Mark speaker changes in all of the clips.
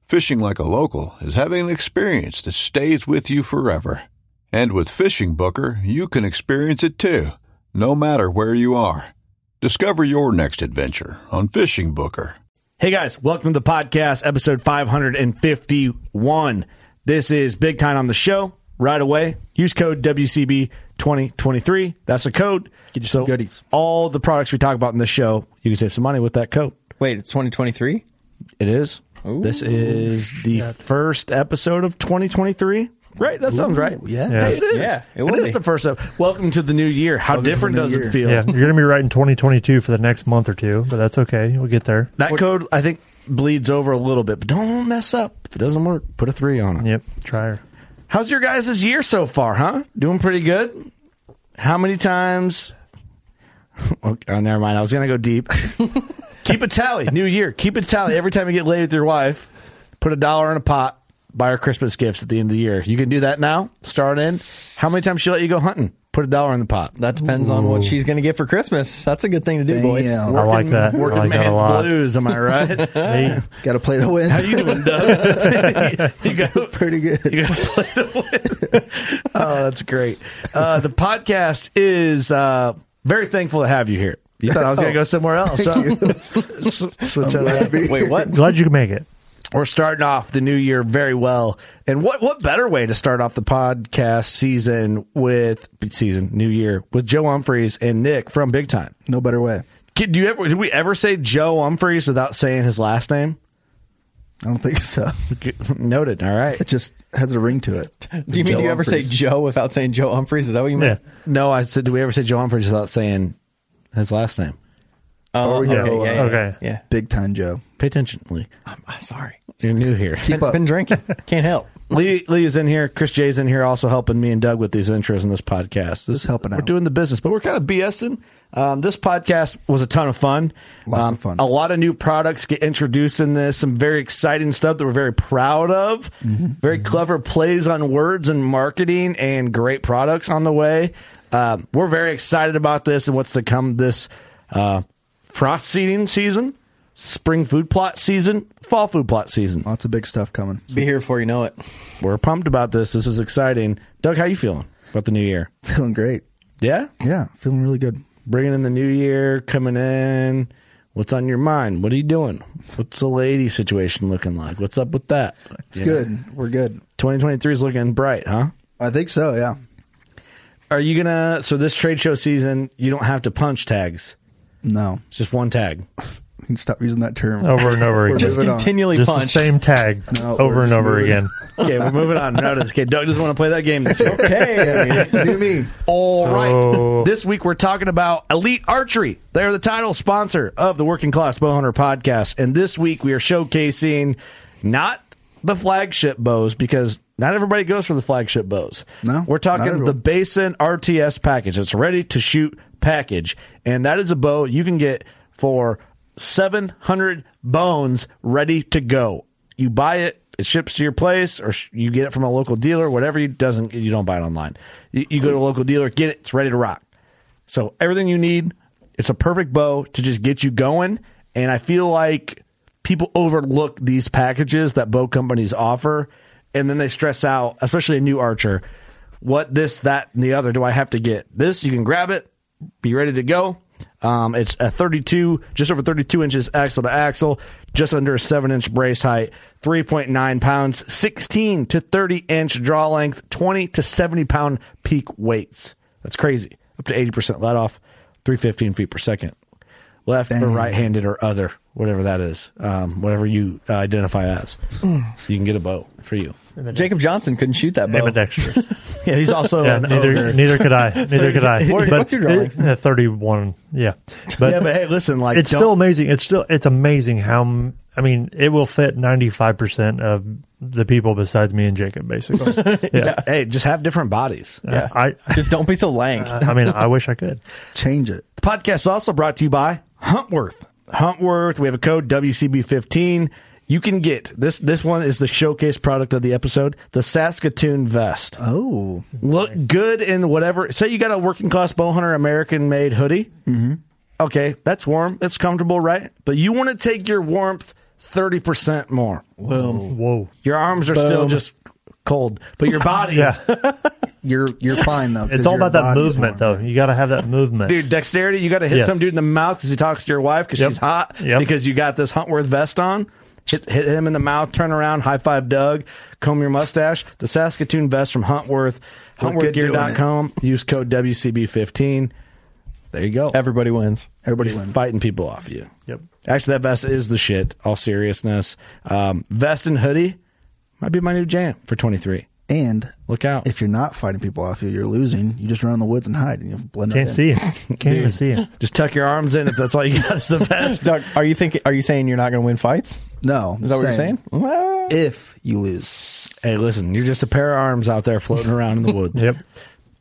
Speaker 1: Fishing like a local is having an experience that stays with you forever. And with Fishing Booker, you can experience it too, no matter where you are. Discover your next adventure on Fishing Booker.
Speaker 2: Hey guys, welcome to the podcast, episode 551. This is Big Time on the Show. Right away, use code WCB2023. That's a code.
Speaker 3: Get you some goodies.
Speaker 2: All the products we talk about in the show, you can save some money with that code.
Speaker 3: Wait, it's 2023?
Speaker 2: It is. This is the first episode of 2023. Right, that sounds right.
Speaker 3: yeah.
Speaker 2: Hey, it is.
Speaker 3: Yeah, it
Speaker 2: it
Speaker 3: will
Speaker 2: is
Speaker 3: be.
Speaker 2: the first. Ep- Welcome to the new year. How
Speaker 3: to
Speaker 2: different
Speaker 3: the
Speaker 2: does
Speaker 3: new
Speaker 2: it
Speaker 3: year.
Speaker 2: feel?
Speaker 4: Yeah, you're going to be writing 2022 for the next month or two, but that's okay. We'll get there.
Speaker 2: That code, I think, bleeds over a little bit, but don't mess up. If it doesn't work, put a three on it.
Speaker 4: Yep, try her.
Speaker 2: How's your guys' year so far, huh? Doing pretty good? How many times? Oh, oh, never mind. I was going to go deep. keep a tally. New year. Keep a tally. Every time you get laid with your wife, put a dollar in a pot, buy her Christmas gifts at the end of the year. You can do that now. Start in. How many times she let you go hunting? Put a dollar in the pot.
Speaker 3: That depends on what she's going to get for Christmas. That's a good thing to do, boys.
Speaker 4: I like that. I
Speaker 2: Working
Speaker 4: like that a
Speaker 2: man's
Speaker 4: lot.
Speaker 2: blues. Am I right?
Speaker 4: Hey,
Speaker 5: Got to play to win.
Speaker 2: How you doing, Doug? you got
Speaker 5: Pretty good.
Speaker 2: You gotta play the win. oh, that's great. Uh, the podcast is uh, very thankful to have you here. You thought I was going to go somewhere else. huh? Sw- switch it up.
Speaker 3: Wait, what?
Speaker 4: glad you could make it.
Speaker 2: We're starting off the new year very well, and what what better way to start off the podcast season with season new year with Joe Humphreys and Nick from Big Time.
Speaker 5: No better way.
Speaker 2: Kid, do you ever did we ever say Joe Humphreys without saying his last name?
Speaker 5: I don't think so.
Speaker 2: Noted. All right.
Speaker 5: It just has a ring to it.
Speaker 3: Do you mean
Speaker 5: Joe
Speaker 3: you ever say
Speaker 5: Humphreys.
Speaker 3: Joe without saying Joe Humphreys? Is that what you
Speaker 4: Yeah.
Speaker 3: meant?
Speaker 2: No, I said. Do we ever say Joe Humphreys without saying his last name?
Speaker 3: Oh,
Speaker 5: Oh,
Speaker 3: okay,
Speaker 5: yeah.
Speaker 3: yeah, yeah,
Speaker 4: Okay.
Speaker 3: Yeah.
Speaker 5: Big time Joe?
Speaker 2: Pay attention, Lee.
Speaker 3: I'm sorry.
Speaker 2: You're new here.
Speaker 5: Keep
Speaker 3: Been,
Speaker 5: up.
Speaker 3: been drinking. Can't help.
Speaker 2: Lee Lee is in here. Chris J's in here, also helping me and Doug with these intros in this podcast. This
Speaker 5: helping
Speaker 2: We're
Speaker 5: out.
Speaker 2: doing the business, but we're kind of BSing. Um, this podcast was a ton of fun.
Speaker 5: Lots of
Speaker 2: Um,
Speaker 5: fun.
Speaker 2: A lot of new products get introduced in this. Some very exciting stuff that we're very proud of. Very clever plays on words and marketing, and great products on the way. Um, we're very excited about this and what's to come this uh, frost seeding season, spring food plot season, fall food plot season
Speaker 5: Lots of big stuff coming.
Speaker 3: Be here before you know it.
Speaker 2: we're pumped about this. This is exciting. Doug, how you feeling about the new year?
Speaker 5: Feeling great.
Speaker 2: Yeah,
Speaker 5: Yeah, feeling really good.
Speaker 2: bringing in the new year, coming in. What's on your mind? What are you doing? What's the lady situation looking like? What's up with that?
Speaker 5: It's good. We're good.
Speaker 2: Twenty twenty three is looking bright, huh?
Speaker 5: I think so. Yeah.
Speaker 2: Are you gonna? So this trade show season, you don't have to punch tags.
Speaker 5: No,
Speaker 2: It's just one tag.
Speaker 5: you can stop using that term.
Speaker 4: Over and over
Speaker 5: We're
Speaker 4: again.
Speaker 3: Just
Speaker 4: Just,
Speaker 5: moving on.
Speaker 3: continually
Speaker 4: the
Speaker 3: punched.
Speaker 4: same tag
Speaker 5: No, we're
Speaker 4: over and
Speaker 5: just
Speaker 4: over
Speaker 5: moving
Speaker 4: again.
Speaker 2: Okay, we're moving on. Notice, okay, Doug doesn't want to play that game this year.
Speaker 3: Hey.
Speaker 5: Do me.
Speaker 2: All right.
Speaker 4: So-
Speaker 2: This week we're talking about Elite Archery. They're the title sponsor of the Working Class Bowhunter podcast. And this week we are showcasing not the flagship bows because not everybody goes for the flagship bows.
Speaker 5: No,
Speaker 2: We're
Speaker 5: not
Speaker 2: talking
Speaker 5: everyone.
Speaker 2: the Basin RTS package. It's ready to shoot package. And that is a bow you can get for 700 bones ready to go. You buy it It ships to your place, or sh- you get it from a local dealer. Whatever you doesn't, you don't buy it online. You, you go to a local dealer, get it. It's ready to rock. So everything you need. It's a perfect bow to just get you going. And I feel like people overlook these packages that bow companies offer, and then they stress out, especially a new archer. What this, that, and the other do I have to get? This you can grab it, be ready to go. Um, it's a 32, just over 32 inches axle to axle, just under a 7 inch brace height, 3.9 pounds, 16 to 30 inch draw length, 20 to 70 pound peak weights. That's crazy. Up to 80% let off, 315 feet per second. Left or right handed or other, whatever that is, um, whatever you uh, identify as, you can get a bow for you.
Speaker 3: Mm. Jacob Johnson couldn't shoot that bow.
Speaker 4: Ambidextrous.
Speaker 2: Yeah, he's also
Speaker 4: Yeah,
Speaker 2: an
Speaker 4: neither,
Speaker 2: ogre.
Speaker 4: neither could I. Neither could I.
Speaker 5: What- what's your drawing?
Speaker 4: Uh, Thirty-one. Yeah, but,
Speaker 2: yeah, but hey, listen, like
Speaker 4: it's
Speaker 2: don't-
Speaker 4: still amazing. It's still it's amazing how m- I mean it will fit ninety-five percent of the people besides me and Jacob. Basically, yeah.
Speaker 2: Hey, just have different bodies.
Speaker 4: Uh, I uh,
Speaker 3: Just don't be so lank.
Speaker 4: I mean I wish I could.
Speaker 5: Change it.
Speaker 2: The podcast is also brought to you by Huntworth. Huntworth, we have a code WCB15. You can get this. This one is the showcase product of the episode, the Saskatoon vest.
Speaker 5: Oh,
Speaker 2: Look good in whatever. Say you got a working class bow hunter American made hoodie. Mm-hmm. Okay, that's warm. It's comfortable, right? But you want to take your warmth thirty percent more.
Speaker 4: Whoa.
Speaker 2: Your arms are still just cold, but your body,
Speaker 4: Yeah,
Speaker 5: you're you're fine though.
Speaker 4: it's all about that movement, though. You got to have that movement.
Speaker 2: dude, dexterity. You got to hit
Speaker 4: Yes.
Speaker 2: some dude in the mouth because he talks to your wife because
Speaker 4: Yep.
Speaker 2: she's hot.
Speaker 4: Yep.
Speaker 2: Because you got this Huntworth vest on. Hit, hit him in the mouth, turn around, high five Doug, comb your mustache. The Saskatoon vest from Huntworth,
Speaker 5: Look good doing
Speaker 2: huntworthgear.com. Use code WCB15. There you go.
Speaker 3: Everybody wins.
Speaker 5: Everybody wins.
Speaker 2: Fighting people off you.
Speaker 4: Yep.
Speaker 2: Actually, that vest is the shit, all seriousness. Um, vest and hoodie might be my new jam for 23.
Speaker 5: And
Speaker 2: Look out.
Speaker 5: if you're not fighting people off you, you're losing. You just run in the woods and hide, and you'll blend
Speaker 4: Can't
Speaker 5: up.
Speaker 4: see it. Can't even see it.
Speaker 2: Just tuck your arms in if that's all you got is the vest.
Speaker 3: Doug, are you thinking? Are you saying you're not going to win fights?
Speaker 5: In. No,
Speaker 3: Is that what you're saying? Well,
Speaker 5: If you lose,
Speaker 2: Hey, listen, you're just a pair of arms out there floating around in the woods.
Speaker 4: Yep.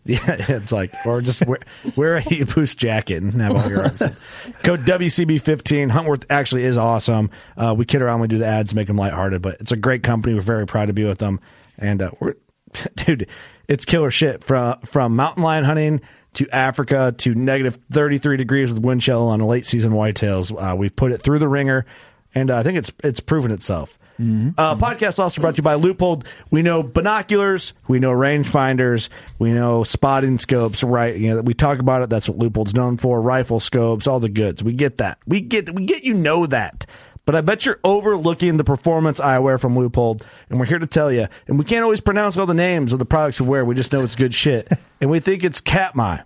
Speaker 2: Yeah, it's like, or just wear, wear a heat boost jacket and have all your arms. in. Code WCB15. Huntworth actually is awesome. Uh, we kid around, we do the ads, make them lighthearted, but it's a great company. We're very proud to be with them. And uh, we're, dude, it's killer shit from from mountain lion hunting to Africa to negative 33 degrees with wind chill on late season whitetails. Uh, we've put it through the ringer, and uh, I think it's it's proven itself. Uh, podcast also brought to you by Loopold. We know binoculars, we know rangefinders, we know spotting scopes. Right, you know we talk about it. That's what Loopold's known for: rifle scopes, all the goods. We get that. We get we get you know that. But I bet you're overlooking the performance eyewear from Loopold, and we're here to tell you. And we can't always pronounce all the names of the products we wear. We just know it's good shit, and we think it's Katmai,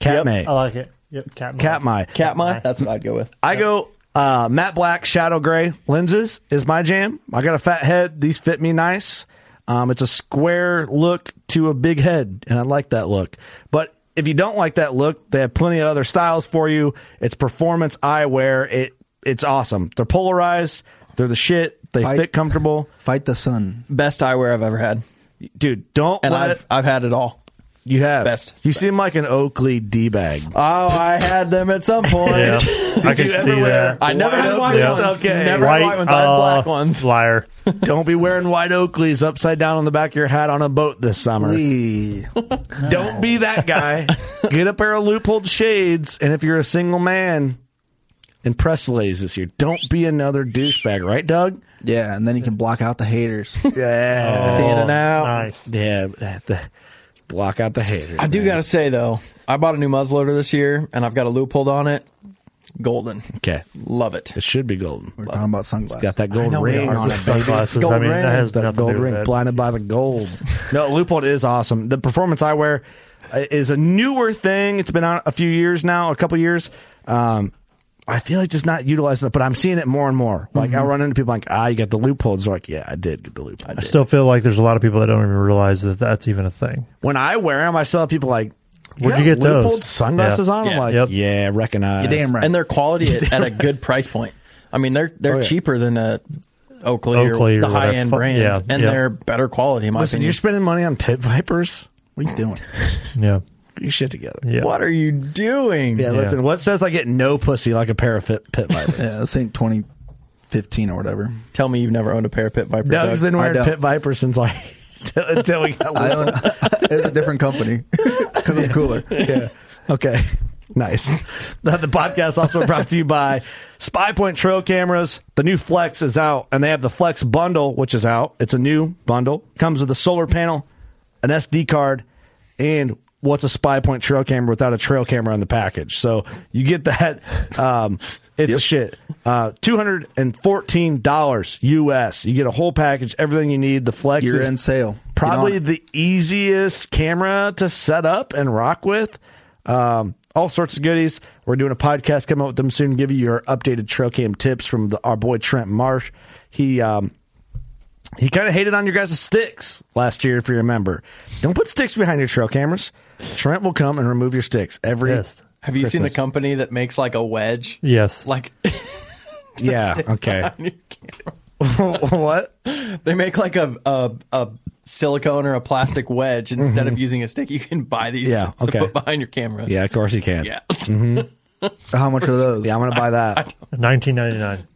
Speaker 2: Katmai,
Speaker 4: I like it. Yep. Cat.
Speaker 2: Katmai.
Speaker 3: Katma. That's what I'd go with.
Speaker 2: I go uh, matte black, shadow gray lenses is my jam. I got a fat head. These fit me nice. Um, it's a square look to a big head, and I like that look. But if you don't like that look, they have plenty of other styles for you. It's performance eyewear. It it's awesome. They're polarized. They're the shit. They
Speaker 5: I-
Speaker 2: fit comfortable.
Speaker 5: fight the sun.
Speaker 3: Best eyewear I've ever had,
Speaker 2: Dude, don't
Speaker 3: and
Speaker 2: let
Speaker 3: I've I've had it all.
Speaker 2: you have
Speaker 3: Best.
Speaker 2: You seem like an Oakley d bag.
Speaker 3: Oh, I had them at some point.
Speaker 4: Yeah. I could see that.
Speaker 3: I never had white
Speaker 4: Yeah.
Speaker 3: ones.
Speaker 2: Okay.
Speaker 3: Never had white ones. I had black ones.
Speaker 4: Liar.
Speaker 2: Don't be wearing white Oakleys upside down on the back of your hat on a boat this summer.
Speaker 5: Lee.
Speaker 2: Don't be that guy. Get a pair of loophole shades, and if you're a single man, impress the ladies this year. Don't be another douchebag, right, Doug?
Speaker 5: yeah, and then you can block out the haters.
Speaker 2: Yeah,
Speaker 3: Standing out.
Speaker 4: Oh, Nice.
Speaker 2: yeah. that- the- block out the haters.
Speaker 3: I do
Speaker 2: man.
Speaker 3: gotta say though, I bought a new muzzleloader this year, and I've got a loophole on it. Golden,
Speaker 2: Okay,
Speaker 3: love it.
Speaker 2: it should be golden.
Speaker 5: We're talking about sunglasses.
Speaker 2: Got that gold ring on it.
Speaker 4: Sunglasses. I
Speaker 5: Gold
Speaker 4: mean,
Speaker 5: ring.
Speaker 4: that has
Speaker 2: That
Speaker 4: nothing
Speaker 2: gold
Speaker 4: to do with
Speaker 2: ring,
Speaker 4: it.
Speaker 2: blinded by the gold. No, loophole is awesome. The performance I wear uh, is a newer thing. It's been out a few years now, a couple years. Um, I feel like just not utilizing it, but I'm seeing it more and more. Like I run into people like, ah, you got the loopholes. They're like, yeah, I did get the loophole.
Speaker 4: I still feel like there's a lot of people that don't even realize that that's even a thing.
Speaker 2: When I wear them, I still have people like,
Speaker 4: Where'd
Speaker 2: "Yeah,
Speaker 4: you get those?"
Speaker 2: Leupold sunglasses
Speaker 4: Yeah.
Speaker 2: on? I'm
Speaker 3: Yeah.
Speaker 2: like,
Speaker 4: Yep.
Speaker 2: yeah, I recognize.
Speaker 5: You're damn right.
Speaker 3: And their quality at, at a good price point. I mean, they're they're
Speaker 2: Oh, yeah.
Speaker 3: cheaper than a Oakley,
Speaker 4: Oakley or
Speaker 3: or
Speaker 4: whatever.
Speaker 3: the high end
Speaker 4: Fu-
Speaker 3: brands,
Speaker 4: yeah,
Speaker 3: and
Speaker 4: yeah.
Speaker 3: they're better quality. In my
Speaker 2: Listen, you're
Speaker 3: opinion,
Speaker 2: spending money on pit vipers.
Speaker 5: What are you doing?
Speaker 4: Yeah.
Speaker 2: Get your shit together.
Speaker 4: Yeah.
Speaker 3: what are you doing?
Speaker 2: Yeah, listen. What says I get no pussy like a pair of fit, pit vipers?
Speaker 5: Yeah, this ain't 20 fifteen or whatever.
Speaker 3: Tell me you've never owned a parapet viper.
Speaker 2: Doug's
Speaker 3: Doug.
Speaker 2: been wearing
Speaker 5: don't.
Speaker 2: Pit Viper since like until we got
Speaker 5: I own it was a different company because I'm cooler.
Speaker 2: yeah. Okay. Nice. The, the podcast also brought to you by Spy Point Trail Cameras. The new Flex is out, and they have the Flex bundle, which is out. It's a new bundle. Comes with a solar panel, an SD card, and what's a Spy Point Trail Camera without a trail camera in the package? So you get that. Um, it's a shit. Uh, Two hundred and fourteen dollars US. You get a whole package, everything you need. The Flex
Speaker 5: You're
Speaker 2: is
Speaker 5: in sale. Get on
Speaker 2: probably
Speaker 5: it.
Speaker 2: the easiest camera to set up and rock with. Um, all sorts of goodies. We're doing a podcast coming up with them soon. Give you your updated trail cam tips from the, our boy Trent Marsh. He um, he kind of hated on your guys' sticks last year, if you remember. Don't put sticks behind your trail cameras. Trent will come and remove your sticks every.
Speaker 4: Yes.
Speaker 3: Have you seen the
Speaker 2: Christmas.
Speaker 3: company that makes like a wedge?
Speaker 4: Yes.
Speaker 3: Like
Speaker 2: Yeah. Okay.
Speaker 3: on your camera.
Speaker 2: what?
Speaker 3: They make like a a, a silicone or a plastic wedge instead of using a stick. You can buy these
Speaker 2: Mm-hmm. Yeah, okay.
Speaker 3: to put behind your camera.
Speaker 2: Yeah. Of course he can. Mm-hmm.
Speaker 3: Yeah.
Speaker 5: How much are those?
Speaker 2: Yeah. I'm gonna buy that.
Speaker 4: Nineteen ninety nine.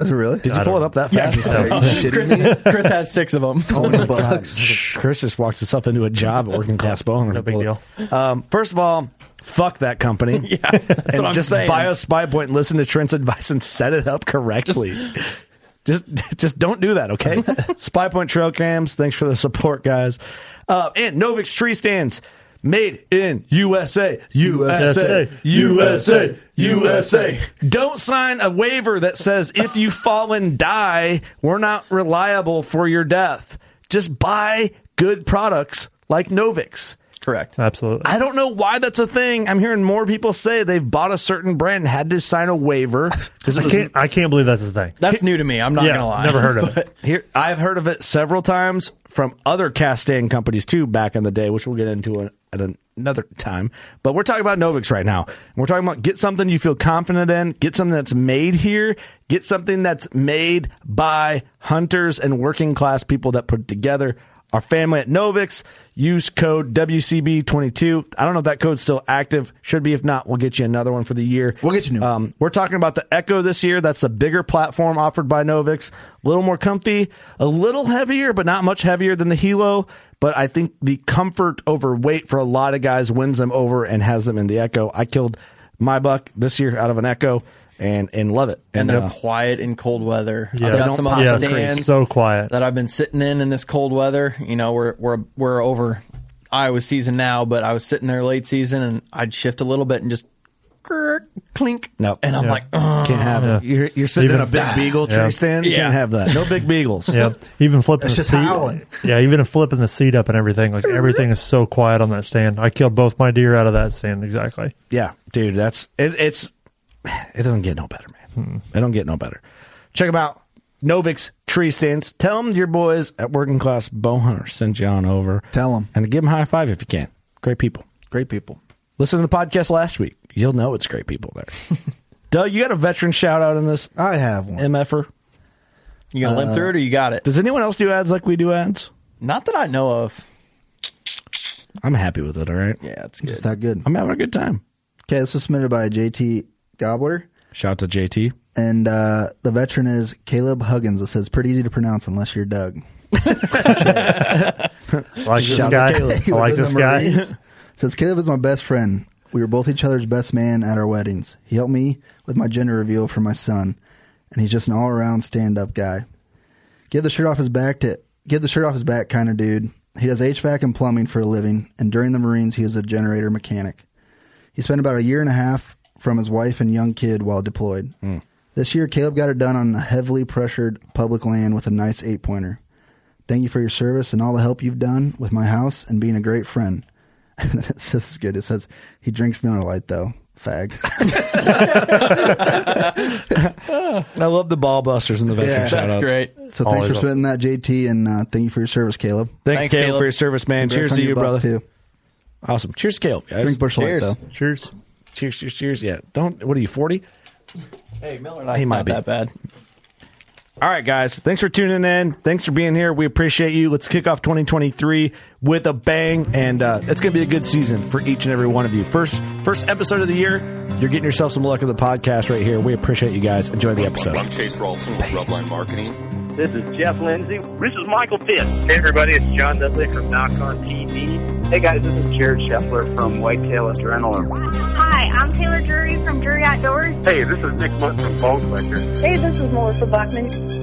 Speaker 5: Is it really?
Speaker 2: Did you pull it up that fast?
Speaker 5: Are you shitting me?
Speaker 3: Chris has six of them.
Speaker 5: Twenty bucks.
Speaker 2: Chris just walked himself into a job at working class bone.
Speaker 4: no big deal.
Speaker 2: Um, first of all, fuck that company. yeah, and
Speaker 3: what I'm
Speaker 2: just
Speaker 3: saying.
Speaker 2: buy a spy point and listen to Trent's advice and set it up correctly. Just, just, don't do that, okay? spy point trail cams. Thanks for the support, guys. Uh, and Novix tree stands. Made in USA, USA, USA, USA, Don't sign a waiver that says if you fall and die, we're not reliable for your death. Just buy good products like Novix.
Speaker 3: Correct.
Speaker 4: Absolutely.
Speaker 2: I don't know why that's a thing. I'm hearing more people say they've bought a certain brand and had to sign a waiver because
Speaker 4: I can't. I can't believe that's the thing.
Speaker 3: That's new to me. I'm not
Speaker 4: yeah,
Speaker 3: gonna lie.
Speaker 4: never heard of it.
Speaker 2: Here, I've heard of it several times from other casting companies too back in the day, which we'll get into an, at an- another time. But we're talking about Novix right now. We're talking about get something you feel confident in, get something that's made here, get something that's made by hunters and working class people that put it together. Our family at Novix, use code WCB22. I don't know if that code's still active. Should be. If not, we'll get you another one for the year.
Speaker 5: We'll get you new.
Speaker 2: Um, we're talking about the Echo this year. That's the bigger platform offered by Novix. A little more comfy, a little heavier, but not much heavier than the Hilo. But I think the comfort over weight for a lot of guys wins them over and has them in the Echo. I killed my buck this year out of an Echo and and love it.
Speaker 3: And
Speaker 2: And,
Speaker 3: they're
Speaker 2: uh,
Speaker 3: quiet in cold weather.
Speaker 4: Yeah.
Speaker 3: I've
Speaker 4: They
Speaker 3: got
Speaker 4: don't
Speaker 3: some
Speaker 4: pop
Speaker 3: on
Speaker 4: Yeah,
Speaker 3: stands
Speaker 4: so quiet.
Speaker 3: that I've been sitting in in this cold weather. You know, we're we're we're over Iowa season now, but I was sitting there late season and I'd shift a little bit and just grrr, clink.
Speaker 2: No.
Speaker 3: and I'm
Speaker 2: Yeah.
Speaker 3: like, uh, "Ugh."
Speaker 2: can't have it. You're, you're sitting
Speaker 4: Even-
Speaker 2: in a big beagle tree
Speaker 4: Yeah.
Speaker 2: stand. You
Speaker 3: Yeah.
Speaker 2: can't have that. No big beagles.
Speaker 4: Yeah, even flipping
Speaker 5: It's
Speaker 4: the
Speaker 5: just
Speaker 4: seat.
Speaker 5: howling.
Speaker 4: Yeah, even flipping the seat up and everything. Like everything is so quiet on that stand. I killed both my deer out of that stand. Exactly.
Speaker 2: yeah, dude, that's it, it's it doesn't get no better,
Speaker 5: Hmm.
Speaker 2: man. It don't get no better. Check them out. Novix tree stands. Tell them your boys at Working Class Bow Hunter sent you on over.
Speaker 5: Tell 'em.
Speaker 2: and give them high five if you can. Great people.
Speaker 5: Great people.
Speaker 2: Listen to the podcast last week. You'll know it's great people there. Doug, you got a veteran shout out in this
Speaker 5: I have one.
Speaker 2: mf'er.
Speaker 3: you gonna limp through it or you got it?
Speaker 2: Does anyone else do ads like we do ads?
Speaker 3: Not that I know of.
Speaker 2: I'm happy with it. All right,
Speaker 3: Yeah, it's
Speaker 5: Just
Speaker 3: good.
Speaker 5: that good.
Speaker 2: I'm having a good time.
Speaker 5: Okay, this was submitted by JT Gobbler,
Speaker 2: Shout out to JT.
Speaker 5: and uh, the veteran is Caleb Huggins. It says pretty easy to pronounce unless you're Doug.
Speaker 4: I like this
Speaker 2: Shout out
Speaker 4: guy.
Speaker 5: He
Speaker 4: I
Speaker 5: was
Speaker 4: like
Speaker 5: in the
Speaker 4: this guy.
Speaker 5: Marines. Says Caleb is my best friend. We were both each other's best man at our weddings. He helped me with my gender reveal for my son, and he's just an all around stand up guy. Give the shirt off his back to give the shirt off his back kind of dude. He does HVAC and plumbing for a living, and during the Marines he was a generator mechanic. He spent about a year and a half from his wife and young kid while deployed.
Speaker 4: Hmm.
Speaker 5: This year Caleb got it done on a heavily pressured public land with a nice eight pointer. Thank you for your service and all the help you've done with my house and being a great friend. And then it says, this is good. It says, he drinks Miller Lite, though. Fag.
Speaker 2: I love the ball busters and the veteran
Speaker 5: Yeah.
Speaker 2: shout outs.
Speaker 3: That's great.
Speaker 5: So
Speaker 4: Always
Speaker 5: thanks for
Speaker 4: welcome.
Speaker 5: submitting that, JT, and uh, thank you for your service, Caleb.
Speaker 2: Thanks,
Speaker 3: Thanks,
Speaker 2: Caleb,
Speaker 3: Caleb.
Speaker 2: for your service, man.
Speaker 5: Congrats
Speaker 2: Cheers
Speaker 5: on
Speaker 2: to
Speaker 5: your
Speaker 2: you,
Speaker 5: buck,
Speaker 2: brother.
Speaker 5: Too.
Speaker 2: Awesome. Cheers, Caleb, guys.
Speaker 5: Drink Bush Light,
Speaker 3: Cheers.
Speaker 5: though.
Speaker 4: Cheers.
Speaker 2: Cheers, cheers, cheers. Yeah. Don't. What are you? Forty?
Speaker 3: Hey, Miller,
Speaker 2: He
Speaker 3: Lite's
Speaker 2: might
Speaker 3: not
Speaker 2: be.
Speaker 3: that bad.
Speaker 2: All right, guys. Thanks for tuning in. Thanks for being here. We appreciate you. Let's kick off 2023 with a bang, and uh, it's going to be a good season for each and every one of you. First, first episode of the year. You're getting yourself some luck of the podcast right here. We appreciate you guys. Enjoy the episode.
Speaker 6: I'm Chase Rolfson with Rubline Marketing.
Speaker 4: This is Jeff Lindsay. This is Michael Pitt. Hey, everybody, it's John Dudley from Knock on TV. Hey, guys, this is Jared Scheffler from Whitetail Adrenaline.
Speaker 3: Hi, I'm Taylor Drury from Drury Outdoors.
Speaker 4: Hey, this is Nick Mutt from Bow Collector.
Speaker 3: Hey, this is Melissa Buckman.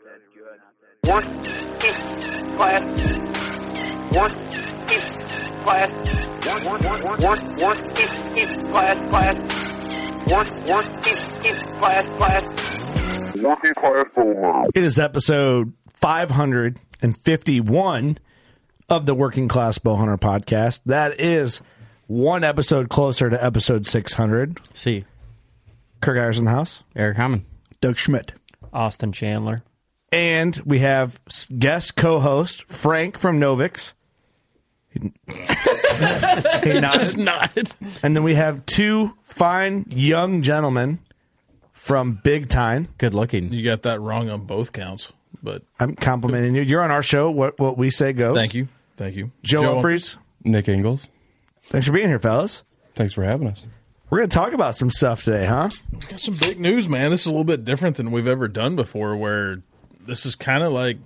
Speaker 7: Working Class. Working Class. Work, work, work, work, work, class, class. Work, work, class, class.
Speaker 2: It is episode 551 of the Working Class Bowhunter podcast. That is one episode closer to episode 600.
Speaker 8: See,
Speaker 2: Kirk Ayers in the house.
Speaker 8: Eric Hammond.
Speaker 5: Doug Schmidt.
Speaker 9: Austin Chandler.
Speaker 2: And we have s- guest co host Frank from Novix. He nodded.
Speaker 8: Not.
Speaker 2: And then we have two fine young gentlemen from Big Time.
Speaker 8: Good looking.
Speaker 10: You got that wrong on both counts, but
Speaker 2: I'm complimenting you. You're on our show. What what we say goes.
Speaker 10: thank you, thank you,
Speaker 2: Joe, Humphries.
Speaker 11: Nick Ingles.
Speaker 2: Thanks for being here, fellas.
Speaker 11: Thanks for having us.
Speaker 2: We're going to talk about some stuff today, huh?
Speaker 10: We got some big news, man. This is a little bit different than we've ever done before. Where this is kind of like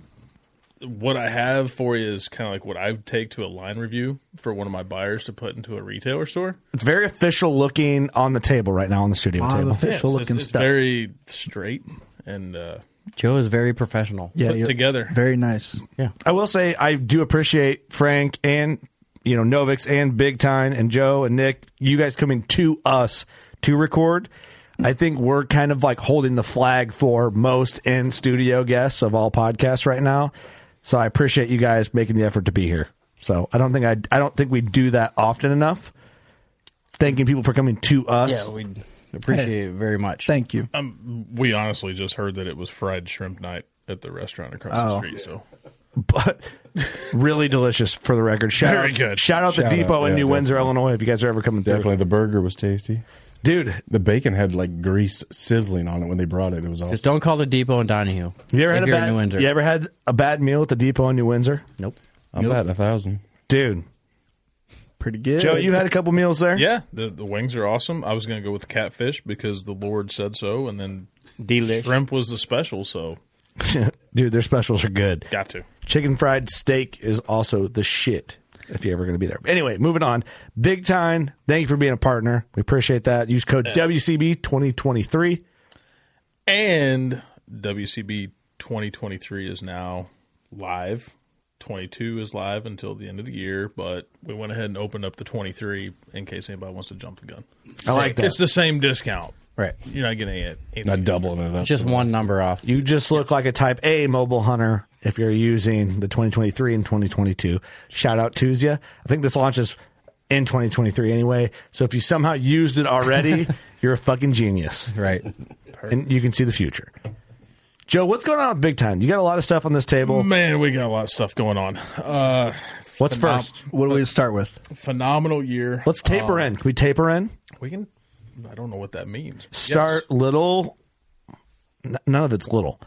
Speaker 10: what I have for you is kind of like what I would take to a line review for one of my buyers to put into a retailer store.
Speaker 2: It's very official looking on the table right now on the studio
Speaker 5: A lot of
Speaker 2: table.
Speaker 5: official
Speaker 10: Yes,
Speaker 5: looking
Speaker 10: it's, it's
Speaker 5: stuff.
Speaker 10: very straight and uh,
Speaker 8: Joe is very professional.
Speaker 5: yeah,
Speaker 10: put
Speaker 5: you're-
Speaker 10: together.
Speaker 5: Very nice.
Speaker 2: I will say I do appreciate Frank and you know Novix and Big Time and Joe and Nick. You guys coming to us to record. I think we're kind of like holding the flag for most in studio guests of all podcasts right now. So I appreciate you guys making the effort to be here. So I don't think I I don't think we do that often enough. Thanking people for coming to us.
Speaker 8: Yeah, we appreciate it very much.
Speaker 5: Thank you.
Speaker 10: Um, We honestly just heard that it was fried shrimp night at the restaurant across
Speaker 5: Oh.
Speaker 10: the street. So
Speaker 2: but really delicious for the record. Shout
Speaker 10: Very
Speaker 2: out,
Speaker 10: good.
Speaker 2: Shout out
Speaker 11: Shout
Speaker 2: the Depot
Speaker 11: out,
Speaker 2: in
Speaker 11: yeah,
Speaker 2: New Windsor, Illinois. If you guys are ever coming through,
Speaker 11: Definitely the burger was tasty.
Speaker 2: dude.
Speaker 11: The bacon had like grease sizzling on it when they brought it. It was awesome.
Speaker 8: Just don't call the depot in Donahue.
Speaker 2: You ever
Speaker 8: if
Speaker 2: had a
Speaker 8: you're in
Speaker 2: bad?
Speaker 8: New Windsor.
Speaker 2: You ever had a bad meal at the Depot in New Windsor,
Speaker 8: Nope.
Speaker 11: I'm batting a thousand.
Speaker 2: dude?
Speaker 5: Pretty good.
Speaker 2: Joe, you had a couple meals there.
Speaker 10: yeah, the the wings are awesome. I was going to go with catfish because the Lord said so, and then
Speaker 9: Delish.
Speaker 10: shrimp was the special. So
Speaker 2: dude, their specials are good.
Speaker 10: got to.
Speaker 2: Chicken fried steak is also the shit. If you're ever going to be there. Anyway, moving on. Big time. Thank you for being a partner. We appreciate that. Use code WCB twenty twenty three.
Speaker 10: And WCB 2023 is now live. 22 is live until the end of the year, but we went ahead and opened up the 23 in case anybody wants to jump the gun.
Speaker 2: I like that.
Speaker 10: It's the same discount.
Speaker 8: Right.
Speaker 10: You're not getting it.
Speaker 11: Not doubling it up.
Speaker 8: Just one number off.
Speaker 2: You just look like a type A mobile hunter if you're using the 2023 and 2022. Shout out to you. I think this launches in 2023 anyway. So if you somehow used it already, you're a fucking genius
Speaker 8: Right.
Speaker 2: and you can see the future. Joe, what's going on with Big Time? You got a lot of stuff on this table.
Speaker 10: Man, we got a lot of stuff going on. Uh,
Speaker 2: What's
Speaker 10: phenom-
Speaker 2: first?
Speaker 5: what do we start with?
Speaker 10: Phenomenal year.
Speaker 2: Let's taper
Speaker 10: Uh,
Speaker 2: in. Can we taper in?
Speaker 10: We can. I don't know what that means.
Speaker 2: Start
Speaker 10: Yes.
Speaker 2: little. N- None of it's little.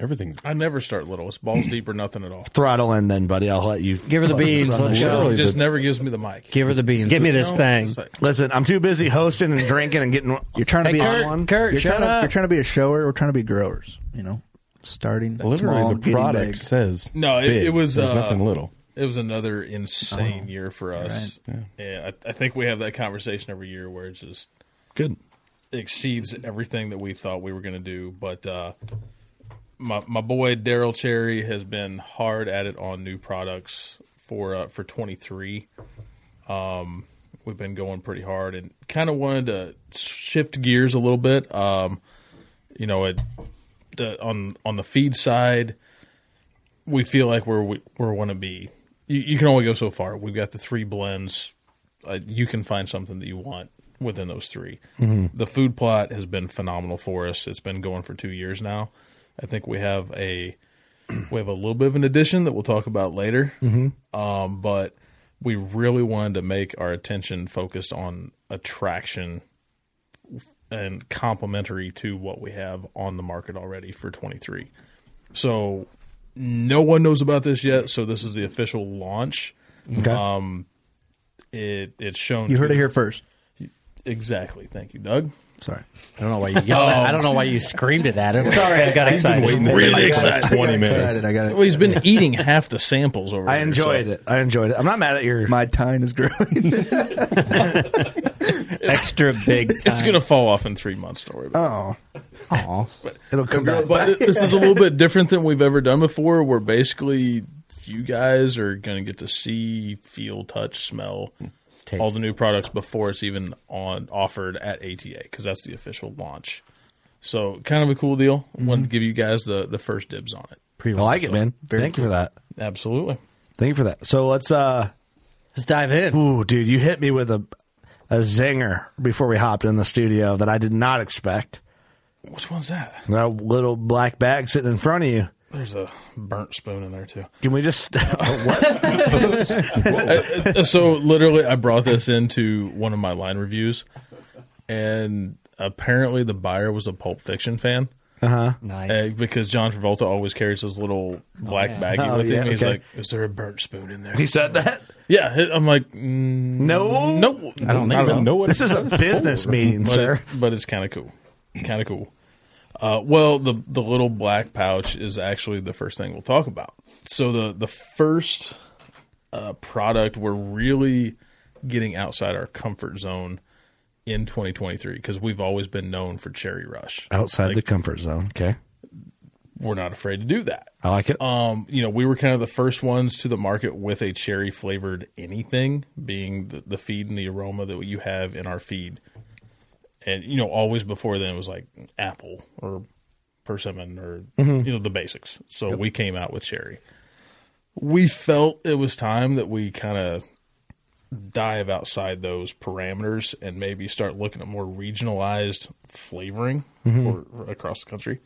Speaker 11: Everything's
Speaker 10: I never start little. It's balls deep or nothing at all.
Speaker 2: Throttle in then, buddy. I'll let you.
Speaker 8: Give her the beans. Let's
Speaker 10: It
Speaker 8: go.
Speaker 11: Literally.
Speaker 10: just never gives me the mic.
Speaker 8: Give her the beans.
Speaker 9: Give me this
Speaker 10: No,
Speaker 9: thing.
Speaker 10: it's like-
Speaker 2: Listen, I'm too busy hosting and drinking and getting.
Speaker 5: You're trying to
Speaker 8: Hey,
Speaker 5: be
Speaker 8: Kurt,
Speaker 5: a one.
Speaker 8: Kurt,
Speaker 5: you're,
Speaker 8: shut
Speaker 5: trying to,
Speaker 8: up.
Speaker 5: you're trying to be a shower. We're trying to be growers. You know, starting
Speaker 11: literally
Speaker 5: small,
Speaker 11: the
Speaker 5: getting
Speaker 11: product
Speaker 5: big.
Speaker 11: says.
Speaker 10: No, it-
Speaker 11: big.
Speaker 10: it was,
Speaker 11: There's
Speaker 10: uh,
Speaker 11: nothing little.
Speaker 10: It was another insane year for us. Yeah, I, I think we have that conversation every year where it just
Speaker 2: Good.
Speaker 10: exceeds everything that we thought we were going to do. But uh, my my boy Daryl Cherry has been hard at it on new products for uh, for 23. Um, we've been going pretty hard and kind of wanted to shift gears a little bit. Um, you know, it, the, on on the feed side, we feel like we're we, we're want to be. You, you can only go so far. We've got the three blends. Uh, you can find something that you want within those 3
Speaker 2: Mhm.
Speaker 10: The food plot has been phenomenal for us. It's been going for two years now. I think we have a we have a little bit of an addition that we'll talk about later.
Speaker 2: Mhm.
Speaker 10: Um, but we really wanted to make our attention focused on attraction and complementary to what we have on the market already for 23. So no one knows about this yet. So this is the official launch.
Speaker 5: Okay.
Speaker 10: Um, it it's shown.
Speaker 5: You heard
Speaker 10: to-
Speaker 5: it here first.
Speaker 10: Exactly. Thank you, Doug.
Speaker 5: Sorry.
Speaker 7: I don't know why you yelled.
Speaker 10: Oh.
Speaker 7: at- I don't know why you screamed it at him.
Speaker 10: Sorry, I got
Speaker 7: He's been
Speaker 10: excited.
Speaker 7: waiting for
Speaker 10: Really
Speaker 7: it. I got
Speaker 10: excited.
Speaker 7: excited.
Speaker 10: 20 minutes.
Speaker 5: I got
Speaker 10: Well, he's been eating half the samples over.
Speaker 12: I
Speaker 10: here,
Speaker 12: enjoyed
Speaker 10: so-
Speaker 12: it. I enjoyed it. I'm not mad at your.
Speaker 5: My tine is growing.
Speaker 10: Extra
Speaker 13: big
Speaker 10: It's
Speaker 13: time.
Speaker 10: gonna fall off in three months. Don't worry about
Speaker 5: Oh.
Speaker 7: Oh.
Speaker 10: it.
Speaker 12: It'll
Speaker 5: come
Speaker 10: But
Speaker 5: back.
Speaker 10: th- this is a little bit different than we've ever done before. Where basically you guys are gonna get to see, feel, touch, smell all the new products before it's even on offered at ATA because that's the official launch. So kind of a cool deal.
Speaker 5: Mm-hmm.
Speaker 10: Wanted to give you guys the the first dibs on it.
Speaker 12: I like it, man.
Speaker 10: Very
Speaker 12: Thank you
Speaker 10: cool.
Speaker 12: for that.
Speaker 10: Absolutely.
Speaker 12: Thank you for that. So let's uh
Speaker 7: let's dive in.
Speaker 12: Ooh, dude, you hit me with a a zinger before we hopped in the studio that I did not expect.
Speaker 10: Which one's that?
Speaker 12: That little black bag sitting in front of you.
Speaker 10: There's a burnt spoon in there too.
Speaker 12: Can we just
Speaker 10: Uh, so literally, I brought this into one of my line reviews, and apparently the buyer was a Pulp Fiction fan.
Speaker 12: Uh-huh.
Speaker 10: Nice. because John Travolta always carries his little black
Speaker 12: yeah.
Speaker 10: baggie
Speaker 12: Oh,
Speaker 10: with
Speaker 12: yeah,
Speaker 10: him. He's
Speaker 12: okay.
Speaker 10: like, "Is there a burnt spoon in there?"
Speaker 12: He said that.
Speaker 10: Yeah, he- I'm like, mm,
Speaker 12: No.
Speaker 10: no,
Speaker 12: I don't think so.
Speaker 10: what
Speaker 12: This
Speaker 10: it's
Speaker 12: is a
Speaker 10: for.
Speaker 12: business meeting,
Speaker 10: But it-
Speaker 12: sir.
Speaker 10: but it's kind of cool, kind of cool. Uh, well, the the little black pouch is actually the first thing we'll talk about. So the the first uh, product we're really getting outside our comfort zone in 2023 because we've always been known for cherry rush.
Speaker 12: outside
Speaker 10: Like,
Speaker 12: the comfort zone? Okay.
Speaker 10: we're not afraid to do that.
Speaker 12: I like it.
Speaker 10: Um, you know, we were kind of the first ones to the market with a cherry flavored anything, being the, the feed and the aroma that you have in our feed. And you know, always before then it was like apple or persimmon or
Speaker 2: Mhm.
Speaker 10: you know the basics. So
Speaker 2: Yep.
Speaker 10: we came out with cherry. We felt it was time that we kind of dive outside those parameters and maybe start looking at more regionalized flavoring
Speaker 12: Mhm.
Speaker 10: or, or across the country.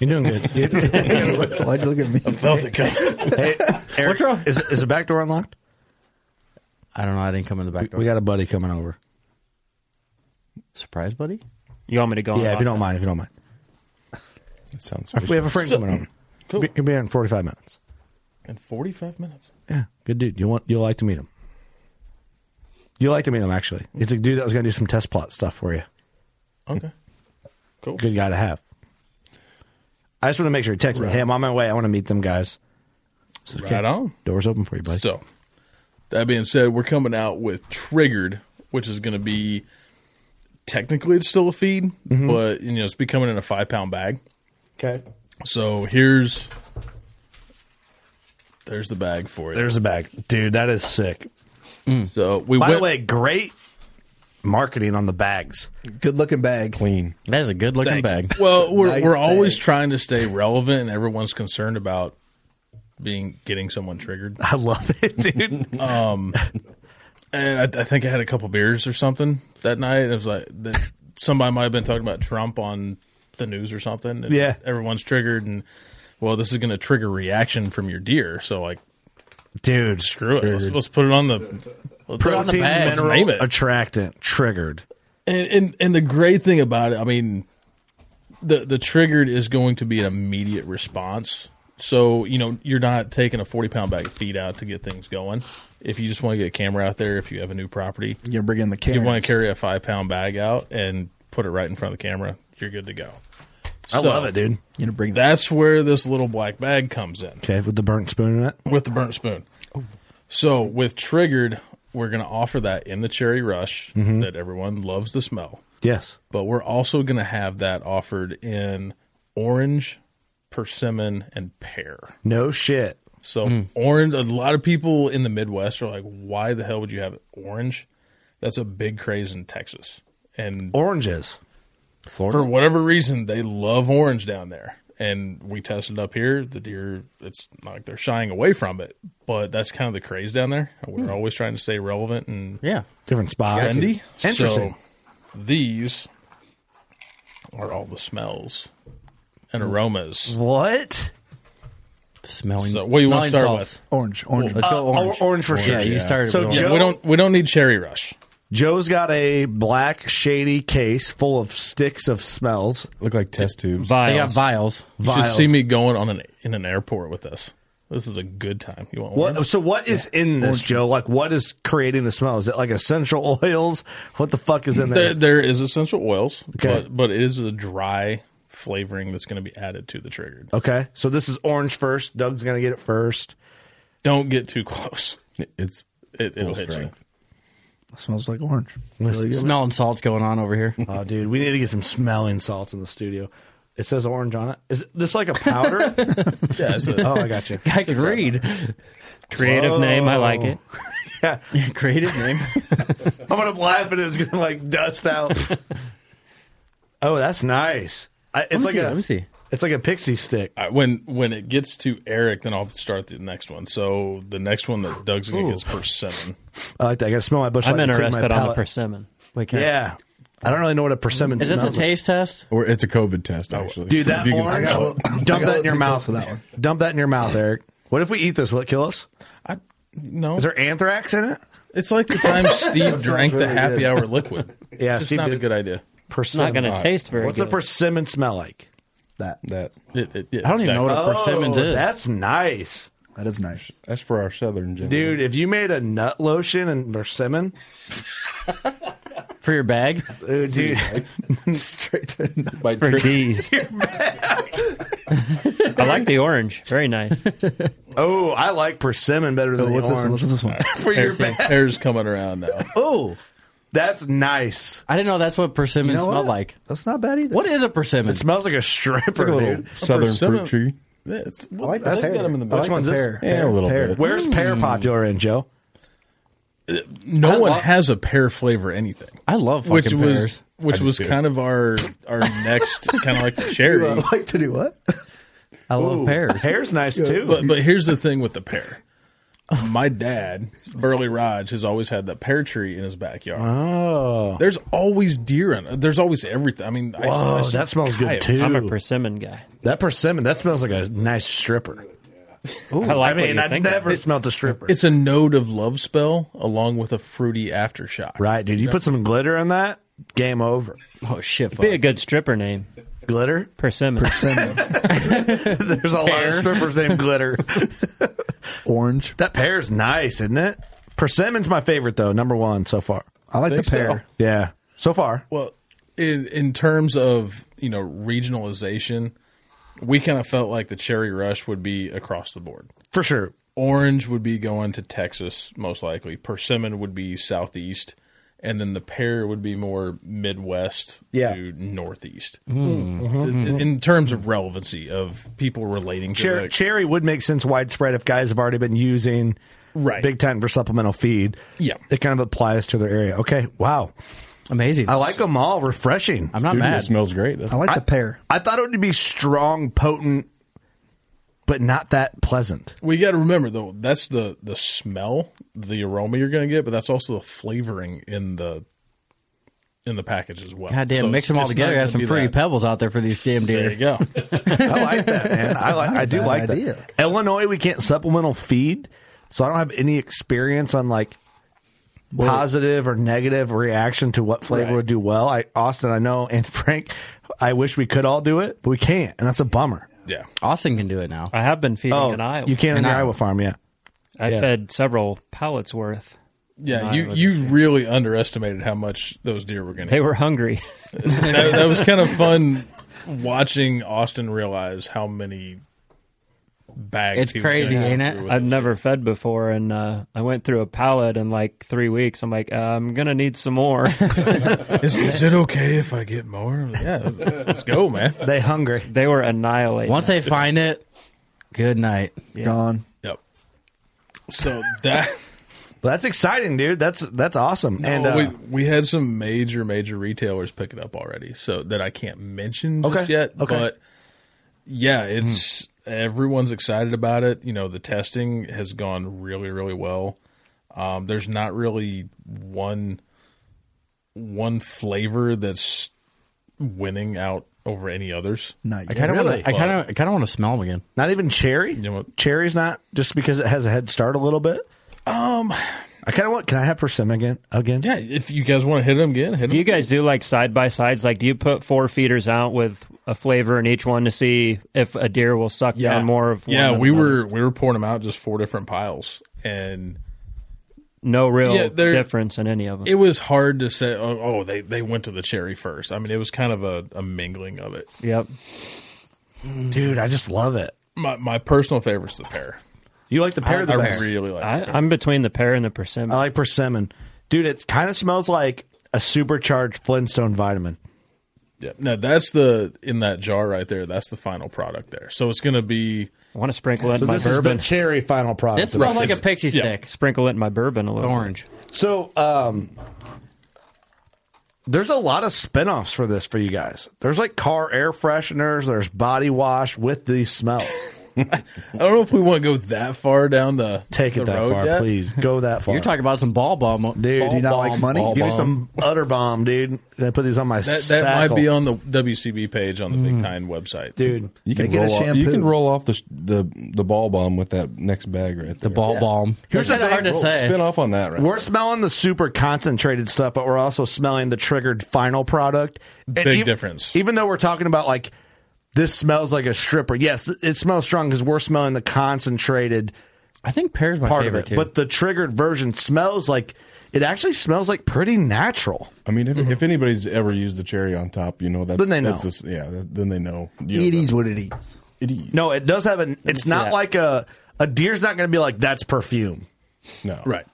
Speaker 12: You're doing good. You-
Speaker 5: Why'd you look at me?
Speaker 10: I felt it coming.
Speaker 12: Hey, Eric, What's wrong? Is, is the back door unlocked?
Speaker 7: I don't know. I didn't come in the back door.
Speaker 12: We got a buddy coming over.
Speaker 7: Surprise, buddy.
Speaker 13: You want me to go?
Speaker 12: yeah, if you
Speaker 13: unlock
Speaker 12: don't mind, if you don't mind.
Speaker 11: That sounds.
Speaker 12: We have a friend
Speaker 10: So-
Speaker 12: coming over.
Speaker 10: Cool.
Speaker 12: He'll be- He'll be here in 45 minutes.
Speaker 10: In 45 minutes.
Speaker 12: Yeah, good dude. You want you'll like to meet him. You'll like to meet him actually. He's a dude that was going to do some test plot stuff for you.
Speaker 10: Okay. Cool.
Speaker 12: Good guy to have. I just want to make sure. he Text me. Hey, I'm on my way. I want to meet them guys. So,
Speaker 10: Right on.
Speaker 12: Doors open for you, buddy.
Speaker 10: So, that being said, we're coming out with Triggered, which is going to be technically it's still a feed,
Speaker 12: Mhm.
Speaker 10: but you know it's becoming in a five pound bag.
Speaker 12: Okay.
Speaker 10: So here's there's the bag for it.
Speaker 12: There's the bag, dude. That is sick.
Speaker 7: Mm.
Speaker 10: So we
Speaker 12: By
Speaker 10: went-
Speaker 12: the way, great marketing on the bags.
Speaker 5: Good looking bag.
Speaker 12: Clean.
Speaker 7: That is a good looking bag.
Speaker 10: Well, we're
Speaker 5: nice
Speaker 10: we're always
Speaker 5: bag.
Speaker 10: trying to stay relevant, and everyone's concerned about being getting someone triggered.
Speaker 12: I love it, dude.
Speaker 10: um, and I, I think I had a couple beers or something that night. It was like that somebody might have been talking about Trump on the news or something. And
Speaker 12: Yeah.
Speaker 10: everyone's triggered, and well, this is going to trigger reaction from your deer. So like,
Speaker 12: dude,
Speaker 10: screw it. Let's, let's put it on the let's put it on the
Speaker 12: Protein
Speaker 10: bag. Let's
Speaker 12: mineral
Speaker 10: name it.
Speaker 12: attractant triggered.
Speaker 10: And, and and the great thing about it, I mean, the the triggered is going to be an immediate response. So you know you're not taking a 40 pound bag of feed out to get things going. If you just want to get a camera out there, if you have a new property,
Speaker 5: You're bringing the
Speaker 10: You want
Speaker 5: cameras.
Speaker 10: to carry a five pound bag out and put it right in front of the camera. You're good to go.
Speaker 12: I
Speaker 10: So,
Speaker 12: love it, dude.
Speaker 5: You know, bring
Speaker 10: That's where this little black bag comes in
Speaker 12: Okay, with the burnt spoon in it.
Speaker 10: with the burnt spoon.
Speaker 12: Oh.
Speaker 10: So with triggered, we're going to offer that in the cherry rush
Speaker 12: Mhm.
Speaker 10: that everyone loves the smell.
Speaker 12: Yes.
Speaker 10: But we're also going to have that offered in orange, persimmon, and pear.
Speaker 12: No shit.
Speaker 10: So
Speaker 12: Mm.
Speaker 10: orange, a lot of people in the Midwest are like, why the hell would you have orange? That's a big craze in Texas. And
Speaker 12: Oranges.
Speaker 7: Florida?
Speaker 10: For whatever reason, they love orange down there. And we tested up here. The deer, it's not like they're shying away from it, but that's kind of the craze down there. We're
Speaker 7: Hmm.
Speaker 10: always trying to stay relevant and
Speaker 7: Yeah.
Speaker 2: Different spots.
Speaker 10: trendy.
Speaker 2: Interesting.
Speaker 10: So these are all the smells and aromas.
Speaker 2: What?
Speaker 7: Smelling.
Speaker 10: So, what do you want to start with?
Speaker 5: Orange, Uh, orange.
Speaker 10: Well,
Speaker 5: Let's go
Speaker 2: orange. or- orange for sure.
Speaker 7: Yeah, you
Speaker 2: Yeah.
Speaker 7: started.
Speaker 2: So
Speaker 7: with
Speaker 2: Joe-
Speaker 7: orange.
Speaker 10: we don't we don't need cherry rush.
Speaker 2: Joe's got a black shady case full of sticks of smells.
Speaker 11: Look like test tubes.
Speaker 7: They got vials.
Speaker 10: You
Speaker 2: Vials.
Speaker 10: should see me going on an in an airport with this. This is a good time. You want
Speaker 2: What,
Speaker 10: orange?
Speaker 2: so what is in this, Joe? Like, what is creating the smell? Is it like essential oils? What the fuck is in
Speaker 10: There,
Speaker 2: there?
Speaker 10: there is essential oils,
Speaker 2: Okay.
Speaker 10: but but it is a dry flavoring that's going to be added to the triggered.
Speaker 2: okay, so this is orange first. Doug's gonna get it first.
Speaker 10: Don't get too close.
Speaker 11: It's
Speaker 10: It, it'll
Speaker 11: full
Speaker 10: hit you.
Speaker 11: strength.
Speaker 5: Smells like orange.
Speaker 2: Really good.
Speaker 7: Smelling salts going on over here.
Speaker 2: Oh, dude, we need to get some smelling salts in the studio. It says orange on it. Is this like a powder?
Speaker 10: Yeah, it's a-
Speaker 2: oh, I got you.
Speaker 7: I could read.
Speaker 13: Creative name. I like it.
Speaker 2: Yeah,
Speaker 7: Creative name.
Speaker 2: Oh. I'm gonna laugh and it's gonna like dust out. oh, that's nice. I,
Speaker 7: Let
Speaker 2: it's
Speaker 7: me
Speaker 2: like
Speaker 7: see,
Speaker 2: a
Speaker 7: let me see.
Speaker 2: It's like a pixie stick.
Speaker 10: All right, when when it gets to Eric, then I'll start the next one. So the next one that Doug's going to get is persimmon.
Speaker 2: I like that. I gotta smell my bush.
Speaker 13: I'm
Speaker 2: light to clear my
Speaker 13: interested on the
Speaker 2: palate.
Speaker 13: persimmon.
Speaker 7: Wait, can I-
Speaker 2: Yeah, I don't really know what a persimmon
Speaker 7: Is this a
Speaker 2: smells. like.
Speaker 7: taste test?
Speaker 11: Or it's a COVID test, actually.
Speaker 2: Dude, that
Speaker 11: If you can
Speaker 2: orange.
Speaker 11: smell it.
Speaker 2: Dump that in your mouth.
Speaker 5: To that one.
Speaker 2: Dump that in your mouth, Eric. What if we eat this? Will it kill us?
Speaker 10: I, no,
Speaker 2: Is there anthrax in it?
Speaker 10: it's like the time Steve drank the
Speaker 5: really
Speaker 10: happy
Speaker 5: good.
Speaker 10: hour liquid.
Speaker 2: Yeah,
Speaker 10: it's
Speaker 2: Steve
Speaker 10: not a
Speaker 2: did.
Speaker 10: good idea.
Speaker 13: It's not going
Speaker 2: Persimmon.
Speaker 13: to taste very
Speaker 2: What's
Speaker 13: good.
Speaker 2: a persimmon smell like?
Speaker 5: That
Speaker 11: That
Speaker 10: It- it- it-
Speaker 7: I don't even know
Speaker 10: exactly.
Speaker 7: what a persimmon
Speaker 2: Oh,
Speaker 7: is.
Speaker 2: That's nice,
Speaker 5: that is nice.
Speaker 11: that's for our southern gentlemen.
Speaker 2: dude. If you made a nut lotion and persimmon,
Speaker 7: For your bag?
Speaker 2: ooh, dude,
Speaker 5: Straight to
Speaker 11: By
Speaker 13: for
Speaker 11: trick-
Speaker 13: D's. I like the orange. Very nice.
Speaker 2: oh, I like persimmon better than
Speaker 5: what's
Speaker 2: the
Speaker 5: this? one?
Speaker 2: orange.
Speaker 5: What's this one?
Speaker 2: For your
Speaker 10: Hair's,
Speaker 2: back.
Speaker 10: hair's coming around now.
Speaker 7: Oh,
Speaker 2: That's nice.
Speaker 7: I didn't know that's what persimmon
Speaker 5: You know what?
Speaker 7: smelled like.
Speaker 5: That's not bad either.
Speaker 7: What is a persimmon?
Speaker 2: It smells like a
Speaker 11: Like
Speaker 2: stripper,
Speaker 11: a little
Speaker 2: dude.
Speaker 11: southern
Speaker 10: Persimmon-
Speaker 11: fruit tree.
Speaker 10: It's,
Speaker 5: I like
Speaker 10: let's
Speaker 5: that
Speaker 10: get
Speaker 5: pear.
Speaker 10: him in the middle.
Speaker 5: I like
Speaker 2: Which one's
Speaker 5: the
Speaker 2: this?
Speaker 5: pear.
Speaker 11: Yeah, a little
Speaker 5: pear.
Speaker 11: bit.
Speaker 2: Where's pear popular in, Joe?
Speaker 10: Hmm. No
Speaker 7: I
Speaker 10: one
Speaker 7: love-
Speaker 10: has a pear flavor anything.
Speaker 7: I love fucking
Speaker 10: which was
Speaker 7: pears.
Speaker 10: which
Speaker 11: do
Speaker 10: was
Speaker 11: too.
Speaker 10: kind of our our next kind of like the
Speaker 5: You,
Speaker 10: cherry.
Speaker 5: uh, like to do what?
Speaker 7: I love pears.
Speaker 2: Pear's nice too.
Speaker 10: But but here's the thing with the pear. My dad, Burley Raj, has always had that pear tree in his backyard.
Speaker 2: oh,
Speaker 10: There's always deer in it. There's always everything. I mean, I- I,
Speaker 2: whoa,
Speaker 10: see
Speaker 2: that smells good
Speaker 10: coyotes.
Speaker 2: too.
Speaker 13: I'm a persimmon guy.
Speaker 2: that persimmon, that smells like a nice stripper.
Speaker 13: I like
Speaker 2: I mean,
Speaker 13: what
Speaker 2: I
Speaker 13: you think. of.
Speaker 2: never smelled a stripper.
Speaker 10: It's a note of love spell along with a fruity aftershock.
Speaker 2: right, dude. You put some glitter on that, game over.
Speaker 7: Oh, shit. Fuck.
Speaker 13: Be a good stripper name.
Speaker 2: Glitter?
Speaker 13: Persimmon.
Speaker 5: Persimmon.
Speaker 2: There's a lot of strippers named Glitter.
Speaker 5: orange.
Speaker 2: That pear's nice, isn't it? Persimmon's my favorite though, number one so far.
Speaker 5: I like the pear.
Speaker 2: Yeah, so far.
Speaker 10: Well, in in terms of you know regionalization, we kind of felt like the cherry rush would be across the board.
Speaker 2: For sure.
Speaker 10: Orange would be going to Texas most likely. Persimmon would be southeast, and then the pear would be more Midwest
Speaker 2: Yeah. Mm-hmm.
Speaker 10: to northeast. In, in terms of relevancy of people relating to
Speaker 2: Cher-
Speaker 10: the-
Speaker 2: cherry would make sense widespread if guys have already been using
Speaker 10: Right.
Speaker 2: big time for supplemental feed.
Speaker 10: Yeah.
Speaker 2: It kind of applies to their area. Okay. Wow.
Speaker 7: Amazing.
Speaker 2: I like them all. Refreshing.
Speaker 7: I'm not
Speaker 11: Dude, it
Speaker 7: mad.
Speaker 11: smells great.
Speaker 5: I like the pear.
Speaker 2: I thought it would be strong, potent, but not that pleasant.
Speaker 10: We got to remember though, that's the the smell, the aroma you're going to get, but that's also the flavoring in the in the package as well.
Speaker 7: God damn,
Speaker 10: So
Speaker 7: mix them all
Speaker 10: it's- it's
Speaker 7: together.
Speaker 10: not
Speaker 7: Got
Speaker 10: gonna
Speaker 7: some
Speaker 10: be
Speaker 7: fruity
Speaker 10: that.
Speaker 7: pebbles out there for these damn
Speaker 10: There
Speaker 7: deer.
Speaker 10: you go.
Speaker 2: I like that, man. I like. I do
Speaker 5: bad
Speaker 2: like
Speaker 5: idea.
Speaker 2: that. Illinois, we can't supplemental feed, so I don't have any experience on like positive or negative reaction to what flavor
Speaker 10: Right.
Speaker 2: would do well. I Austin, I know, and Frank, I wish we could all do it, but we can't, and that's a bummer.
Speaker 10: yeah.
Speaker 7: Austin can do it now.
Speaker 13: I have been feeding in Iowa.
Speaker 2: Oh, you can't
Speaker 7: In
Speaker 2: in your
Speaker 7: Iowa.
Speaker 2: Iowa farm, yeah.
Speaker 13: I
Speaker 2: yeah.
Speaker 13: fed several pallets worth.
Speaker 10: Yeah,
Speaker 13: Iowa
Speaker 10: you
Speaker 13: this
Speaker 10: you really underestimated how much those deer were going to.
Speaker 13: They were hungry.
Speaker 10: That, that was kind of fun watching Austin realize how many bags.
Speaker 7: It's
Speaker 10: he was gonna
Speaker 7: crazy,
Speaker 10: go
Speaker 7: ain't
Speaker 10: through
Speaker 7: it?
Speaker 10: with
Speaker 13: I've never fed before, and uh, I went through a pallet in like three weeks. I'm like, uh, I'm gonna need some more.
Speaker 10: Is, is it okay if I get more? Yeah, let's go, man.
Speaker 2: They hungry.
Speaker 13: they were annihilated.
Speaker 7: Once they find it, good night.
Speaker 5: Gone.
Speaker 10: Yep. So that
Speaker 2: Well, that's exciting, dude. That's that's awesome. and
Speaker 10: No,
Speaker 2: uh,
Speaker 10: we we had some major major retailers pick it up already, so that I can't mention just
Speaker 2: Okay,
Speaker 10: yet.
Speaker 2: okay. Hmm.
Speaker 10: But yeah, it's everyone's excited about it. You know, the testing has gone really really well. Um, there's not really one one flavor that's winning out over any others.
Speaker 14: Not
Speaker 7: I kind of want to. I kind of. I kind of want to smell them again.
Speaker 2: Not even cherry. Cherry's not just because it has a head start a little bit.
Speaker 10: Um,
Speaker 2: I kind of want. Can I have persimmon again? Again?
Speaker 10: Yeah. If you guys want to hit them again, hit them.
Speaker 13: Do you guys do like side by sides? Like, do you put four feeders out with a flavor in each one to see if a deer will suck down more of?
Speaker 10: yeah.
Speaker 13: one than
Speaker 10: We
Speaker 13: another?
Speaker 10: were we were pouring them out just four different piles and.
Speaker 13: no real
Speaker 10: Yeah, they're-
Speaker 13: difference in any of them.
Speaker 10: It was hard to say. Oh, oh, they they went to the cherry first. I mean, it was kind of a, a mingling of it.
Speaker 13: Yep.
Speaker 2: Dude, I just love it.
Speaker 10: My my personal favorite's the pear.
Speaker 2: You like the pear?
Speaker 10: I,
Speaker 2: or the
Speaker 10: I
Speaker 2: pear?
Speaker 10: really like. the pear.
Speaker 13: I, I'm between the pear and the persimmon.
Speaker 2: I like persimmon, dude. It kind of smells like a supercharged Flintstone vitamin.
Speaker 10: Yeah. No, that's the in that jar right there. That's the final product there. So it's gonna be.
Speaker 13: I want to sprinkle it in
Speaker 10: So
Speaker 13: my
Speaker 10: this is the
Speaker 13: bourbon.
Speaker 2: cherry final product.
Speaker 10: This smells like a pixie Yeah. stick.
Speaker 13: Sprinkle it in my bourbon a little. Orange.
Speaker 2: So, um, there's a lot of spinoffs for this for you guys. There's like car air fresheners. There's body wash with these smells.
Speaker 10: I don't know if we want to go that far down the
Speaker 2: Take it
Speaker 10: the
Speaker 2: that
Speaker 10: road
Speaker 2: far,
Speaker 10: yet.
Speaker 2: please. Go that far.
Speaker 7: You're talking about some ball bomb,
Speaker 2: dude.
Speaker 7: Ball bomb, ball
Speaker 2: Give me
Speaker 7: bomb.
Speaker 2: some utter bomb, dude. Can I put these on my
Speaker 10: That, that
Speaker 2: sackle? Mm.
Speaker 10: might be on the WCB page on the Big Time website,
Speaker 2: dude.
Speaker 11: You can, roll off, you can roll off the, sh- the the ball bomb with that next bag right there. The
Speaker 7: ball Yeah. bomb.
Speaker 2: Here's the thing. We'll
Speaker 11: Spin off on that right
Speaker 2: We're smelling the super concentrated stuff, but we're also smelling the triggered final product. And
Speaker 10: Big difference.
Speaker 2: Even though we're talking about like this smells like a stripper. Yes, it smells strong because we're smelling the concentrated.
Speaker 7: I think pear's my
Speaker 2: part
Speaker 7: favorite,
Speaker 2: of it,
Speaker 7: too.
Speaker 2: but the triggered version smells like it actually smells like pretty natural.
Speaker 11: I mean, if,
Speaker 7: Mm-hmm.
Speaker 11: if anybody's ever used the cherry on top, you know that's
Speaker 2: Then they know.
Speaker 11: That's just- yeah, th- then they know.
Speaker 2: It
Speaker 11: is
Speaker 14: what it is.
Speaker 11: It is.
Speaker 2: No, it does have an. It's
Speaker 11: see
Speaker 2: not
Speaker 11: that.
Speaker 2: like a a deer's not going to be like that's perfume.
Speaker 11: No,
Speaker 10: right?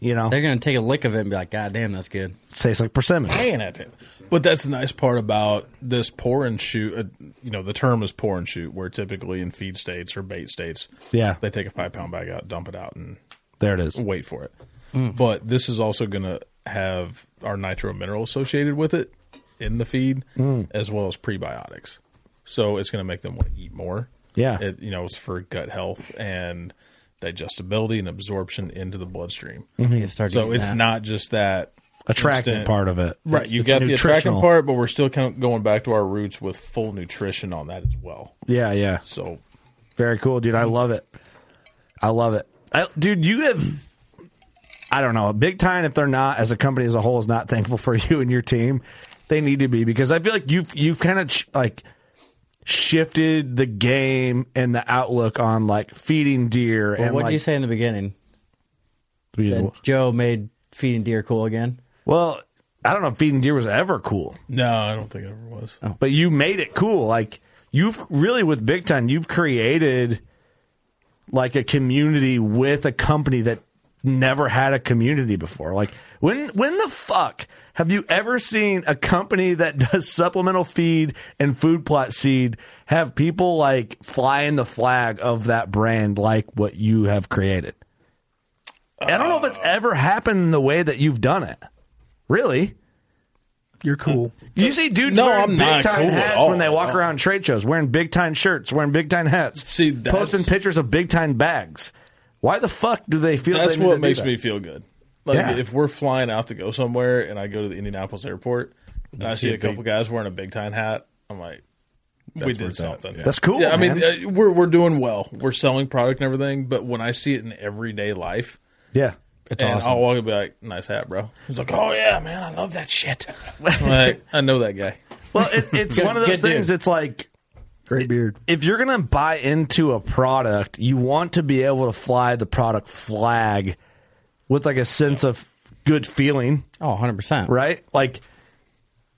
Speaker 2: You know,
Speaker 7: they're gonna take a lick of it and be like, "God damn, that's good."
Speaker 2: Tastes like persimmon.
Speaker 10: Man, I did. But that's the nice part about this pour and shoot. Uh, you know, the term is pour and shoot, where typically in feed states or bait states,
Speaker 2: Yeah.
Speaker 10: they take a five pound bag out, dump it out, and
Speaker 2: There it is.
Speaker 10: wait for it.
Speaker 2: Mm.
Speaker 10: But this is also going to have our nitro mineral associated with it in the feed,
Speaker 2: Mm.
Speaker 10: as well as prebiotics. So it's going to make them want to eat more.
Speaker 2: Yeah.
Speaker 10: it, you know, it's for gut health and digestibility and absorption into the bloodstream.
Speaker 2: Mhm. You start
Speaker 10: So
Speaker 2: doing
Speaker 10: it's
Speaker 2: that.
Speaker 10: not just that
Speaker 2: Attractive
Speaker 10: instant-
Speaker 2: part of it.
Speaker 10: right?
Speaker 2: It's-
Speaker 10: You've
Speaker 2: it's
Speaker 10: got the attractive
Speaker 2: nutritional.
Speaker 10: part, but we're still kind of going back to our roots with full nutrition on that as well.
Speaker 2: Yeah, yeah.
Speaker 10: So
Speaker 2: very cool, dude. I love it. I love it, I, dude. You have, I don't know, big time. If they're not, as a company as a whole, is not thankful for you and your team, they need to be because I feel like you've you've kind of ch- like shifted the game and the outlook on like feeding deer
Speaker 7: Well,
Speaker 2: and
Speaker 7: what
Speaker 2: like,
Speaker 7: did you say in the beginning?
Speaker 2: We did
Speaker 7: That
Speaker 2: what?
Speaker 7: Joe made feeding deer cool again.
Speaker 2: Well, I don't know if feeding deer was ever cool.
Speaker 10: No, I don't think it ever was.
Speaker 2: But you made it cool. Like you've really with Big Time, you've created like a community with a company that never had a community before. Like when when the fuck have you ever seen a company that does supplemental feed and food plot seed have people like flying the flag of that brand like what you have created? I don't know if it's ever happened the way that you've done it. Really?
Speaker 14: You're cool.
Speaker 2: You see dudes
Speaker 14: No,
Speaker 2: wearing
Speaker 14: I'm
Speaker 2: big
Speaker 14: not
Speaker 2: time
Speaker 14: cool at
Speaker 2: hats
Speaker 14: all.
Speaker 2: when they walk around trade shows, wearing big time shirts, wearing big time hats,
Speaker 10: See, that's-
Speaker 2: posting pictures of big time bags. Why the fuck do they feel
Speaker 10: that's
Speaker 2: they need
Speaker 10: what
Speaker 2: to do
Speaker 10: makes
Speaker 2: that?
Speaker 10: me feel good. Like
Speaker 2: Yeah.
Speaker 10: if we're flying out to go somewhere and I go to the Indianapolis airport and I see a couple guys wearing a big time hat, I'm like,
Speaker 11: That's
Speaker 10: we
Speaker 11: where
Speaker 10: did
Speaker 11: it's at.
Speaker 10: something.
Speaker 11: Yeah. That's cool,
Speaker 10: Yeah, I
Speaker 11: man.
Speaker 10: mean, uh, we're we're doing well. We're selling product and everything, but when I see it in everyday life,
Speaker 2: Yeah.
Speaker 10: and I'll walk and be like, "Nice hat, bro." He's like, "Oh yeah, man, I love that shit." I'm like I know that guy.
Speaker 2: Well, it, it's
Speaker 10: Good-
Speaker 2: one of those
Speaker 10: good dude.
Speaker 2: things. It's like
Speaker 14: great beard.
Speaker 2: If you're gonna buy into a product, you want to be able to fly the product flag with like a sense of good feeling.
Speaker 7: Oh, 100 percent.
Speaker 2: Right? Like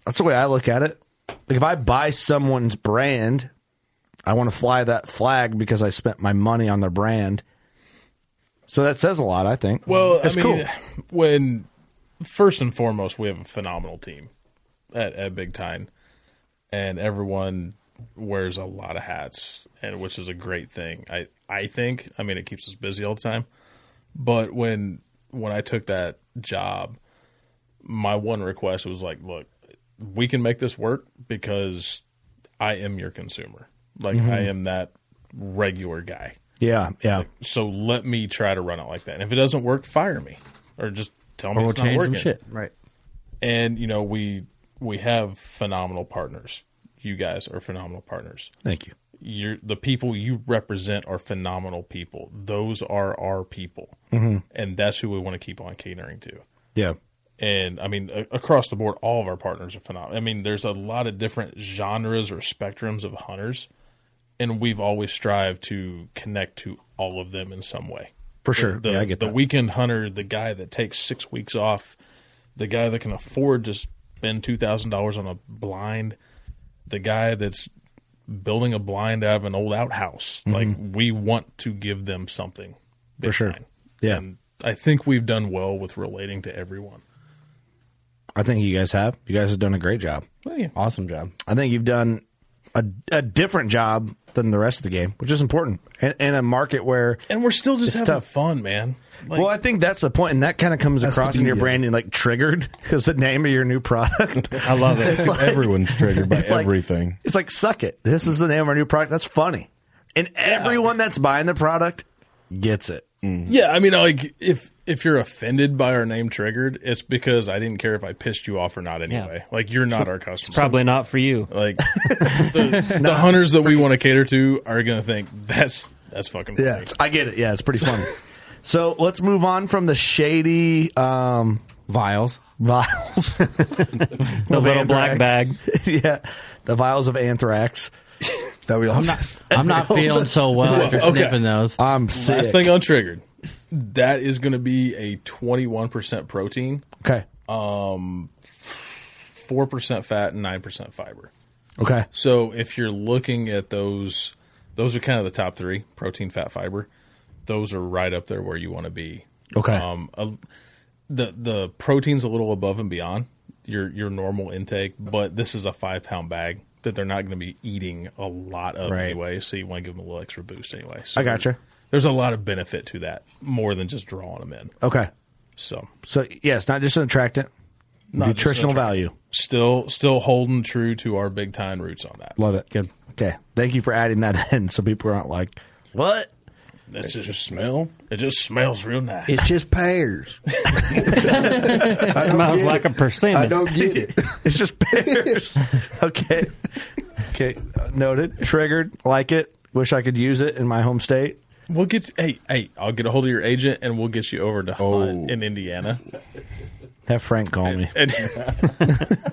Speaker 2: that's the way I look at it. Like if I buy someone's brand, I want to fly that flag because I spent my money on their brand. So that says a lot, I think.
Speaker 10: Well,
Speaker 2: it's
Speaker 10: I mean, uh,
Speaker 2: cool.
Speaker 10: when first and foremost, we have a phenomenal team at, at Big Time, and everyone wears a lot of hats, and which is a great thing. I I think. I mean, it keeps us busy all the time. But when when I took that job, my one request was like, look, we can make this work because I am your consumer. Like
Speaker 2: Mhm.
Speaker 10: I am that regular guy.
Speaker 2: Yeah, yeah.
Speaker 10: So let me try to run it like that. And if it doesn't work, fire me or just tell me
Speaker 7: Or we'll
Speaker 10: it's
Speaker 7: change
Speaker 10: not
Speaker 7: some
Speaker 10: working.
Speaker 7: shit. Right.
Speaker 10: And you know we we have phenomenal partners. You guys are phenomenal partners.
Speaker 2: Thank you.
Speaker 10: You're the people you represent are phenomenal people. Those are our people,
Speaker 2: Mhm.
Speaker 10: and that's who we want to keep on catering to.
Speaker 2: Yeah.
Speaker 10: And I mean, a- across the board, all of our partners are phenomenal. I mean, there's a lot of different genres or spectrums of hunters, and we've always strived to connect to all of them in some way.
Speaker 2: For
Speaker 10: The-
Speaker 2: sure.
Speaker 10: the,
Speaker 2: Yeah, I get
Speaker 10: the
Speaker 2: that.
Speaker 10: weekend hunter, the guy that takes six weeks off, the guy that can afford to spend two thousand dollars on a blind, the guy that's building a blind out of an old outhouse. Like we want to give them something.
Speaker 2: For sure.
Speaker 10: Fine.
Speaker 2: Yeah.
Speaker 10: And I think we've done well with relating to everyone.
Speaker 2: I think you guys have. You guys have done a great job.
Speaker 7: Awesome job.
Speaker 2: I think you've done a, a different job than the rest of the game, which is important. And in a market where
Speaker 10: and we're still just
Speaker 2: it's
Speaker 10: having
Speaker 2: tough.
Speaker 10: fun, man. Like-
Speaker 2: well, I think that's the point, and that kind of comes
Speaker 10: That's the
Speaker 2: across in your
Speaker 10: beauty of
Speaker 2: branding, like triggered is the name of your new product. I
Speaker 11: love it. Everyone's triggered by everything.
Speaker 2: it's like suck it. This is the name of our new product. That's funny, and everyone that's buying the product gets it.
Speaker 10: Yeah, I mean, like if if you're offended by our name triggered, it's because I didn't care if I pissed you off or not anyway. Like you're not
Speaker 13: So-
Speaker 10: our customer.
Speaker 13: It's probably not for you.
Speaker 10: Like the, the hunters that we want to cater to are going to think that's that's fucking
Speaker 2: Yeah,
Speaker 10: funny.
Speaker 2: I get it. Yeah, it's pretty funny. so let's move on from the shady um,
Speaker 7: vials,
Speaker 2: vials, the
Speaker 13: little black bag.
Speaker 2: yeah, the vials of anthrax. That we all.
Speaker 7: I'm not- I'm not feeling so well after sniffing those.
Speaker 2: I'm sick.
Speaker 10: Last thing on triggered, that is going to be a 21% protein.
Speaker 2: Okay.
Speaker 10: Um, four percent fat and nine percent fiber.
Speaker 2: Okay.
Speaker 10: So if you're looking at those, those are kind of the top three: protein, fat, fiber. Those are right up there where you want to be.
Speaker 2: Okay.
Speaker 10: Um, a- the the protein's a little above and beyond your your normal intake, but this is a five pound bag that they're not going to be eating a lot of
Speaker 2: Right.
Speaker 10: anyway. So you want to give them a little extra boost anyway. So
Speaker 2: I gotcha.
Speaker 10: There's a lot of benefit to that, more than just drawing them in.
Speaker 2: Okay.
Speaker 10: So
Speaker 2: So yeah, it's not just an attractant.
Speaker 10: Not just an
Speaker 2: nutritional
Speaker 10: attractant.
Speaker 2: value.
Speaker 10: still still holding true to our big time roots on that.
Speaker 2: Love it. Good. Okay. Thank you for adding that in, so people aren't like, "What?"
Speaker 10: That's just, smell. It just smells real nice.
Speaker 15: It's just pears. I don't
Speaker 13: Smells
Speaker 15: get
Speaker 13: like
Speaker 15: it.
Speaker 13: a persimmon.
Speaker 15: I don't get it.
Speaker 2: it's just pears. okay. Okay. Noted. Triggered. Like it. Wish I could use it in my home state.
Speaker 10: We'll get hey hey. I'll get a hold of your agent and we'll get you over to hunt in Indiana.
Speaker 2: Have Frank call me.
Speaker 10: And-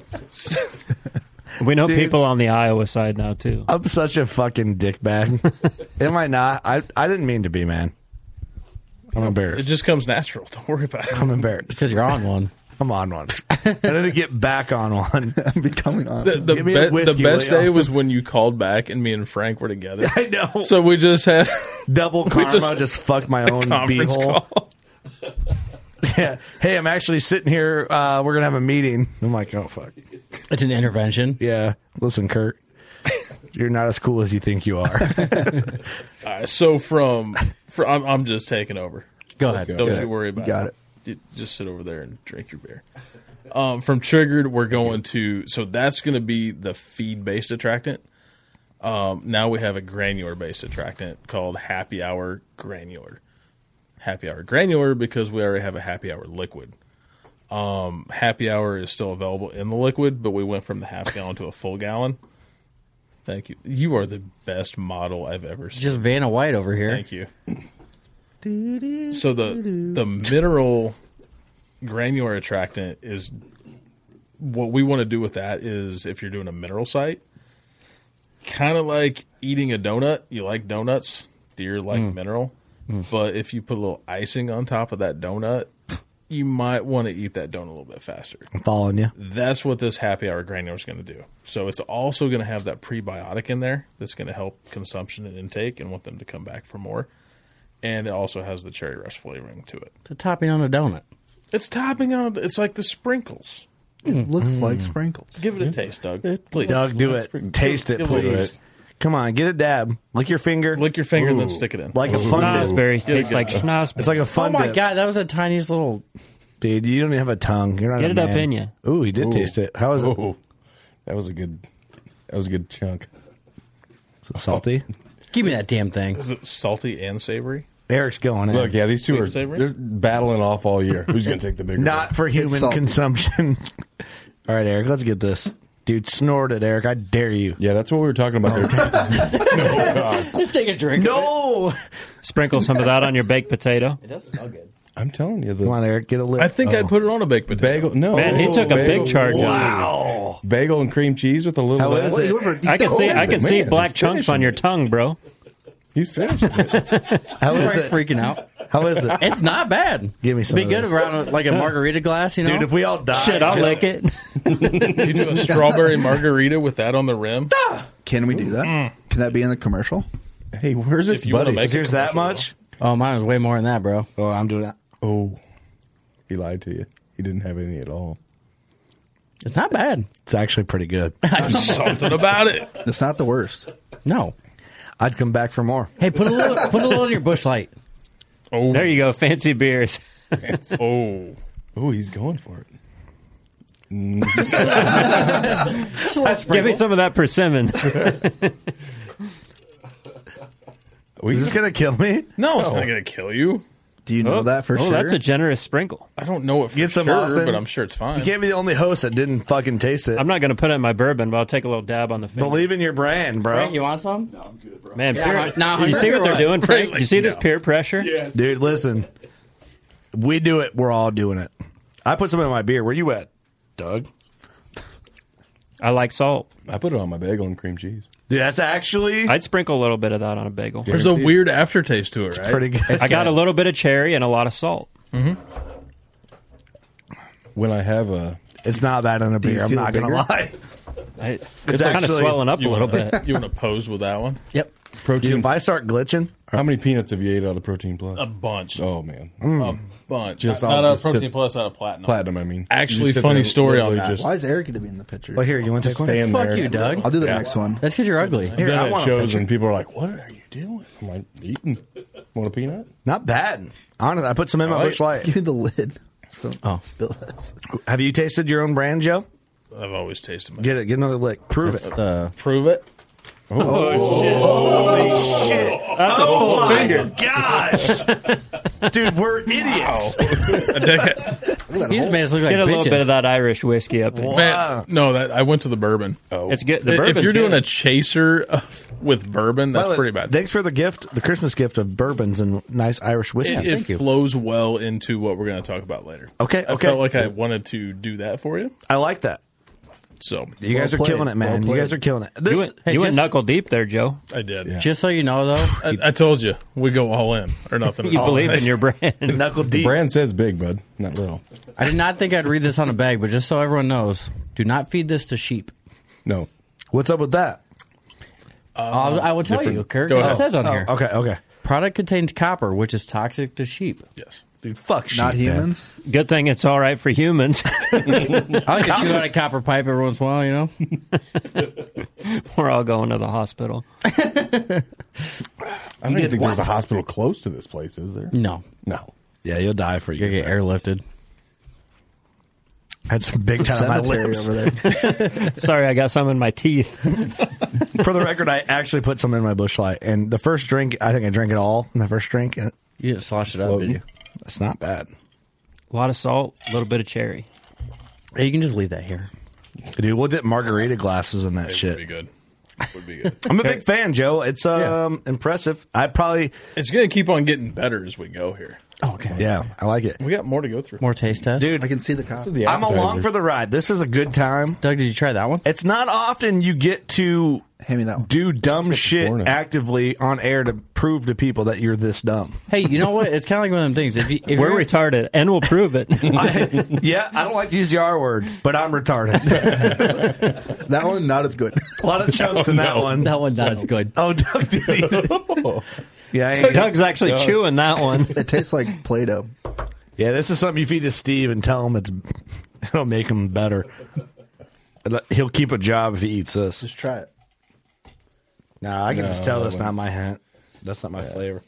Speaker 13: We know
Speaker 2: Dude.
Speaker 13: people on the Iowa side now too.
Speaker 2: I'm such a fucking dickbag. Am I not? I I didn't mean to be, man. I'm
Speaker 10: it
Speaker 2: embarrassed.
Speaker 10: just comes natural. Don't worry about it.
Speaker 2: I'm embarrassed
Speaker 7: because you're on one.
Speaker 2: I'm on one. I need to get back on one. I'm becoming on.
Speaker 10: The, the, be- the best day was when you called back and me and Frank were together. I know. So we just had
Speaker 2: double
Speaker 10: we
Speaker 2: karma. Just, fucked my
Speaker 10: the
Speaker 2: own
Speaker 10: conference
Speaker 2: beehole. Yeah. Hey, I'm actually sitting here. Uh, we're gonna have a meeting. I'm like, oh fuck.
Speaker 7: It's an intervention.
Speaker 2: Yeah. Listen, Kurt. You're not as cool as you think you are.
Speaker 10: Uh, so from, from I'm, I'm just taking over.
Speaker 7: Go ahead.
Speaker 10: Don't
Speaker 7: Go
Speaker 10: you
Speaker 7: ahead.
Speaker 10: worry
Speaker 7: You
Speaker 10: about
Speaker 7: got
Speaker 10: it. You- Just sit over there and drink your beer. Um, from triggered, we're going to so that's going to be the feed based attractant. Um, now we have a granular based attractant called Happy Hour Granular. Happy Hour Granular because we already have a Happy Hour liquid. Um, happy Hour is still available in the liquid, but we went from the half gallon to a full gallon. Thank you. You are the best model I've ever seen.
Speaker 7: Just Vanna White over here.
Speaker 10: Thank you. So the the mineral granular attractant is what we want to do with that is if you're doing a mineral site, kind of like eating a donut. You like donuts, deer like
Speaker 16: Mm.
Speaker 10: mineral,
Speaker 16: Mm.
Speaker 10: but if you put a little icing on top of that donut, you might want to eat that donut a little bit faster.
Speaker 2: I'm following you.
Speaker 10: That's what this happy hour granular is going to do. So it's also going to have that prebiotic in there that's going to help consumption and intake and want them to come back for more. And it also has the cherry rush flavoring to it.
Speaker 7: It's a topping on a donut.
Speaker 10: It's topping on. It's like the sprinkles.
Speaker 2: Mm.
Speaker 11: Mm.
Speaker 15: It looks like sprinkles.
Speaker 10: Give it a taste, Doug. Please.
Speaker 2: Doug, do it. Taste it,
Speaker 10: Give a
Speaker 2: please.
Speaker 10: taste.
Speaker 2: Come on, get a dab. Lick your finger. Lick
Speaker 10: your finger and then stick it in.
Speaker 2: Like a
Speaker 10: Ooh.
Speaker 2: fun dip.
Speaker 10: Schnozberries taste like schnozberries.
Speaker 2: It's like a fun
Speaker 7: Oh my
Speaker 2: dip.
Speaker 7: god, that was a tiniest little.
Speaker 2: Dude, you don't even have a tongue. You're not a
Speaker 7: Get it up
Speaker 2: man.
Speaker 7: in ya.
Speaker 2: Ooh, he did
Speaker 7: Ooh.
Speaker 2: taste it. How was it?
Speaker 11: That was a good. That was a good chunk.
Speaker 2: salty?
Speaker 7: Give me that damn thing.
Speaker 10: Is it salty and savory?
Speaker 2: Eric's going in.
Speaker 11: Look, yeah, these two
Speaker 10: Sweet
Speaker 11: are
Speaker 10: and savory?
Speaker 11: they're battling off all year. Who's going to take the bigger?
Speaker 2: Not for human consumption. All right, Eric, let's get this. Dude, snort it, Eric. I dare you. Oh,
Speaker 11: Yeah, that's what we were talking about.
Speaker 7: Just take a drink.
Speaker 2: No.
Speaker 13: Sprinkle some of that on your baked potato. Oh.
Speaker 11: I'm telling you, the,
Speaker 2: come on, Eric, get a lip.
Speaker 10: I think I'd put it on a baked potato.
Speaker 11: Oh. bagel. No,
Speaker 13: Man, he took a big
Speaker 11: bagel-
Speaker 13: charge out of it.
Speaker 2: Wow.
Speaker 11: bagel and cream cheese with a little.
Speaker 13: How
Speaker 11: lettuce.
Speaker 13: is it? I can see I can see
Speaker 11: Man,
Speaker 13: black
Speaker 11: he's
Speaker 13: chunks on
Speaker 11: finishing
Speaker 13: your
Speaker 11: it.
Speaker 13: tongue, bro.
Speaker 11: He's finishing. it.
Speaker 2: How is
Speaker 7: Right,
Speaker 2: it?
Speaker 7: freaking out.
Speaker 2: How is it?
Speaker 7: It's not bad.
Speaker 2: Give me some
Speaker 7: It'd
Speaker 2: of
Speaker 7: be good
Speaker 2: this.
Speaker 7: around uh, like a margarita glass, you know.
Speaker 2: Dude, if we all die,
Speaker 13: Shit, I'll
Speaker 2: just-
Speaker 13: lick it.
Speaker 10: You do a strawberry margarita with that on the rim.
Speaker 5: Can we do that? Can that be in the commercial?
Speaker 11: Hey, where's this
Speaker 10: If you wanna
Speaker 11: buddy?
Speaker 10: make it
Speaker 2: Here's that much.
Speaker 10: commercial,
Speaker 7: oh, mine was way more than that, bro.
Speaker 2: Oh, I'm doing that.
Speaker 11: Oh, he lied to you. He didn't have any at all.
Speaker 7: It's not bad.
Speaker 2: It's actually pretty good.
Speaker 10: something about it.
Speaker 5: It's not the worst.
Speaker 7: No.
Speaker 2: I'd come back for more.
Speaker 7: Hey, put a little, put a little in your bush light.
Speaker 10: Oh,
Speaker 13: There you go, fancy beers.
Speaker 10: oh.
Speaker 11: Oh, he's going for it.
Speaker 13: Mm. Give me some of that persimmon.
Speaker 2: Is this gonna kill me?
Speaker 10: No, it's not going to kill you.
Speaker 5: Do you know that for
Speaker 13: oh,
Speaker 5: sure?
Speaker 13: that's a generous sprinkle.
Speaker 10: I don't know it for
Speaker 2: Get some,
Speaker 10: sure,
Speaker 2: Austin.
Speaker 10: but I'm sure it's fine.
Speaker 2: You can't be the only host that didn't fucking taste it.
Speaker 13: I'm not going to put it in my bourbon, but I'll take a little dab on the finger.
Speaker 2: Believe in your brand, bro.
Speaker 7: Frank, you want some?
Speaker 13: Man,
Speaker 7: Yeah,
Speaker 13: peer,
Speaker 7: nah,
Speaker 13: Did you see
Speaker 7: you're
Speaker 13: what they're
Speaker 7: right.
Speaker 13: doing, Frank?
Speaker 10: Right,
Speaker 13: you see
Speaker 10: like,
Speaker 13: this
Speaker 10: no.
Speaker 13: peer pressure?
Speaker 2: Dude, listen. If we do it, we're all doing it. I put some in my beer. Where you at, Doug?
Speaker 13: I like salt.
Speaker 11: I put it on my bagel and cream cheese.
Speaker 2: Dude, that's actually
Speaker 13: I'd sprinkle a little bit of that on a bagel.
Speaker 10: There's a weird aftertaste to it, right?
Speaker 2: pretty good.
Speaker 13: I got a little bit of cherry and a lot of salt.
Speaker 11: When I have a
Speaker 2: It's not bad on a
Speaker 5: you
Speaker 2: beer. I'm
Speaker 5: feel
Speaker 2: not going to
Speaker 5: bigger?
Speaker 2: lie.
Speaker 13: I, it's kind of
Speaker 2: actually-
Speaker 13: swelling up a
Speaker 10: You
Speaker 13: little
Speaker 10: wanna-
Speaker 13: bit.
Speaker 10: You want to pose with that one?
Speaker 7: Yep.
Speaker 2: Dude,
Speaker 11: protein,
Speaker 2: if I start glitching,
Speaker 11: how many peanuts have you ate out of Protein Plus?
Speaker 10: A bunch.
Speaker 11: oh man,
Speaker 2: Mm.
Speaker 10: A bunch.
Speaker 11: Just
Speaker 10: not
Speaker 11: all
Speaker 10: not out of
Speaker 11: just sit-
Speaker 10: protein plus, out of platinum.
Speaker 11: platinum. I mean,
Speaker 10: Actually,
Speaker 11: You sit
Speaker 10: funny
Speaker 11: there
Speaker 10: story on
Speaker 11: literally
Speaker 10: that.
Speaker 11: Just
Speaker 5: Why is Eric going to be in the picture?
Speaker 2: well, here, you want to take one?
Speaker 11: stand
Speaker 7: Fuck
Speaker 11: there.
Speaker 7: you, Doug.
Speaker 5: I'll do the next one.
Speaker 7: That's because you're ugly.
Speaker 2: Here, I
Speaker 11: Then it
Speaker 2: want a
Speaker 11: shows,
Speaker 2: picture.
Speaker 11: and people are like, "What are you doing?" I'm like, "Eating. Want a peanut?"
Speaker 2: Not bad. Honestly, I put some in my
Speaker 10: Alright.
Speaker 2: bush light.
Speaker 5: Give me the lid. So
Speaker 7: Oh.
Speaker 5: spill this.
Speaker 2: Have you tasted your own brand, Joe?
Speaker 10: I've always tasted my
Speaker 2: Get it. Get another lick. Prove it. Oh.
Speaker 7: Uh,
Speaker 10: Prove it.
Speaker 11: Oh.
Speaker 13: That's a full finger.
Speaker 2: Gosh. Dude, we're idiots.
Speaker 10: A decade.
Speaker 7: he just made us look like
Speaker 13: Get a little
Speaker 7: bitches.
Speaker 13: bit of that Irish whiskey up there.
Speaker 10: Man, no, that I went to the bourbon. Oh.
Speaker 13: It's good. The
Speaker 10: If
Speaker 13: bourbon's
Speaker 10: you're doing a
Speaker 13: good.
Speaker 10: chaser uh, with bourbon, that's
Speaker 2: Well,
Speaker 10: pretty bad.
Speaker 2: Thanks for the gift, the Christmas gift of bourbons and nice Irish whiskey.
Speaker 10: it it flows well into what we're going to talk about later.
Speaker 2: Okay,
Speaker 10: I
Speaker 2: okay.
Speaker 10: felt like I wanted to do that for you.
Speaker 2: I like that.
Speaker 10: So
Speaker 2: You guys are
Speaker 5: played.
Speaker 2: killing it, man.
Speaker 5: Well
Speaker 2: you guys are
Speaker 5: played.
Speaker 2: killing it.
Speaker 13: you
Speaker 2: This,
Speaker 13: went,
Speaker 7: Hey,
Speaker 13: you went
Speaker 7: just-
Speaker 13: knuckle deep there, Joe.
Speaker 10: I did.
Speaker 7: Just so you know, though,
Speaker 10: I, I told you we go all in or nothing.
Speaker 13: You
Speaker 10: All
Speaker 13: believe in your brand.
Speaker 2: knuckle deep.
Speaker 11: Brand says big, bud, not little.
Speaker 7: I did not think I'd read this on a bag, but just so everyone knows, do not feed this to sheep.
Speaker 11: No,
Speaker 2: What's up with that?
Speaker 7: Uh, I'll, I will tell you,
Speaker 11: different-
Speaker 7: Kirk.
Speaker 10: Go
Speaker 7: It
Speaker 10: ahead.
Speaker 7: says on
Speaker 2: Oh,
Speaker 7: here.
Speaker 2: okay, okay.
Speaker 7: Product contains copper, which is toxic to sheep.
Speaker 10: Yes.
Speaker 2: Dude, fuck shit.
Speaker 5: Not humans.
Speaker 13: Good thing it's all right for humans.
Speaker 7: I like to chew out a copper pipe every once in a while, you know?
Speaker 13: We're all going to the hospital.
Speaker 11: I don't even think there's a hospital close to this place, is there?
Speaker 7: No.
Speaker 11: No.
Speaker 2: Yeah, you'll die for
Speaker 7: You
Speaker 2: you.
Speaker 7: get airlifted.
Speaker 2: Had some big time on my
Speaker 5: Cemetery
Speaker 2: lips.
Speaker 5: over there.
Speaker 13: Sorry, I got some in my teeth.
Speaker 2: For the record, I actually put some in my bush light. And the first drink, I think I drank it all in the first drink. and
Speaker 7: You didn't slosh it up, did you?
Speaker 2: That's not bad.
Speaker 13: A lot of salt, a little bit of cherry.
Speaker 7: Hey, you can just leave that here.
Speaker 2: Dude, we'll dip margarita glasses in that
Speaker 10: It
Speaker 2: shit.
Speaker 10: would be good. Would be good.
Speaker 2: I'm a big fan, Joe. It's um impressive. I probably
Speaker 10: it's going to keep on getting better as we go here.
Speaker 7: Oh, okay.
Speaker 2: yeah, I like it.
Speaker 10: We got more to go through.
Speaker 7: More taste test.
Speaker 2: Dude,
Speaker 5: I can see the cop.
Speaker 11: The
Speaker 2: I'm
Speaker 11: appetizer.
Speaker 2: along for the ride. This is a good time.
Speaker 7: Doug, did you try that one?
Speaker 2: It's not often you get to
Speaker 5: Hand me that one.
Speaker 2: do dumb shit
Speaker 11: corn out.
Speaker 2: actively on air to prove to people that you're this dumb.
Speaker 7: Hey, you know what? It's kind of like one of them things. If, you, if
Speaker 13: We're
Speaker 7: you're-
Speaker 13: retarded, and we'll prove it.
Speaker 2: I, yeah, I don't like to use the R word, but I'm retarded.
Speaker 5: That one, not as good.
Speaker 2: a lot of chunks in that one.
Speaker 7: that one, that's good.
Speaker 2: Oh, Doug did it. yeah, I ain't-
Speaker 13: Doug's actually chewing that one.
Speaker 5: it tastes like Play-Doh.
Speaker 2: yeah. This is something you feed to Steve and tell him it's it'll make him better. He'll keep a job if he eats this.
Speaker 5: Just try it.
Speaker 2: No, I can
Speaker 11: No,
Speaker 2: just tell
Speaker 11: that
Speaker 2: that's not
Speaker 11: one's-
Speaker 2: my hat. That's not my flavor.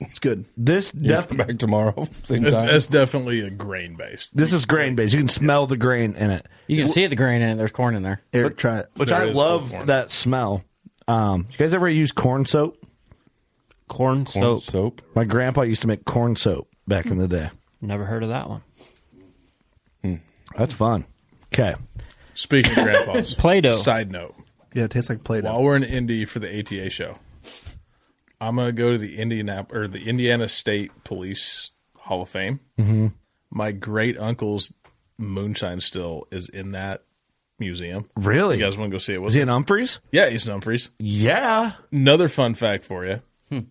Speaker 5: It's good.
Speaker 2: This
Speaker 11: Yeah,
Speaker 2: def-
Speaker 11: back tomorrow, same
Speaker 10: That's-
Speaker 11: time.
Speaker 10: That's definitely a grain based.
Speaker 2: This is grain based. You can smell the grain in it.
Speaker 7: You can see the grain in it. There's corn in there.
Speaker 5: Eric, try it.
Speaker 2: Which
Speaker 10: There
Speaker 2: I
Speaker 10: is
Speaker 2: love
Speaker 10: good corn.
Speaker 2: that smell. Um, you guys ever use corn soap?
Speaker 13: Corn soap.
Speaker 11: soap.
Speaker 2: My grandpa used to make corn soap back in the day.
Speaker 13: Never heard of that one.
Speaker 2: That's fun. Okay.
Speaker 10: Speaking of grandpas,
Speaker 13: Play-Doh.
Speaker 10: Side note:
Speaker 5: Yeah, it tastes like Play Doh.
Speaker 10: While we're in Indy for the ATA show, I'm gonna go to the Indianap or the Indiana State Police Hall of Fame.
Speaker 2: Mhm.
Speaker 10: My great uncle's moonshine still is in that museum.
Speaker 2: Really?
Speaker 10: You guys want to go see it? With
Speaker 2: Is he
Speaker 10: me?
Speaker 2: in Humphreys?
Speaker 10: Yeah, he's in Humphreys.
Speaker 2: Yeah. Hmm.
Speaker 10: Another fun fact for you: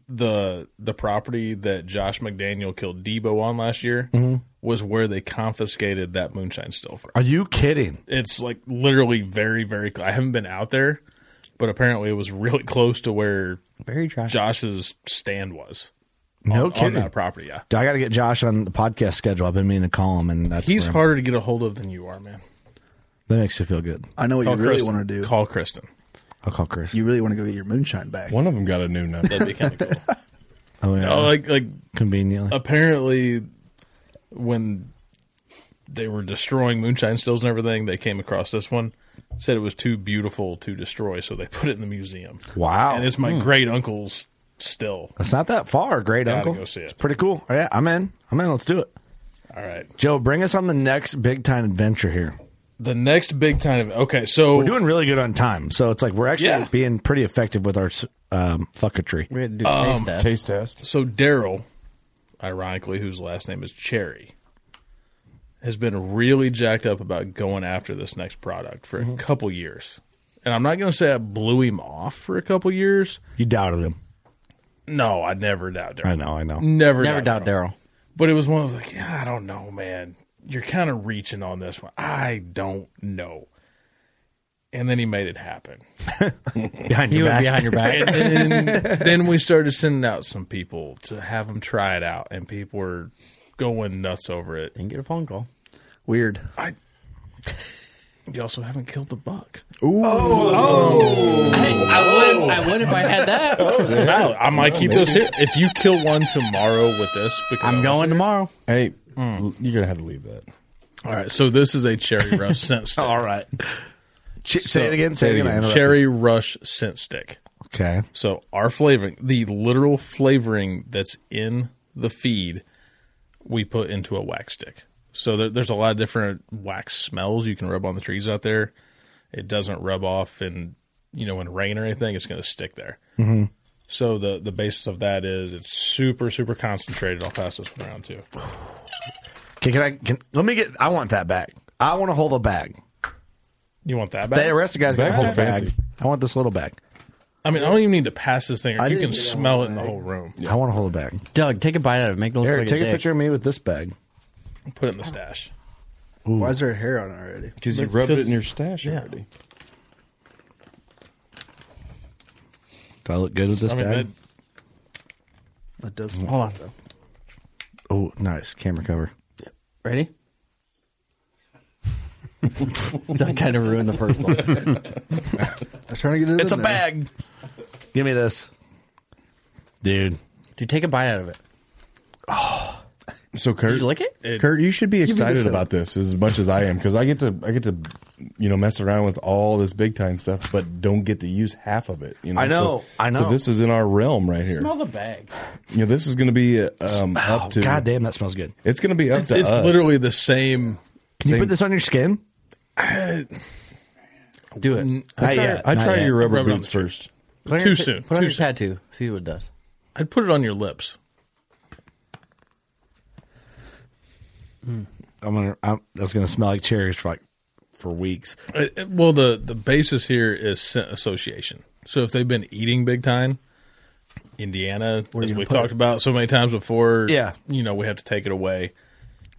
Speaker 10: the the property that Josh McDaniel killed Debo on last year
Speaker 2: Mhm.
Speaker 10: was where they confiscated that moonshine still from.
Speaker 2: Are you kidding?
Speaker 10: It's like literally very very. Cl- I haven't been out there, but apparently it was really close to where
Speaker 7: Very dry.
Speaker 10: Josh's stand was.
Speaker 2: No
Speaker 10: on,
Speaker 2: kidding.
Speaker 10: on that property. Yeah,
Speaker 2: I got to get Josh on the podcast schedule. I've been meaning to call him, and that's
Speaker 10: he's
Speaker 2: where I'm-
Speaker 10: harder to get a hold of than you are, man.
Speaker 2: That makes you feel good.
Speaker 5: I know what
Speaker 10: Call
Speaker 5: you really
Speaker 10: Kristen.
Speaker 5: want to do.
Speaker 10: Call Kristen.
Speaker 2: I'll call Chris.
Speaker 5: You really want to go get your moonshine back.
Speaker 11: One of them got a new number.
Speaker 10: That'd be kind of cool.
Speaker 2: oh, yeah.
Speaker 10: Oh, like like
Speaker 2: Conveniently.
Speaker 10: apparently when they were destroying moonshine stills and everything, they came across this one. Said it was too beautiful to destroy, so they put it in the museum.
Speaker 2: wow.
Speaker 10: And it's my great uncle's still.
Speaker 2: That's not that far, great
Speaker 10: Gotta
Speaker 2: uncle.
Speaker 10: go see it.
Speaker 2: It's pretty cool. All right, I'm in. I'm in. Let's do it.
Speaker 10: All right.
Speaker 2: Joe, bring us on the next big time adventure here.
Speaker 10: The next big time. Okay, so
Speaker 2: We're doing really good on time, so it's like we're actually
Speaker 10: Oh. Yeah.
Speaker 2: being pretty effective with our um, fucketry.
Speaker 7: We had to do a taste test.
Speaker 11: Taste test.
Speaker 10: Um, So Daryl, ironically, whose last name is Cherry, has been really jacked up about going after this next product for
Speaker 2: Mm-hmm.
Speaker 10: a couple years. And I'm not going to say I blew him off for a couple years.
Speaker 2: You doubted him.
Speaker 10: No, I never doubt Daryl.
Speaker 2: I know. I know.
Speaker 10: Never,
Speaker 7: Never doubt Daryl.
Speaker 10: But it was one I was like, yeah, I don't know, man. You're kind of reaching on this one. I don't know. And then he made it happen.
Speaker 2: Behind
Speaker 7: He
Speaker 2: your
Speaker 7: went
Speaker 2: back.
Speaker 7: behind your back.
Speaker 10: And then we started sending out some people to have them try it out, and people were going nuts over it.
Speaker 7: Didn't get a phone call.
Speaker 5: Weird.
Speaker 10: I. You also haven't killed the buck.
Speaker 2: Oh.
Speaker 7: Oh.
Speaker 10: Oh.
Speaker 7: I would. I would if I had that.
Speaker 10: Wow, I might keep this here. If you kill one tomorrow with this, because
Speaker 7: I'm going tomorrow.
Speaker 11: Hey, l- you're gonna have to leave that.
Speaker 10: Hmm. All right, so this is a cherry rush scent stick.
Speaker 2: All right. Ch- say it again. Say it again. I interrupted.
Speaker 10: Cherry rush scent stick.
Speaker 2: Okay.
Speaker 10: So our flavoring, the literal flavoring that's in the feed, we put into a wax stick. So there, there's a lot of different wax smells you can rub on the trees out there. It doesn't rub off, and you know, in rain or anything, it's going to stick there.
Speaker 2: Mm-hmm.
Speaker 10: So the the basis of that is it's super super concentrated. I'll pass this one around too.
Speaker 2: Okay. Can I? Can, let me get. I want that back. I want to hold a bag.
Speaker 10: You want that
Speaker 2: The
Speaker 10: back?
Speaker 2: rest of the guys got to
Speaker 11: Bags
Speaker 2: hold
Speaker 11: are
Speaker 2: a bag.
Speaker 11: fancy.
Speaker 2: I want this little bag.
Speaker 10: I mean, I don't even need to pass this thing.
Speaker 5: I
Speaker 10: You
Speaker 5: didn't
Speaker 10: can
Speaker 5: get it on
Speaker 10: smell
Speaker 5: the
Speaker 10: it in the
Speaker 5: bag.
Speaker 10: whole room.
Speaker 2: I want to hold a bag.
Speaker 7: Doug, take a bite out of it. Make it look
Speaker 2: Eric,
Speaker 7: like
Speaker 2: take
Speaker 7: a,
Speaker 2: a
Speaker 7: dick.
Speaker 2: picture of me with this bag.
Speaker 10: Put it in the stash.
Speaker 5: Why is there hair on it already?
Speaker 11: Because you
Speaker 10: That's
Speaker 11: rubbed it
Speaker 10: 'cause-
Speaker 11: in your stash
Speaker 10: yeah.
Speaker 11: already.
Speaker 2: Do I look good with this
Speaker 10: I mean,
Speaker 2: bag?
Speaker 10: that,
Speaker 5: That
Speaker 11: Mm.
Speaker 5: does.
Speaker 7: Hold on.
Speaker 2: Oh, nice camera cover.
Speaker 7: Ready? Doug kind of ruined the first one.
Speaker 5: I was trying to get it.
Speaker 2: It's a
Speaker 5: in there.
Speaker 2: bag. Give me this, dude.
Speaker 7: Dude, take a bite out of it.
Speaker 11: Oh. So
Speaker 7: Did
Speaker 11: Kurt,
Speaker 7: you lick it?
Speaker 11: Kurt, you should be
Speaker 5: me
Speaker 11: excited
Speaker 5: this
Speaker 11: about this as much as I am because I get to I get to you know mess around with all this big time stuff, but don't get to use half of it. You know,
Speaker 2: I know,
Speaker 11: So,
Speaker 2: I know.
Speaker 11: So this is in our realm right here.
Speaker 7: Smell the bag.
Speaker 11: You know, this is going to be uh, um, up to
Speaker 2: God damn, Oh, that smells good.
Speaker 11: It's going to be up to
Speaker 10: it's
Speaker 11: us.
Speaker 10: literally the same.
Speaker 2: Can
Speaker 11: Same-
Speaker 2: you put this on your skin?
Speaker 7: Do it.
Speaker 2: Not
Speaker 11: I
Speaker 2: yet.
Speaker 11: I
Speaker 2: Not
Speaker 11: try
Speaker 2: yet.
Speaker 11: your rubber
Speaker 10: Rub it on
Speaker 11: boots
Speaker 10: the shirt.
Speaker 11: first.
Speaker 7: Put it on
Speaker 10: Too
Speaker 7: your-
Speaker 10: soon.
Speaker 7: Put it on
Speaker 10: Too
Speaker 7: your
Speaker 10: soon.
Speaker 7: tattoo. See what it does.
Speaker 10: I'd put it on your lips.
Speaker 2: I'm gonna. I'm, that's gonna smell like cherries for like for weeks.
Speaker 10: Uh, uh, Well, the the basis here is scent association. So if they've been eating big time, Indiana, as we've talked about so many times before,
Speaker 2: Yeah.
Speaker 10: you know we have to take it away.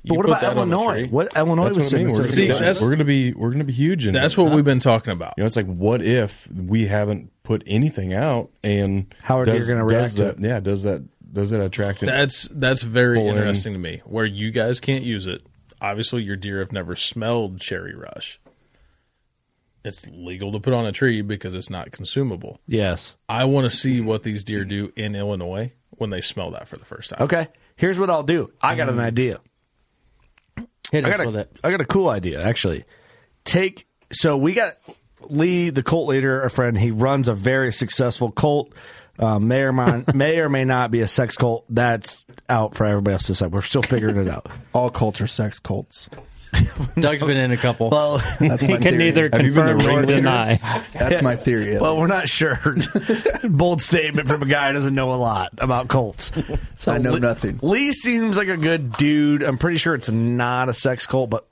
Speaker 10: You
Speaker 2: But what
Speaker 10: put
Speaker 2: about
Speaker 10: that on the
Speaker 2: Illinois?
Speaker 10: tree.
Speaker 2: What Illinois
Speaker 11: That's
Speaker 2: was
Speaker 11: what I mean. We're
Speaker 2: saying?
Speaker 11: gonna
Speaker 10: See,
Speaker 11: be-
Speaker 10: that's-
Speaker 11: we're going to be we're going to be huge in
Speaker 10: That's
Speaker 11: here.
Speaker 10: what we've been talking about.
Speaker 11: You know, it's like, what if we haven't put anything out and
Speaker 2: How are
Speaker 11: does-
Speaker 2: deer gonna react
Speaker 11: does
Speaker 2: to
Speaker 11: that,
Speaker 2: it?
Speaker 11: Yeah, does that does that attract? it?
Speaker 10: That's that's very
Speaker 11: Pull in.
Speaker 10: interesting to me. Where you guys can't use it. Obviously, your deer have never smelled cherry rush. it's legal to put on a tree because it's not consumable.
Speaker 2: Yes.
Speaker 10: I want to see what these deer do in Illinois when they smell that for the first time.
Speaker 2: Okay. Here's what I'll do. I got
Speaker 17: Mm.
Speaker 2: an idea.
Speaker 7: Hit
Speaker 2: I
Speaker 7: us
Speaker 2: got a,
Speaker 7: with it.
Speaker 2: I got a cool idea actually. Take so we got Lee, the cult leader, a friend. He runs a very successful cult. Uh, may or may, may or may not be a sex cult. That's out for everybody else to decide. We're still figuring it out.
Speaker 17: All cults are sex cults.
Speaker 7: Doug's been in a couple.
Speaker 2: Well,
Speaker 17: That's my theory. Have you been the ringleader? That's my theory.
Speaker 2: Well, we're not sure. Bold statement from a guy who doesn't know a lot about cults. So
Speaker 17: I know
Speaker 2: Lee-
Speaker 17: nothing.
Speaker 2: Lee seems like a good dude. I'm pretty sure it's not a sex cult, but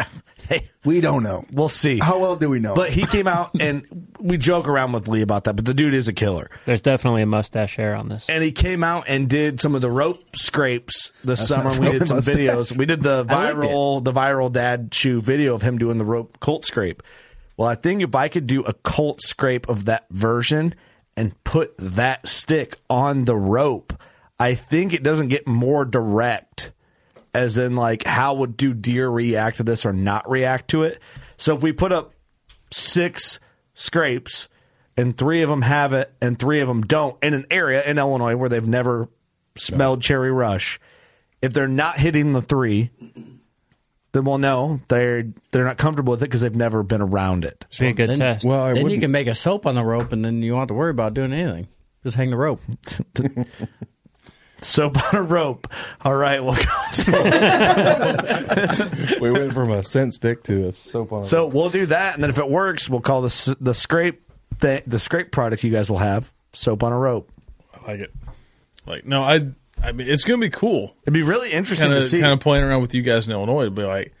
Speaker 2: hey,
Speaker 17: we don't know.
Speaker 2: We'll see.
Speaker 17: How well do we know?
Speaker 2: But he came out and we joke around with Lee about that. But the dude is a killer,
Speaker 13: There's definitely a mustache hair on this.
Speaker 2: and he came out and did some of the rope scrapes this
Speaker 13: That's
Speaker 2: summer.
Speaker 13: not
Speaker 2: We did
Speaker 13: really
Speaker 2: some
Speaker 13: mustache.
Speaker 2: videos. We did the
Speaker 13: I liked
Speaker 2: viral, the viral dad shoe video of him doing the rope cult scrape. Well, I think if I could do a cult scrape of that version and put that stick on the rope, I think it doesn't get more direct as in like how would do deer react to this or not react to it. So if we put up six scrapes and three of them have it and three of them don't in an area in Illinois where they've never smelled cherry rush, if they're not hitting the three, then we'll know they're they're not comfortable with it because they've never been around it.
Speaker 13: Be a good
Speaker 7: Then-
Speaker 13: test.
Speaker 7: then you can make a soap on the rope, and then you don't have to worry about doing anything. Just hang the rope.
Speaker 2: soap on a rope. All right, we'll go.
Speaker 11: we went from a scent stick to a soap on.
Speaker 2: so we'll do that, and then if it works, we'll call the s- the scrape the, the scrape product you guys will have soap on a rope.
Speaker 10: I like it. Like no, I I mean it's gonna be cool.
Speaker 2: It'd be really interesting
Speaker 10: kinda,
Speaker 2: to see.
Speaker 10: Kind of playing around with you guys in Illinois, it'd be like,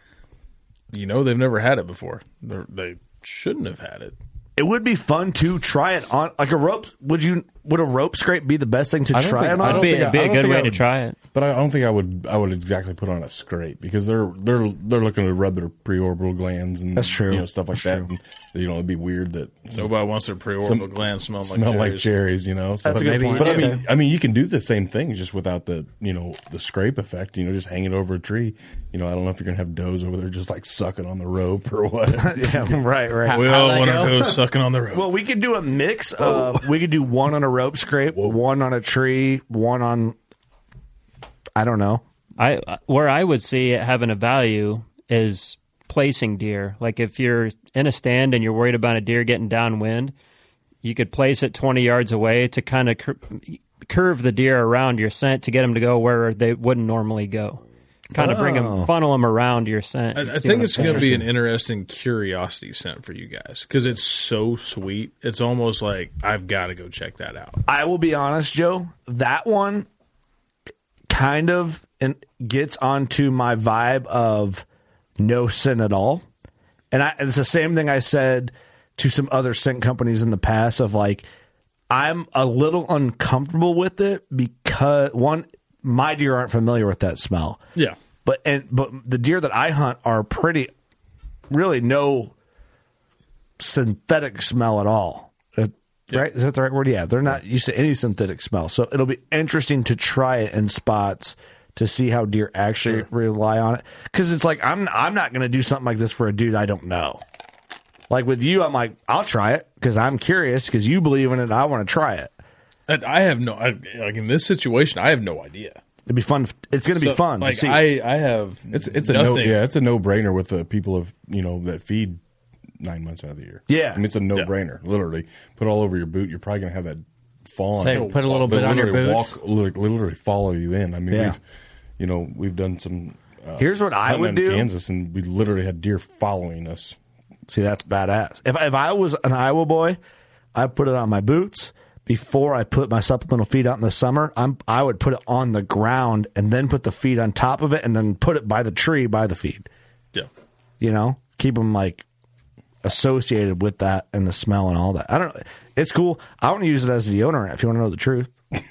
Speaker 10: you know, they've never had it before. They're, they shouldn't have had it.
Speaker 2: It would be fun to try it on like a rope. Would you? Would a rope scrape be the best thing to
Speaker 11: I don't
Speaker 2: try
Speaker 11: think-
Speaker 2: it
Speaker 11: I
Speaker 2: on?
Speaker 11: don't think I- I don't think I would-
Speaker 13: it.
Speaker 11: But I don't think I would. I would exactly put on a scrape because they're they're they're looking to rub their preorbital glands and
Speaker 2: That's true.
Speaker 11: You know stuff like that. And, you know, it'd be weird that
Speaker 10: Nobody wants their preorbital
Speaker 11: some-
Speaker 10: glands smelling like
Speaker 11: smell like
Speaker 10: cherries.
Speaker 11: cherries. You know,
Speaker 10: That's a good
Speaker 11: maybe-
Speaker 10: point.
Speaker 11: But I
Speaker 10: Yeah.
Speaker 11: mean, I mean, you can do the same thing just without the you know the scrape effect. You know, just hang it over a tree. You know, I don't know if you're gonna have does over there just like sucking on the rope or what.
Speaker 2: yeah, right, right.
Speaker 10: We all want to go sucking on the rope.
Speaker 2: Well, we could do a mix
Speaker 11: Oh.
Speaker 2: of we could do one on a rope scrape, one on a tree, one on I don't know.
Speaker 13: I where I would see it having a value is placing deer. Like if you're in a stand and you're worried about a deer getting downwind, you could place it 20 yards away to kind of cur- curve the deer around your scent to get them to go where they wouldn't normally go. Kind of bring
Speaker 10: Oh.
Speaker 13: them, funnel them around your scent.
Speaker 10: I,
Speaker 13: You
Speaker 10: I
Speaker 13: see what
Speaker 10: think
Speaker 13: I'm
Speaker 10: it's going to be
Speaker 13: saying?
Speaker 10: an interesting curiosity scent for you guys because it's so sweet. It's almost like I've got to go check that out.
Speaker 2: I will be honest, Joe. That one kind of and gets onto my vibe of no sin at all. And I, it's the same thing I said to some other scent companies in the past of like, I'm a little uncomfortable with it because one, my deer aren't familiar with that smell.
Speaker 10: Yeah.
Speaker 2: But and but the deer that I hunt are pretty really no synthetic smell at all. Uh, Right? Is that the right word? Yeah, they're not used to any synthetic smell. So it'll be interesting to try it in spots to see how deer actually rely on it. Because it's like I'm I'm not going to do something like this for a dude I don't know. Like with you, I'm like I'll try it because I'm curious because you believe in it. I want to try it.
Speaker 10: I, I have no, I, like in this situation, I have no idea.
Speaker 2: It'd be fun. It's going to
Speaker 10: So,
Speaker 2: be fun.
Speaker 10: Like
Speaker 2: to see.
Speaker 10: I, I have.
Speaker 11: It's it's a no, yeah, it's a no brainer with the people of you know that feed nine months out of the year.
Speaker 2: Yeah.
Speaker 11: I mean, it's a no brainer. Literally, put all over your boot. You're probably gonna have that fawn.
Speaker 7: Say, put a little
Speaker 11: They'll
Speaker 7: bit on your
Speaker 11: literally
Speaker 7: boots.
Speaker 11: Walk, literally, literally follow you in. I mean,
Speaker 2: Yeah.
Speaker 11: we've, you know, we've done some. Uh,
Speaker 2: Here's what I
Speaker 11: hunting
Speaker 2: would
Speaker 11: in
Speaker 2: do.
Speaker 11: Kansas, and we literally had deer following us.
Speaker 2: See, that's badass. If if I was an Iowa boy, I put it on my boots before I put my supplemental feed out in the summer. I'm I would put it on the ground and then put the feed on top of it and then put it by the tree by the feed.
Speaker 10: Yeah.
Speaker 2: You know, keep them like associated with that and the smell and all that. I don't. know. It's cool. I want to use it as a deodorant. If you want to know the truth, it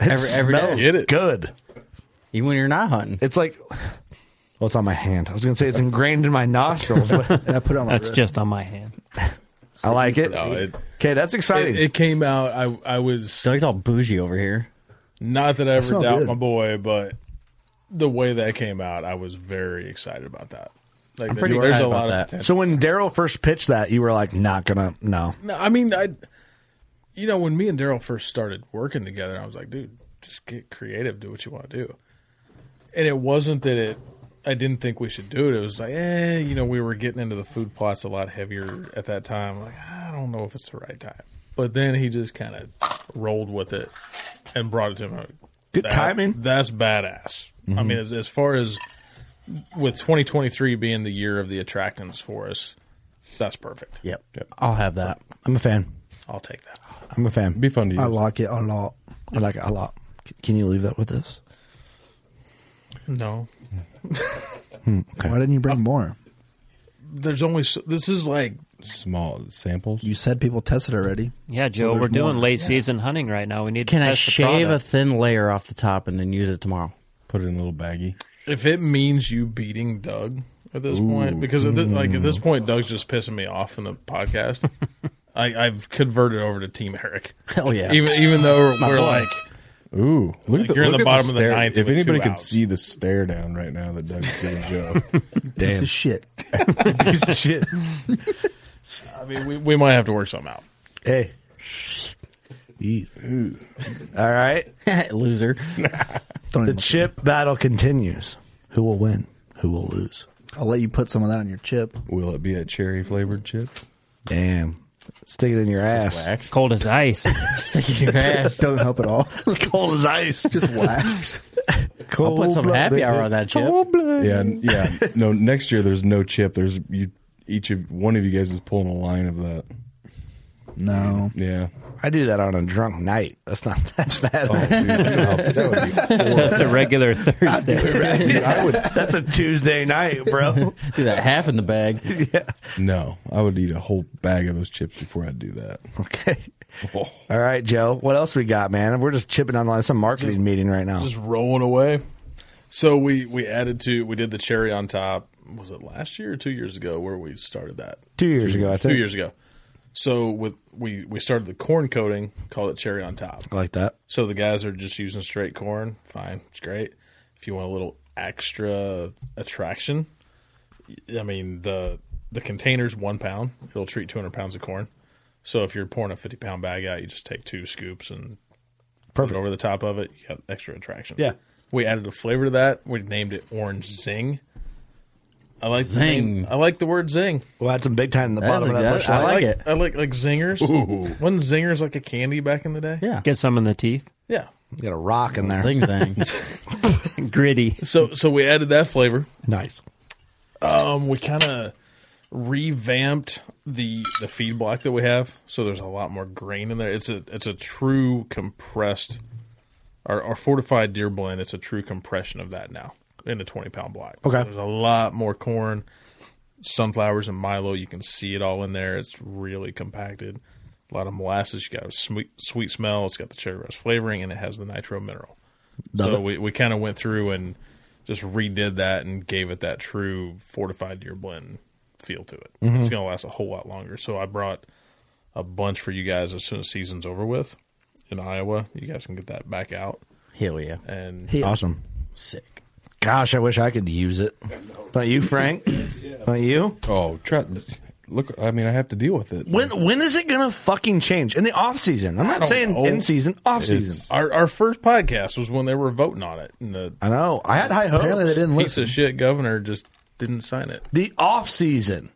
Speaker 7: Every- every day.
Speaker 2: smells
Speaker 7: Get it.
Speaker 2: good.
Speaker 7: Even when you're not hunting,
Speaker 2: it's like well, it's on my hand. I was gonna say it's ingrained in my nostrils. But
Speaker 5: I put it on my
Speaker 13: That's
Speaker 5: wrist.
Speaker 13: just on my hand.
Speaker 2: I like it.
Speaker 10: No, it-
Speaker 2: Okay, that's exciting.
Speaker 10: It, it came out. I, I was.
Speaker 7: Doug's all bougie over here.
Speaker 10: Not that I ever
Speaker 7: smell
Speaker 10: doubt
Speaker 7: good.
Speaker 10: my boy, but the way that came out, I was very excited about that. Like,
Speaker 7: I'm pretty
Speaker 10: there's
Speaker 7: excited
Speaker 10: a lot
Speaker 7: about
Speaker 10: of
Speaker 7: that.
Speaker 10: potential.
Speaker 2: So when Daryl first pitched that, you were like, not gonna, no.
Speaker 10: No, I mean, I, you know, when me and Daryl first started working together, I was like, dude, just get creative, do what you want to do. And it wasn't that it, I didn't think we should do it. It was like, eh, you know, we were getting into the food plots a lot heavier at that time. Like, I don't know if it's the right time. But then he just kind of rolled with it and brought it to me.
Speaker 2: Good timing.
Speaker 10: That's badass. I
Speaker 2: Mhm.
Speaker 10: mean, as, as far as with 2023 being the year of the attractants for us, that's perfect.
Speaker 2: Yep.
Speaker 7: I'll have that.
Speaker 2: I'm a fan.
Speaker 10: I'll take that.
Speaker 2: I'm a fan. Be fun to
Speaker 5: I like it a lot.
Speaker 2: I like it a lot. C- Can you leave that with us?
Speaker 10: No.
Speaker 11: Hmm,
Speaker 5: Why didn't you
Speaker 11: Oh.
Speaker 5: bring more?
Speaker 10: There's only so, this is like
Speaker 11: small samples.
Speaker 5: You said people tested already.
Speaker 13: Yeah, Joe,
Speaker 5: there's
Speaker 13: we're doing
Speaker 5: more.
Speaker 13: late season hunting right now. We need.
Speaker 7: Can
Speaker 13: to
Speaker 7: I
Speaker 13: test the
Speaker 7: shave a
Speaker 13: product.
Speaker 7: thin layer off the top and then use it tomorrow?
Speaker 11: Put it in a little baggie.
Speaker 10: If it means you beating Doug at this
Speaker 11: Ooh.
Speaker 10: point, because at this, like at this
Speaker 11: Mm.
Speaker 10: point, Doug's just pissing me off in the podcast. I, I've converted over to Team Eric.
Speaker 7: Hell yeah.
Speaker 10: Even even though
Speaker 7: My
Speaker 10: we're
Speaker 7: boy.
Speaker 10: like
Speaker 11: Ooh, look
Speaker 10: Like,
Speaker 11: at the,
Speaker 10: you're in
Speaker 11: look
Speaker 10: the
Speaker 11: at
Speaker 10: bottom of the
Speaker 11: stare.
Speaker 10: ninth
Speaker 11: If
Speaker 10: with
Speaker 11: anybody
Speaker 10: two
Speaker 11: could
Speaker 10: outs.
Speaker 11: see the stare down right now that Doug's giving Joe,
Speaker 5: Piece of shit.
Speaker 11: piece of shit.
Speaker 10: I mean, we, we might have to work something out.
Speaker 2: Hey. All right.
Speaker 7: Loser.
Speaker 2: the chip battle continues. Who will win? Who will lose?
Speaker 5: I'll let you put some of that on your chip.
Speaker 11: Will it be a cherry flavored chip?
Speaker 2: Damn. Stick it in your ass.
Speaker 13: Cold as ice.
Speaker 7: Stick it in your ass.
Speaker 5: Don't help at all.
Speaker 2: Cold as ice.
Speaker 5: Just wax.
Speaker 7: I'll put some
Speaker 11: blood.
Speaker 7: happy
Speaker 11: They-
Speaker 7: hour
Speaker 11: they-
Speaker 7: on that chip.
Speaker 11: Yeah, n- yeah. No, next year there's no chip. There's you. Each of one of you guys is pulling a line of that.
Speaker 5: No.
Speaker 11: Yeah.
Speaker 2: I do that on a drunk night. That's not that's
Speaker 11: Oh,
Speaker 2: that.
Speaker 13: Just a regular Thursday.
Speaker 2: I would. That's a Tuesday night, bro.
Speaker 7: do that half in the bag.
Speaker 2: yeah.
Speaker 11: No, I would eat a whole bag of those chips before I'd do that.
Speaker 2: Okay. All right, Joe. What else we got, man? We're just chipping on like some marketing meeting right now.
Speaker 10: Just rolling away. So we we added to we did the cherry on top. Was it last year or two years ago where we started that?
Speaker 2: Two years ago, I think.
Speaker 10: Two years ago. So with we we started the corn coating, called it cherry on top.
Speaker 2: I like that.
Speaker 10: So the guys are just using straight corn. Fine, it's great. If you want a little extra attraction, I mean the the container's one pound. It'll treat two hundred pounds of corn. So if you're pouring a fifty pound bag out, you just take two scoops and put it over the top of it. You got extra attraction.
Speaker 2: Yeah.
Speaker 10: we added a flavor to that. We named it orange zing. I like the
Speaker 7: Zing.
Speaker 10: name- I like the word zing.
Speaker 2: Well, had some big time in the
Speaker 7: That's
Speaker 2: bottom of
Speaker 7: a
Speaker 2: that
Speaker 7: good-
Speaker 2: bushel.
Speaker 7: I like it.
Speaker 10: I like like zingers.
Speaker 2: Ooh.
Speaker 10: Wasn't zingers like a candy back in the day?
Speaker 7: Yeah.
Speaker 13: Get some in the teeth.
Speaker 10: Yeah.
Speaker 2: You got a rock in there.
Speaker 7: Zing zang.
Speaker 13: Gritty.
Speaker 10: So so we added that flavor.
Speaker 2: Nice.
Speaker 10: Um, we kind of revamped the the feed block that we have, so there's a lot more grain in there. It's a it's a true compressed, our, our fortified deer blend. It's a true compression of that now in a 20 pound block.
Speaker 2: Okay.
Speaker 10: there's a lot more corn, sunflowers, and Milo. You can see it all in there. It's really compacted. A lot of molasses. You got a sweet sweet smell. It's got the cherry rose flavoring, and it has the nitro mineral.
Speaker 2: Love
Speaker 10: so
Speaker 2: it.
Speaker 10: we we kind of went through and just redid that and gave it that true fortified deer blend feel to it.
Speaker 11: Mm-hmm.
Speaker 2: Mhm.
Speaker 10: It's going to last a whole lot longer. So I brought a bunch for you guys as soon as season's over with in Iowa. You guys can get that back out.
Speaker 7: Hell yeah.
Speaker 10: And
Speaker 2: Awesome.
Speaker 7: Sick.
Speaker 2: Gosh, I wish I could use it. Don't you, Frank? Don't you?
Speaker 11: Oh, try, look. I mean, I have to deal with it.
Speaker 2: When when is it gonna fucking change? In the off season. I'm
Speaker 10: I
Speaker 2: not
Speaker 10: don't
Speaker 2: saying
Speaker 10: know.
Speaker 2: in season, off season.
Speaker 10: Our our first podcast was when they were voting on it. And the
Speaker 2: I know. I had high hopes.
Speaker 10: piece of shit governor just didn't sign it.
Speaker 2: The off season.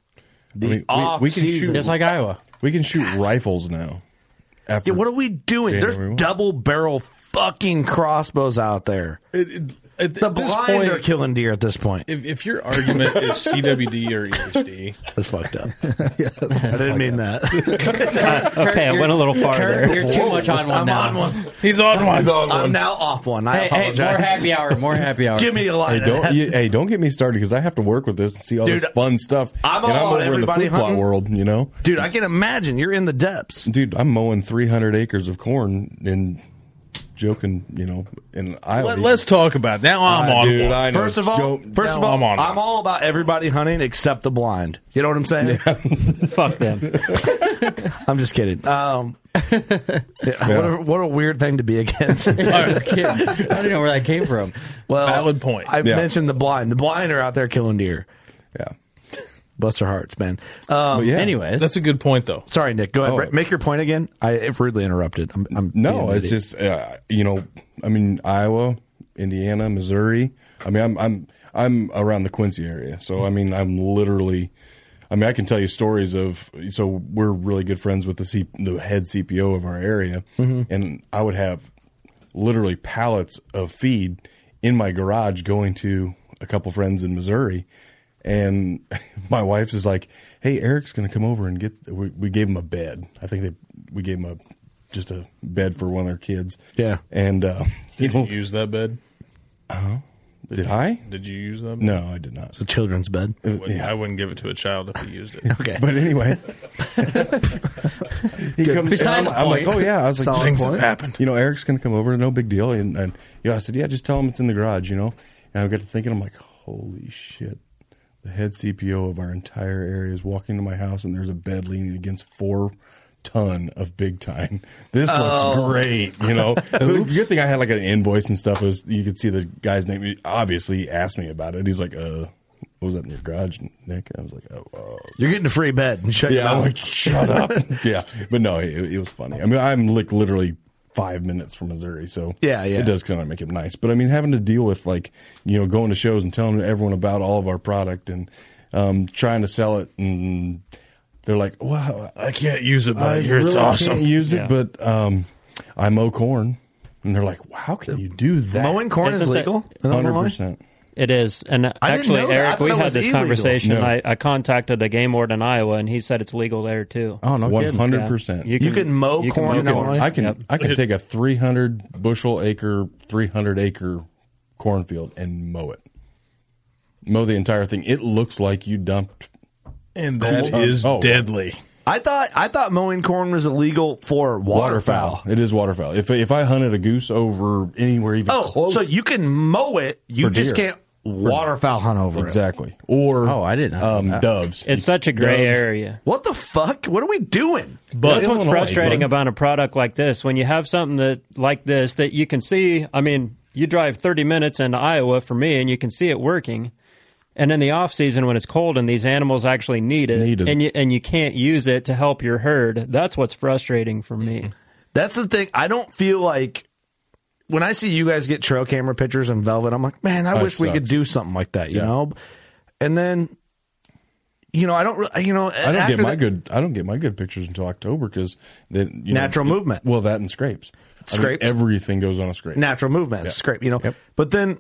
Speaker 2: The
Speaker 11: I mean,
Speaker 2: off season.
Speaker 7: Iowa.
Speaker 11: We can shoot rifles now. After
Speaker 2: Yeah, what are we doing?
Speaker 11: January
Speaker 2: There's
Speaker 11: one.
Speaker 2: double barrel fucking crossbows out there.
Speaker 10: At
Speaker 2: the
Speaker 10: this
Speaker 2: blind
Speaker 10: point-
Speaker 2: are killing deer at this point.
Speaker 10: If, if your argument is CWD or E EHD,
Speaker 2: That's fucked up. I didn't mean that.
Speaker 13: okay, I went a little farther.
Speaker 7: Kurt, you're too much on one
Speaker 2: I'm
Speaker 7: now.
Speaker 2: on one.
Speaker 10: He's on one.
Speaker 2: I'm now off one. I
Speaker 7: Hey, hey,
Speaker 2: apologize.
Speaker 7: more happy hour. More happy hour.
Speaker 2: Give me a line.
Speaker 11: Hey,
Speaker 2: of
Speaker 11: don't
Speaker 2: that.
Speaker 11: you, hey, don't get me started because I have to work with this and see all
Speaker 2: Dude,
Speaker 11: this fun stuff.
Speaker 2: I'm
Speaker 11: and
Speaker 2: all on
Speaker 11: in the
Speaker 2: everybody
Speaker 11: food plot
Speaker 2: hunting.
Speaker 11: world, you know.
Speaker 2: Dude, I can imagine you're in the depths.
Speaker 11: Dude, I'm mowing 300 acres of corn and joking, you know, in Iowa.
Speaker 10: Let, us talk about it. Now I'm
Speaker 11: Ah,
Speaker 10: on
Speaker 11: dude,
Speaker 10: one.
Speaker 11: I know.
Speaker 2: First of all,
Speaker 11: Joe-
Speaker 2: first of
Speaker 10: now
Speaker 2: all, I'm,
Speaker 10: I'm on one.
Speaker 2: all about everybody hunting except the blind. You know what I'm saying?
Speaker 13: Fuck them.
Speaker 2: I'm just kidding. Um, yeah, What, a, what a weird thing to be against.
Speaker 7: I don't know where that came from.
Speaker 2: Well,
Speaker 10: Valid point.
Speaker 2: I
Speaker 11: Yeah.
Speaker 2: mentioned the blind. The blind are out there killing deer.
Speaker 11: Yeah.
Speaker 2: Bless their hearts, man. Um,
Speaker 10: But yeah, Anyways. that's a good point, though.
Speaker 2: Sorry, Nick. Go ahead.
Speaker 10: Oh.
Speaker 2: Bra- Make your point again. I rudely interrupted. I'm, I'm being
Speaker 11: No,
Speaker 2: an
Speaker 11: it's
Speaker 2: idiot.
Speaker 11: just uh, you know, I mean, Iowa, Indiana, Missouri. I mean, I'm I'm I'm around the Quincy area, so I mean, I'm literally. I mean, I can tell you stories of. So we're really good friends with the C, the head CPO of our area,
Speaker 18: Mhm.
Speaker 2: Mm-hmm.
Speaker 11: and I would have literally pallets of feed in my garage going to a couple friends in Missouri. And my wife's is like, "Hey, Eric's going to come over and get." We, we gave him a bed. I think they we gave him a just a bed for one of their kids.
Speaker 2: Yeah.
Speaker 11: And uh,
Speaker 10: Did
Speaker 11: know-
Speaker 10: you use that bed?
Speaker 11: Uh-huh. Did I?
Speaker 10: Did you use that?
Speaker 11: No, I did not. Uh,
Speaker 2: It's a children's bed.
Speaker 10: I wouldn't, I wouldn't give it to a child if he used it.
Speaker 2: okay.
Speaker 11: But anyway, he
Speaker 10: Good.
Speaker 11: comes. and
Speaker 10: Besides
Speaker 11: I'm,
Speaker 10: the
Speaker 11: I'm like,
Speaker 10: point.
Speaker 11: oh yeah. I was like,
Speaker 10: Solid
Speaker 11: things
Speaker 10: point.
Speaker 11: have happened. You know, Eric's gonna come over. No big deal. And, and you know, I said, yeah, just tell him it's in the garage. You know. And I got to thinking, I'm like, holy shit. The head CPO of our entire area is walking to my house, and there's a bed leaning against four ton of big time. This looks
Speaker 18: Oh.
Speaker 11: great, you know. But the
Speaker 18: Oops.
Speaker 11: good thing I had like an invoice and stuff was you could see the guy's name. He obviously asked me about it. He's like, uh, what was that in your garage, Nick? I was like, oh, uh,
Speaker 2: You're getting a free bed. Shut your
Speaker 11: yeah, I'm
Speaker 2: mouth.
Speaker 11: like, shut up. yeah, but no, it, it was funny. I mean, I'm like literally five minutes from Missouri, so
Speaker 2: Yeah, yeah.
Speaker 11: it does kind of make it nice. But I mean, having to deal with like you know going to shows and telling everyone about all of our product and um, trying to sell it, and they're like, "Wow,
Speaker 10: I can't use it, but
Speaker 11: I
Speaker 10: I hear it's
Speaker 11: really
Speaker 10: awesome."
Speaker 11: Can't use it,
Speaker 10: Yeah.
Speaker 11: but um, I mow corn." And they're like, "How can you do that?"
Speaker 2: Mowing corn is Isn't that- legal in
Speaker 11: Hundred
Speaker 2: Illinois?
Speaker 11: percent.
Speaker 13: It is, and uh,
Speaker 11: I didn't
Speaker 13: actually,
Speaker 11: know that. I
Speaker 13: Eric,
Speaker 11: thought
Speaker 13: we
Speaker 11: it
Speaker 13: had
Speaker 11: was
Speaker 13: this
Speaker 11: illegal.
Speaker 13: conversation.
Speaker 11: No.
Speaker 13: I, I contacted a game warden in Iowa, and he said it's legal there too.
Speaker 11: Oh no, one hundred percent.
Speaker 13: Yeah. you can mow corn.
Speaker 11: I can
Speaker 13: Yep.
Speaker 11: I can take a three hundred bushel acre, three hundred acre cornfield and mow it. Mow the entire thing. It looks like you dumped.
Speaker 10: And
Speaker 11: that
Speaker 10: that
Speaker 11: is
Speaker 10: is deadly.
Speaker 2: I thought I thought mowing corn was illegal for waterfowl.
Speaker 11: It is waterfowl. If if I hunted a goose over anywhere even
Speaker 2: Oh,
Speaker 11: close,
Speaker 2: so you can mow it. You
Speaker 11: For
Speaker 2: just
Speaker 11: deer.
Speaker 2: can't waterfowl hunt over
Speaker 11: exactly.
Speaker 2: it.
Speaker 11: Or
Speaker 2: oh, I didn't.
Speaker 11: um, doves.
Speaker 13: It's such a gray area.
Speaker 2: What the fuck? What are we doing?
Speaker 13: But that's what's frustrating about a product like this. When you have something that like this that you can see, I mean, you drive 30 minutes into Iowa for me, and you can see it working. And in the off season, when it's cold and these animals actually need it,
Speaker 2: Need it.
Speaker 13: and you and you can't use it to help your herd, that's what's frustrating for
Speaker 2: Mm-hmm.
Speaker 13: me.
Speaker 2: That's the thing. I don't feel like when I see you guys get trail camera pictures in velvet, I'm like, man, I
Speaker 11: Oh, it
Speaker 2: wish we could
Speaker 11: sucks.
Speaker 2: do something like that, you
Speaker 11: Yeah.
Speaker 2: know. And then, you know, I don't, really, you know,
Speaker 11: I don't get my good. I don't get my good pictures until October because that you know,
Speaker 2: Natural
Speaker 11: it-
Speaker 2: movement.
Speaker 11: well, that and scrapes. I mean,
Speaker 2: Scrapes.
Speaker 11: everything goes on a scrape.
Speaker 2: natural movement,
Speaker 11: Yeah.
Speaker 2: scrape, you know. But then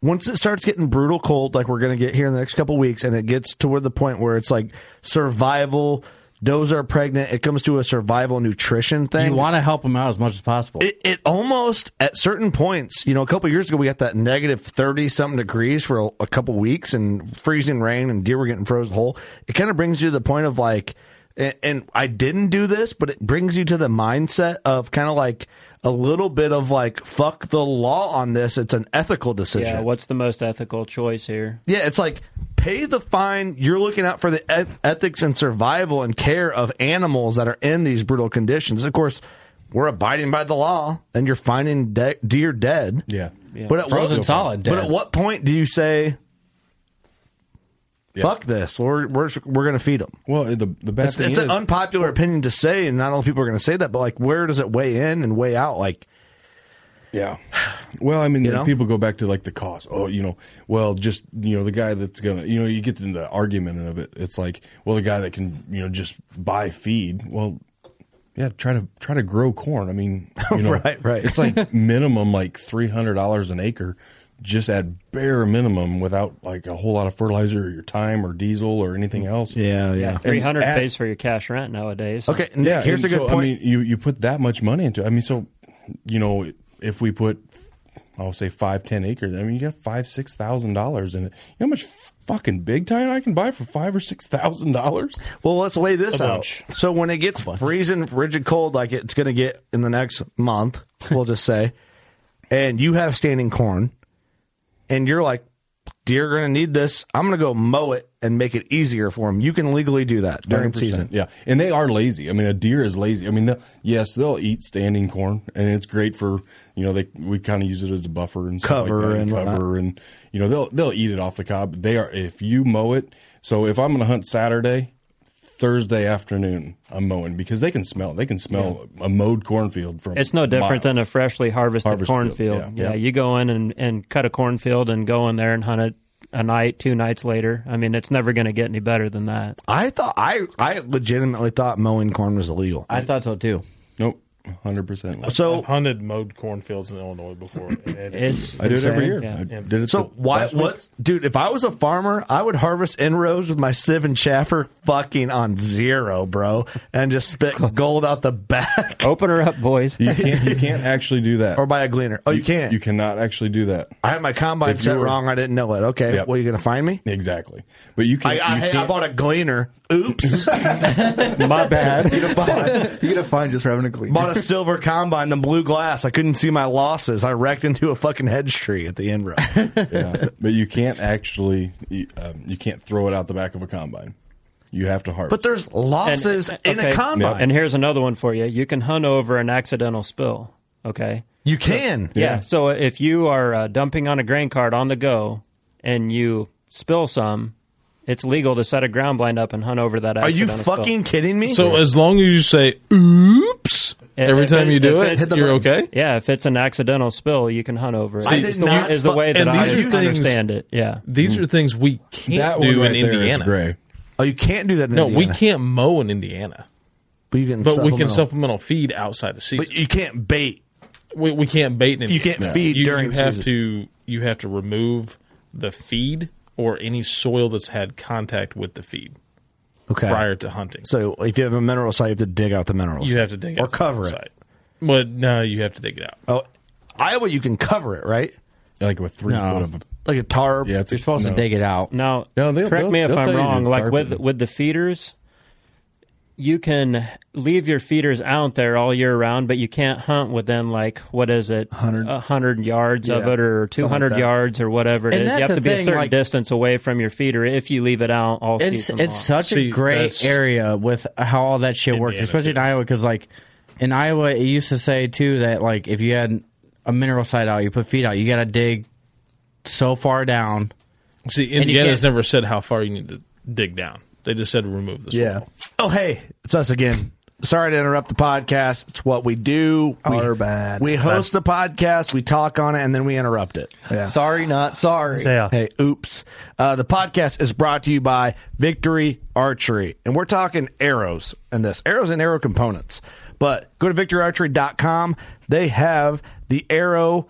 Speaker 2: once it starts getting brutal cold, like we're going to get here in the next couple weeks, and it gets toward the point where it's like survival. Does are pregnant. It comes to a survival nutrition thing.
Speaker 7: You want to help them out as much as possible.
Speaker 2: It, it almost at certain points, you know, a couple years ago we got that negative thirty something degrees for a, a couple weeks and freezing rain and deer were getting frozen whole. It kind of brings you to the point of like, and, and I didn't do this, but it brings you to the mindset of kind of like a little bit of like fuck the law on this. It's an ethical decision.
Speaker 13: Yeah, what's the most ethical choice here?
Speaker 2: Yeah, it's like pay the fine. You're looking out for the eth- ethics and survival and care of animals that are in these brutal conditions. Of course, we're abiding by the law, and you're finding de- deer dead.
Speaker 11: Yeah,
Speaker 2: but at
Speaker 7: Frozen
Speaker 2: what,
Speaker 7: solid
Speaker 2: But
Speaker 7: dead.
Speaker 2: at what point do you say,
Speaker 11: Yeah.
Speaker 2: "Fuck this"? We're we're we're going to feed them.
Speaker 11: Well, the the bad
Speaker 2: It's,
Speaker 11: thing
Speaker 2: it's
Speaker 11: is,
Speaker 2: an unpopular opinion to say, and not all people are going to say that. But like, where does it weigh in and weigh out? Like,
Speaker 11: Yeah. Well, I mean,
Speaker 2: You
Speaker 11: the
Speaker 2: know?
Speaker 11: people go back to like the cost. Oh, you know, well, just you know, the guy that's gonna, you know, you get into the argument of it. It's like, well, the guy that can, you know, just buy feed. Well, yeah, try to try to grow corn. I mean, you know,
Speaker 2: Right, right.
Speaker 11: It's like minimum like three hundred dollars an acre, just at bare minimum, without like a whole lot of fertilizer or your time or diesel or anything else.
Speaker 2: Yeah, yeah.
Speaker 11: And
Speaker 13: Three hundred
Speaker 11: at-
Speaker 13: pays for your cash rent nowadays.
Speaker 11: yeah, and so, I mean, you you put that much money into. I mean, so you know, if we put, I'll say five, ten acres. I mean, you got five, six thousand dollars in it. You know how much fucking big time I can buy for five or six thousand dollars?
Speaker 2: Well, let's lay this
Speaker 11: A
Speaker 2: out.
Speaker 11: bunch.
Speaker 2: So when it gets freezing, rigid cold, like it's going to get in the next month, we'll just say, and you have standing corn, and you're like, deer are going to need this. I'm going to go mow it and make it easier for them. You can legally do that during
Speaker 11: 100%.
Speaker 2: season.
Speaker 11: Yeah, and they are lazy. I mean, a deer is lazy. I mean, they'll- yes, they'll eat standing corn, and it's great for you know they we kind of use it as a buffer and stuff like
Speaker 2: Cover
Speaker 11: that,
Speaker 2: and
Speaker 11: cover
Speaker 2: whatnot.
Speaker 11: and you know they'll they'll eat it off the cob. They are if you mow it. So if I'm going to hunt Saturday, Thursday afternoon, I'm mowing because they can smell. They can smell a mowed cornfield from.
Speaker 13: It's no different
Speaker 11: miles.
Speaker 13: than a freshly harvested
Speaker 11: Harvest field,
Speaker 13: cornfield.
Speaker 11: yeah.
Speaker 13: yeah.
Speaker 11: Yeah.
Speaker 13: you go in and, and cut a cornfield and go in there and hunt it a night, two nights later. I mean, it's never going to get any better than that.
Speaker 2: I thought I I legitimately thought mowing corn was illegal.
Speaker 7: I thought so too.
Speaker 11: Nope, hundred percent.
Speaker 2: So
Speaker 10: I've hunted mowed cornfields in Illinois before. and it
Speaker 13: is
Speaker 11: I do it every
Speaker 2: Insane.
Speaker 11: year. I did it
Speaker 2: So why?
Speaker 11: last week.
Speaker 2: What, dude? If I was a farmer, I would harvest inrows with my sieve and chaffer, fucking on zero, bro, and just spit gold out the back.
Speaker 13: Open her up, boys.
Speaker 11: You can't. You can't actually do that.
Speaker 2: Or buy a gleaner. Oh, you, can't.
Speaker 11: You cannot actually do that.
Speaker 2: I had my combine
Speaker 11: If you
Speaker 2: set
Speaker 11: were-
Speaker 2: wrong. I didn't know it. Okay,
Speaker 11: Yep.
Speaker 2: well, you're gonna find me.
Speaker 11: Exactly. But you
Speaker 2: I,
Speaker 11: can't.
Speaker 2: I,
Speaker 11: you
Speaker 2: hey, I
Speaker 11: can't-
Speaker 2: bought a gleaner. Oops,
Speaker 11: my bad.
Speaker 5: You get a fine just for having a clean.
Speaker 2: bought a silver combine, the blue glass. I couldn't see my losses. I wrecked into a fucking hedge tree at the inroad.
Speaker 11: yeah. But you can't actually. You, um, you can't throw it out the back of a combine. You have to harvest.
Speaker 2: But there's losses in a
Speaker 13: okay,
Speaker 2: combine.
Speaker 13: And here's another one for you. You can hunt over an accidental spill. Okay.
Speaker 2: You can.
Speaker 13: Yeah. So if you are uh, dumping on a grain cart on the go and you spill some, it's legal to set a ground blind up and hunt over that.
Speaker 2: Are you
Speaker 13: accidental spill.
Speaker 2: fucking kidding me?
Speaker 10: So as long as you say "oops" every
Speaker 13: If
Speaker 10: time you do
Speaker 13: if
Speaker 10: it, you're okay.
Speaker 13: Yeah, if it's an accidental spill, you can hunt over it.
Speaker 10: See,
Speaker 13: Is the- is the way that
Speaker 10: and
Speaker 13: I
Speaker 10: these are things-
Speaker 13: understand it. Yeah,
Speaker 10: These are things we
Speaker 11: That
Speaker 10: can't
Speaker 11: one
Speaker 10: do
Speaker 11: right
Speaker 10: in
Speaker 11: there is
Speaker 10: Indiana.
Speaker 11: gray.
Speaker 2: Mm. Oh, you can't do that. In
Speaker 10: no, we
Speaker 2: Indiana.
Speaker 10: can't mow in Indiana.
Speaker 2: But, you can
Speaker 10: But we can
Speaker 2: supplemental.
Speaker 10: supplemental feed outside the season.
Speaker 2: But you can't bait.
Speaker 10: We, we can't bait. In
Speaker 2: You
Speaker 10: Indiana.
Speaker 2: can't feed
Speaker 10: you,
Speaker 2: during
Speaker 10: You have
Speaker 2: season.
Speaker 10: to. You have to remove the feed or any soil that's had contact with the feed.
Speaker 2: Okay.
Speaker 10: Prior to hunting,
Speaker 2: So if you have a mineral site, you have to dig out the minerals.
Speaker 10: you have to dig
Speaker 2: or
Speaker 10: out the
Speaker 2: cover it.
Speaker 10: site. But no, you have to dig it out.
Speaker 2: Oh, Iowa, you can cover it, right?
Speaker 11: Like with three
Speaker 2: No.
Speaker 11: foot of.
Speaker 2: Like a tarp.
Speaker 11: Yeah, it's, you're
Speaker 7: supposed to dig it out.
Speaker 13: Now,
Speaker 11: No, they'll-
Speaker 13: correct
Speaker 11: they'll-
Speaker 13: me if
Speaker 11: they'll
Speaker 13: I'm
Speaker 11: tell you to
Speaker 13: wrong. Like
Speaker 11: tarp
Speaker 13: with with the feeders, you can leave your feeders out there all year round, but you can't hunt within like what is it, a hundred yards of
Speaker 7: Yeah,
Speaker 13: it or
Speaker 7: something
Speaker 13: two
Speaker 7: like
Speaker 13: hundred
Speaker 7: that.
Speaker 13: yards or whatever it is.
Speaker 7: And that's
Speaker 13: You have
Speaker 7: the
Speaker 13: to be a
Speaker 7: thing,
Speaker 13: certain
Speaker 7: like-
Speaker 13: distance away from your feeder if you leave it out all
Speaker 7: it's
Speaker 13: season.
Speaker 7: it's
Speaker 13: long.
Speaker 7: such a great area with how all that shit works,
Speaker 13: Indiana,
Speaker 7: especially in Iowa. Because like in Iowa, it used to say too that like if you had a mineral site out, you put feet out, you got to dig so far down.
Speaker 10: See,
Speaker 7: And you
Speaker 10: Indiana's
Speaker 7: can't-
Speaker 10: never said how far you need to dig down. They just said remove the soil.
Speaker 2: Oh, hey, it's us again. Sorry to interrupt the podcast. It's what we do. We,
Speaker 5: Our bad.
Speaker 2: We host the podcast, we talk on it, and then we interrupt it.
Speaker 3: Sorry, not sorry.
Speaker 4: Yeah.
Speaker 2: Hey, oops. Uh, the podcast is brought to you by Victory Archery, and we're talking arrows and this arrows and arrow components. But go to victoryarchery.com. They have the arrow,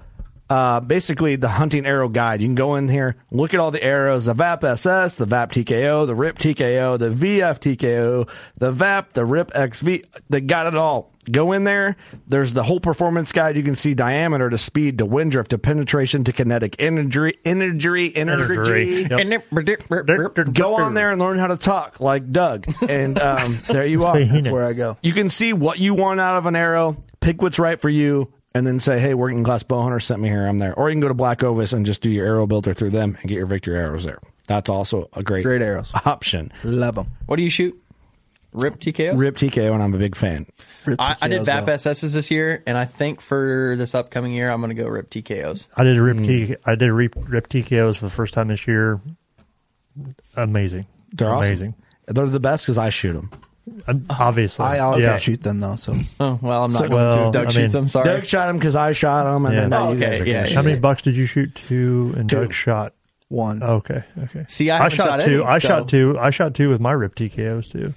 Speaker 2: uh, basically the hunting arrow guide. You can go in here, look at all the arrows the VAP SS, the VAP TKO, the RIP TKO, the VF TKO, the VAP, the RIP XV. They got it all. Go in there. There's the whole performance guide. You can see diameter to speed to wind drift to penetration to kinetic energy, energy, energy. Go on there and learn how to talk like Doug. And um, there you are.
Speaker 5: That's where I go.
Speaker 2: You can see what you want out of an arrow, pick what's right for you, and then say, hey, working class bow hunter sent me here. I'm there. Or you can go to Black Ovis and just do your arrow builder through them and get your victory arrows there. That's also a great,
Speaker 5: Great arrows.
Speaker 2: option.
Speaker 5: Love them.
Speaker 3: What do you shoot? Rip TKO.
Speaker 2: Rip TKO, and I'm a big fan.
Speaker 3: I, I did
Speaker 5: TKOs,
Speaker 3: VAP
Speaker 5: though.
Speaker 3: SSs this year, and I think for this upcoming year, I'm going to go rip TKOs.
Speaker 4: I did rip T. I did rip, rip TKOs for the first time this year. Amazing.
Speaker 2: They're awesome.
Speaker 4: amazing.
Speaker 2: They're the best because I shoot them.
Speaker 4: Obviously,
Speaker 5: I always
Speaker 4: yeah.
Speaker 5: shoot them though, so
Speaker 3: Oh well, I'm not
Speaker 4: So-
Speaker 3: going to.
Speaker 4: well,
Speaker 3: If Doug
Speaker 4: I
Speaker 3: shoots
Speaker 4: mean-
Speaker 3: them. Sorry.
Speaker 2: Doug shot him because I shot him, and
Speaker 4: Yeah.
Speaker 2: then now
Speaker 3: Oh,
Speaker 2: you guys
Speaker 3: okay,
Speaker 2: are
Speaker 3: yeah,
Speaker 2: gonna shoot
Speaker 4: How many
Speaker 3: Yeah.
Speaker 4: bucks did you shoot? Two and Doug shot. Oh,
Speaker 5: one.
Speaker 4: Okay. Okay.
Speaker 3: See, I haven't
Speaker 4: shot,
Speaker 3: shot
Speaker 4: two.
Speaker 3: any,
Speaker 4: I shot
Speaker 3: so-
Speaker 4: two. I shot two with my rip TKOs too.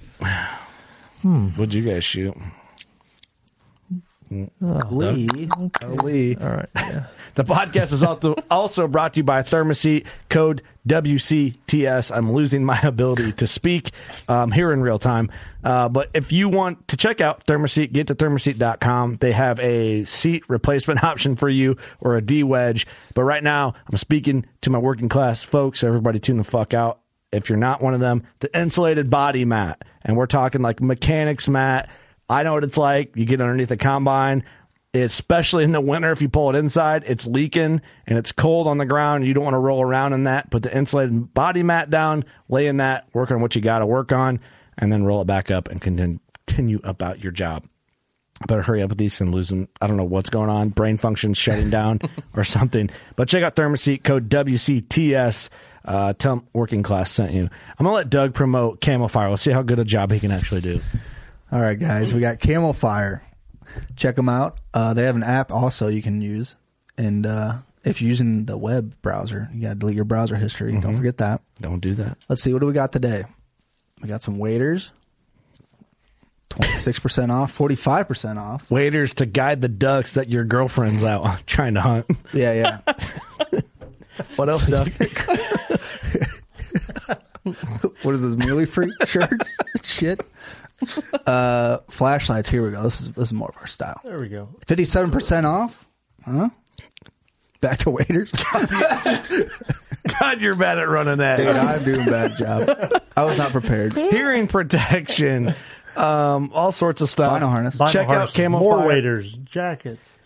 Speaker 2: What'd you guys shoot?
Speaker 5: Glee.
Speaker 2: Lee.
Speaker 4: All right. Yeah.
Speaker 2: The podcast is also also brought to you by Thermoset code WCTS. I'm losing my ability to speak um, here in real time. Uh, but if you want to check out Thermoset, get to thermoset.com. They have a seat replacement option for you or a D wedge. But right now, I'm speaking to my working class folks. Everybody, tune the fuck out. If you're not one of them, the insulated body mat. And we're talking like mechanics mat. I know what it's like. You get underneath the combine especially in the winter. If you pull it inside, it's leaking and it's cold on the ground. You don't want to roll around in that. Put the insulated body mat down, lay in that, work on what you got to work on, and then roll it back up and contin- continue about your job. I better hurry up with these and lose them. I don't know what's going on. Brain function's shutting down or something. But check out Thermoseat code WCTS. Uh, tell 'em working class sent you. I'm gonna let Doug promote Camel Fire. Let's see how good a job he can actually do.
Speaker 5: All right, guys, we got Camel Fire. Check them out. Uh, they have an app also you can use, and uh, if you're using the web browser, you got to delete your browser history.
Speaker 11: Mm-hmm.
Speaker 5: Don't forget that.
Speaker 2: Don't do that.
Speaker 5: Let's see what do we got today. We got some waiters, twenty six percent off, forty five percent off.
Speaker 2: Waiters to guide the ducks that your girlfriend's out trying to hunt.
Speaker 5: Yeah, yeah. what else, Doug? what is this? Muley freak shirts? Shit. Uh, flashlights. Here we go. This is this is more of our style.
Speaker 4: There we go.
Speaker 5: Fifty seven percent off. Huh? Back to waiters.
Speaker 2: God, you're bad at running that.
Speaker 5: Dude, I'm doing a bad job. I was not prepared.
Speaker 2: Hearing protection, um, all sorts of stuff.
Speaker 5: Vinyl harness.
Speaker 2: Check out Camel
Speaker 4: More
Speaker 2: Fire.
Speaker 4: waiters, jackets.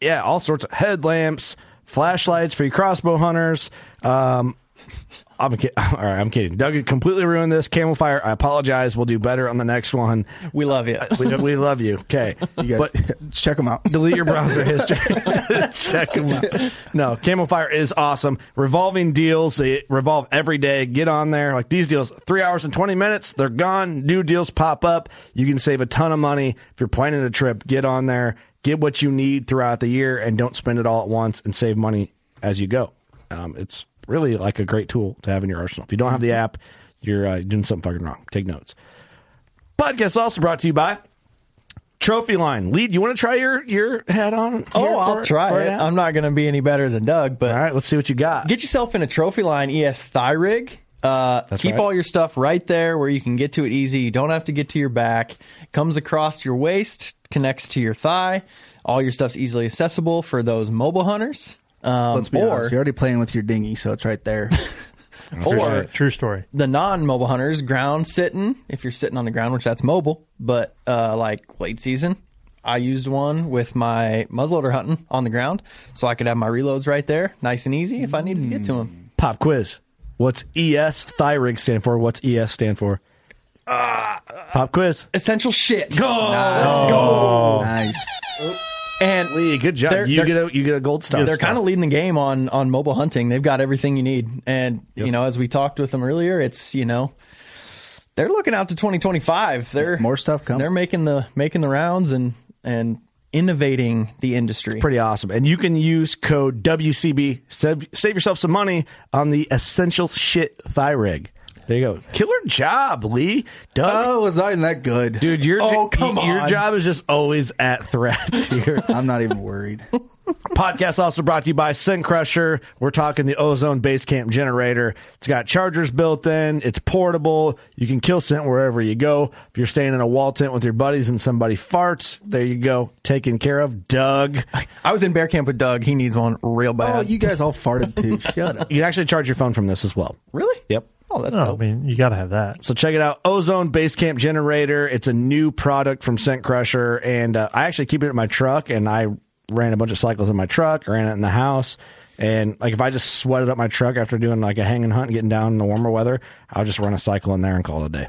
Speaker 2: yeah, all sorts of headlamps, flashlights for you crossbow hunters. Um, I'm ki- all right. I'm kidding. Doug completely ruined this. Camel fire. I apologize. We'll do better on the next one.
Speaker 3: We love you.
Speaker 2: we, we love you. Okay, but
Speaker 5: check them out.
Speaker 2: Delete your browser history. check them out. No, Camel Fire is awesome. Revolving deals. They revolve every day. Get on there. Like these deals, three hours and twenty minutes. They're gone. New deals pop up. You can save a ton of money if you're planning a trip. Get on there. Get what you need throughout the year, and don't spend it all at once. And save money as you go. Um, it's really like a great tool to have in your arsenal. If you don't have the app, you're uh, doing something fucking wrong. Take notes. Podcast also brought to you by Trophy Line. Lead, you want to try your your hat on?
Speaker 3: Oh,
Speaker 2: here
Speaker 3: I'll
Speaker 2: for-
Speaker 3: try
Speaker 2: for
Speaker 3: it.
Speaker 2: now?
Speaker 3: I'm not going to be any better than Doug, but all
Speaker 2: right, let's see what you got.
Speaker 3: Get yourself in a trophy line ES thigh rig. Uh, keep
Speaker 2: right.
Speaker 3: all your stuff right there where you can get to it easy. You don't have to get to your back. Comes across your waist, connects to your thigh. All your stuff's easily accessible for those mobile hunters. Um,
Speaker 5: Let's be
Speaker 3: or
Speaker 5: honest. You're already playing with your dinghy, so it's right there.
Speaker 3: Or-
Speaker 4: true story.
Speaker 3: the non-mobile hunters ground sitting if you're sitting on the ground which that's mobile but uh, like late season i used one with my muzzleloader hunting on the ground so i could have my reloads right there nice and easy if i needed to get to them
Speaker 2: Pop quiz. What's E ES thigh rig stand for? What's ES stand for? Uh, Pop quiz.
Speaker 3: Essential shit.
Speaker 2: Go.
Speaker 3: let's go.
Speaker 5: Nice.
Speaker 3: and
Speaker 2: Lee, good job.
Speaker 3: They're-
Speaker 2: you
Speaker 3: they're-
Speaker 2: get a you get a gold star.
Speaker 3: they're kind of leading the game on on mobile hunting they've got everything you need and you know as we talked with them earlier it's you know they're looking out to 2025 they're more
Speaker 5: stuff coming
Speaker 3: they're making the making the rounds and and innovating the industry
Speaker 2: pretty awesome. And you can use code WCB save, save yourself some money on the essential shit thigh rig. There you go. Killer job, Lee. Doug.
Speaker 5: Oh, was I that good,
Speaker 2: dude? Your
Speaker 5: Oh, come
Speaker 2: your
Speaker 5: on.
Speaker 2: job is just always at threat here.
Speaker 5: I'm not even worried.
Speaker 2: Podcast also brought to you by Sin Crusher. We're talking the ozone base camp generator. It's got chargers built in. It's portable. You can kill scent wherever you go. If you're staying in a wall tent with your buddies and somebody farts, there you go, taken care of. Doug,
Speaker 3: I was in bear camp with Doug. He needs one real bad.
Speaker 5: Oh, you guys all farted too. Shut up.
Speaker 2: You can actually charge your phone from this as well.
Speaker 3: Really?
Speaker 2: Yep.
Speaker 3: Oh, that's
Speaker 4: I mean, you got to have that.
Speaker 2: So check it out, Ozone Basecamp Generator. It's a new product from Scent Crusher, and uh, I actually keep it in my truck. And I ran a bunch of cycles in my truck, ran it in the house, and like if I just sweated up my truck after doing like a hanging hunt, and getting down in the warmer weather, I'll just run a cycle in there and call it a day.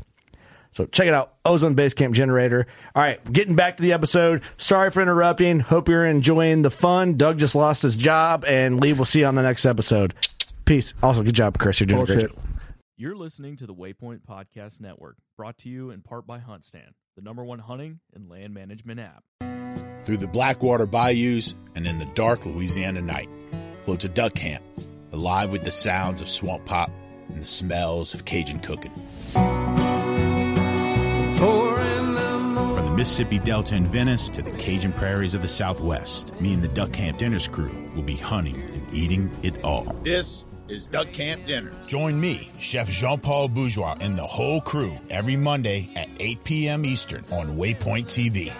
Speaker 2: So check it out, Ozone Basecamp Generator. All right, getting back to the episode. Sorry for interrupting. Hope you're enjoying the fun. Doug just lost his job, and Lee. We'll see you on the next episode. Peace. Also, good job, Chris. You're doing a great.
Speaker 5: Bullshit.
Speaker 18: You're listening to the Waypoint Podcast Network, brought to you in part by Hunt Stand, the number one hunting and land management app.
Speaker 8: Through the Blackwater bayous and in the dark Louisiana night floats a duck camp, alive with the sounds of swamp pop and the smells of Cajun cooking. From the Mississippi Delta in Venice to the Cajun prairies of the Southwest, me and the Duck Camp Dinner's crew will be hunting and eating it all.
Speaker 19: This is Duck Camp Dinner.
Speaker 8: Join me, Chef Jean Paul Bourgeois, and the whole crew every Monday at 8 p.m. Eastern on Waypoint TV.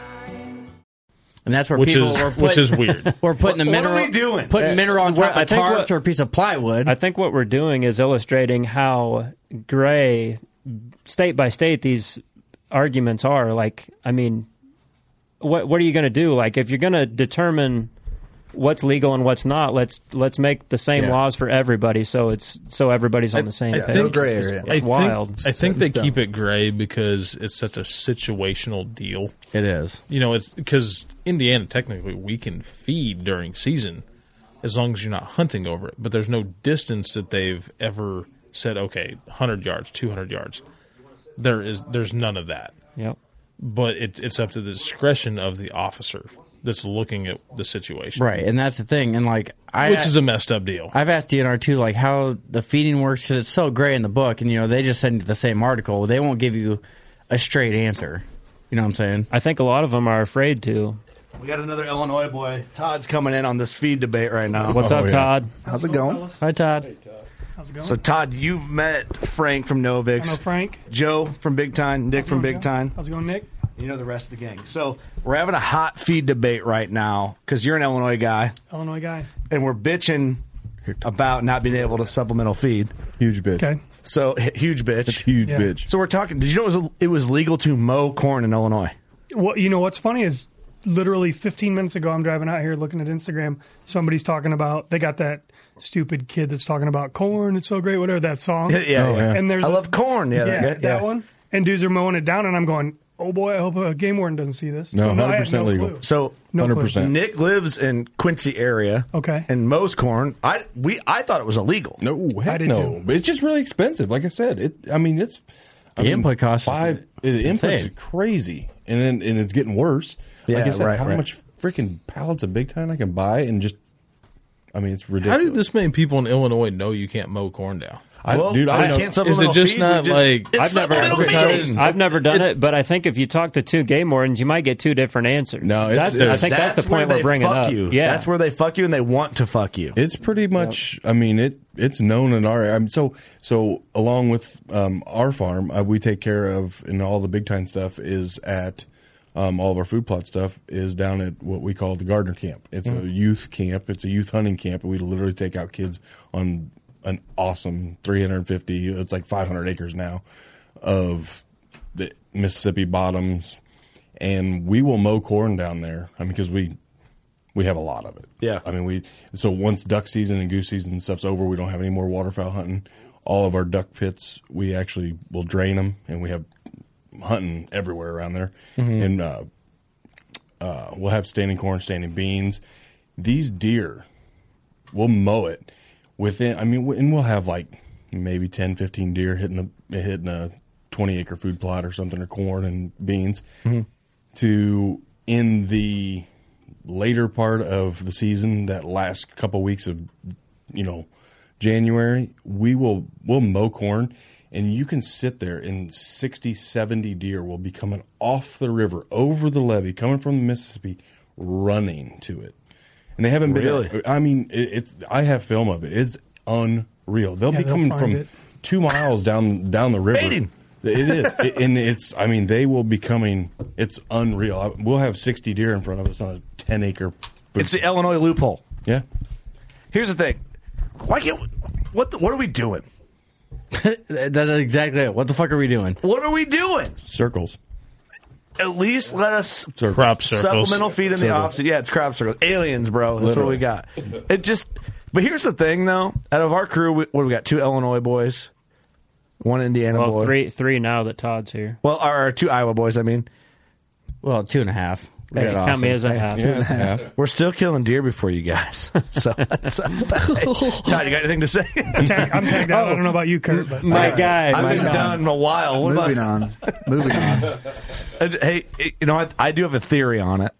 Speaker 7: And that's where
Speaker 8: Which
Speaker 7: people
Speaker 8: is-
Speaker 7: were put,
Speaker 8: which is weird.
Speaker 7: We're putting the
Speaker 8: What- what
Speaker 7: mineral.
Speaker 8: are we doing?
Speaker 7: Putting
Speaker 13: Uh,
Speaker 7: mineral on
Speaker 13: well,
Speaker 7: top
Speaker 13: I
Speaker 7: of
Speaker 13: think
Speaker 7: tarps
Speaker 13: what-
Speaker 7: or a piece of plywood.
Speaker 13: I think what we're doing is illustrating how gray, state by state, these arguments are. Like, I mean, what what are you going to do? Like, if you're going to determine what's legal and what's not, let's let's make the same
Speaker 10: Yeah.
Speaker 13: laws for everybody, so it's so everybody's on the same page. It's just-
Speaker 10: I
Speaker 13: It's
Speaker 10: think-
Speaker 13: wild.
Speaker 10: I think they keep it gray because it's such a situational deal.
Speaker 7: It is.
Speaker 10: You know, it's because Indiana technically we can feed during season as long as you're not hunting over it, but there's no distance that they've ever said okay, 100 yards, 200 yards. There is there's none of that.
Speaker 13: Yep.
Speaker 10: But it, it's up to the discretion of the officer that's looking at the situation.
Speaker 7: Right, and that's the thing. And like, I
Speaker 10: Which is a messed up deal.
Speaker 7: I've asked DNR too, like how the feeding works because it's so gray in the book, and you know they just send you the same article. They won't give you a straight answer. You know what I'm saying?
Speaker 13: I think a lot of them are afraid to.
Speaker 2: We got another Illinois boy. Todd's coming in on this feed debate right now.
Speaker 13: What's up, Todd?
Speaker 5: How's it going?
Speaker 7: Hi, Todd.
Speaker 20: How's it going?
Speaker 2: So, Todd, you've met Frank from Novix.
Speaker 20: I know Frank.
Speaker 2: Joe from Big Time. Nick from Big Time.
Speaker 20: How's it going, Nick?
Speaker 2: You know the rest of the gang. So, we're having a hot feed debate right now because you're an Illinois guy
Speaker 20: Illinois guy.
Speaker 2: and we're bitching about not being able to supplemental feed.
Speaker 11: Huge bitch.
Speaker 20: Okay.
Speaker 2: So, h- huge bitch. huge
Speaker 20: Yeah. bitch.
Speaker 2: So, we're talking. Did you know it was, it was legal to mow corn in Illinois?
Speaker 20: What you know? What's funny is literally 15 minutes ago, I'm driving out here looking at Instagram. Somebody's talking about they got that stupid kid that's talking about corn. It's so great, whatever that song.
Speaker 2: Yeah, yeah.
Speaker 20: And there's
Speaker 2: I love corn. Yeah, that-
Speaker 20: that,
Speaker 2: yeah.
Speaker 20: one. And dudes are mowing it down, and I'm going, oh boy, I hope a game warden doesn't see this. I have no clue.
Speaker 2: So
Speaker 20: No clue. 100%.
Speaker 2: Nick lives in Quincy area.
Speaker 20: Okay.
Speaker 2: And mows corn. I we I thought it was illegal.
Speaker 11: No, heck
Speaker 2: did
Speaker 11: no.
Speaker 2: too.
Speaker 11: But it's just really expensive. Like I said, it. I mean, it's I
Speaker 2: The
Speaker 11: mean,
Speaker 2: input cost is
Speaker 11: Five. The inputs
Speaker 2: insane.
Speaker 11: are crazy, and then and it's getting worse. like
Speaker 2: Yeah,
Speaker 11: I said,
Speaker 2: right,
Speaker 11: how
Speaker 2: right.
Speaker 11: much freaking pallets of big time I can buy and just. I mean, it's
Speaker 10: How
Speaker 11: ridiculous.
Speaker 10: do this many people in Illinois know you can't mow corn down?
Speaker 11: I- Well, dude, I I don't can't know.
Speaker 10: Is it
Speaker 11: supplemental
Speaker 10: just
Speaker 11: feed,
Speaker 10: not
Speaker 11: we just-
Speaker 10: like
Speaker 11: It's
Speaker 10: I've never
Speaker 11: supplemental
Speaker 10: advertised-
Speaker 11: feed.
Speaker 13: I've never done it, but I think if you talk to two game wardens, you might get two different answers. No, that's,
Speaker 11: it's-
Speaker 13: I think that's, the
Speaker 2: where
Speaker 13: point we're
Speaker 2: they
Speaker 13: bringing
Speaker 2: fuck
Speaker 13: up.
Speaker 2: You.
Speaker 13: Yeah,
Speaker 2: That's where they fuck you and they want to fuck you.
Speaker 11: It's pretty much. I mean it. It's known in our. I'm so so. Along with um, our farm, uh, we take care of and all the big time stuff is at um, all of our food plot stuff is down at what we call the gardener camp. It's a
Speaker 8: Mhm.
Speaker 11: youth camp. It's a youth hunting camp, and we literally take out kids on an awesome 350. It's like 500 acres now of the Mississippi bottoms, and we will mow corn down there. I mean, because we we have a lot of it. Yeah. I mean, we so once duck season and goose season and stuff's over, we don't have any more waterfowl hunting. All of our duck pits, we actually will drain them, and we have hunting everywhere around there,
Speaker 8: Mhm.
Speaker 11: and uh, uh, we'll have standing corn, standing beans. These deer, we'll mow it within. I mean, and we'll have like maybe 10, 15 deer hitting a hitting a twenty acre food plot or something, or corn and beans
Speaker 8: Mhm.
Speaker 11: to in the later part of the season, that last couple weeks of you know January, we will we'll mow corn and you can sit there and 60 70 deer will be coming off the river over the levee coming from the Mississippi running to it. And they haven't been
Speaker 8: Really?
Speaker 11: I mean it, it I have film of it. It's unreal. They'll
Speaker 8: Yeah,
Speaker 11: be
Speaker 8: they'll
Speaker 11: coming
Speaker 8: find
Speaker 11: from
Speaker 8: it.
Speaker 11: 2 miles down down the river.
Speaker 8: Baiting.
Speaker 11: It is, It- and it's. I mean, they will be coming. It's unreal. I- We'll have sixty deer in front of us on a ten acre.
Speaker 2: It's the Illinois loophole.
Speaker 11: Yeah,
Speaker 2: Here's the thing. Why can't what the, what are we doing?
Speaker 7: that's exactly it. What the fuck are we doing?
Speaker 2: What are we doing?
Speaker 11: circles.
Speaker 2: At least let us
Speaker 11: Circles. Crop circles.
Speaker 2: supplemental feed in the
Speaker 11: Circles.
Speaker 2: offseason. Yeah, it's crop circles. Aliens, bro. That's
Speaker 11: Literally.
Speaker 2: what we got. It just. But here's the thing, though. Out of our crew, we, what we got? Two Illinois boys, one Indiana
Speaker 13: well,
Speaker 2: boy.
Speaker 13: three three now that Todd's here.
Speaker 2: Well, our, our two Iowa boys. I mean,
Speaker 7: well, two and a half. We
Speaker 13: got Count Austin. me as a half. Yeah, it's a half.
Speaker 2: We're still killing deer before you guys. So, so- Todd, you got anything to say?
Speaker 20: I'm tagged out. I don't know about you, Kurt, but
Speaker 2: My guy, I've been done in a while. What
Speaker 5: Moving
Speaker 2: about,
Speaker 5: on. Moving on.
Speaker 2: Uh, Hey, you know, I, I do have a theory on it,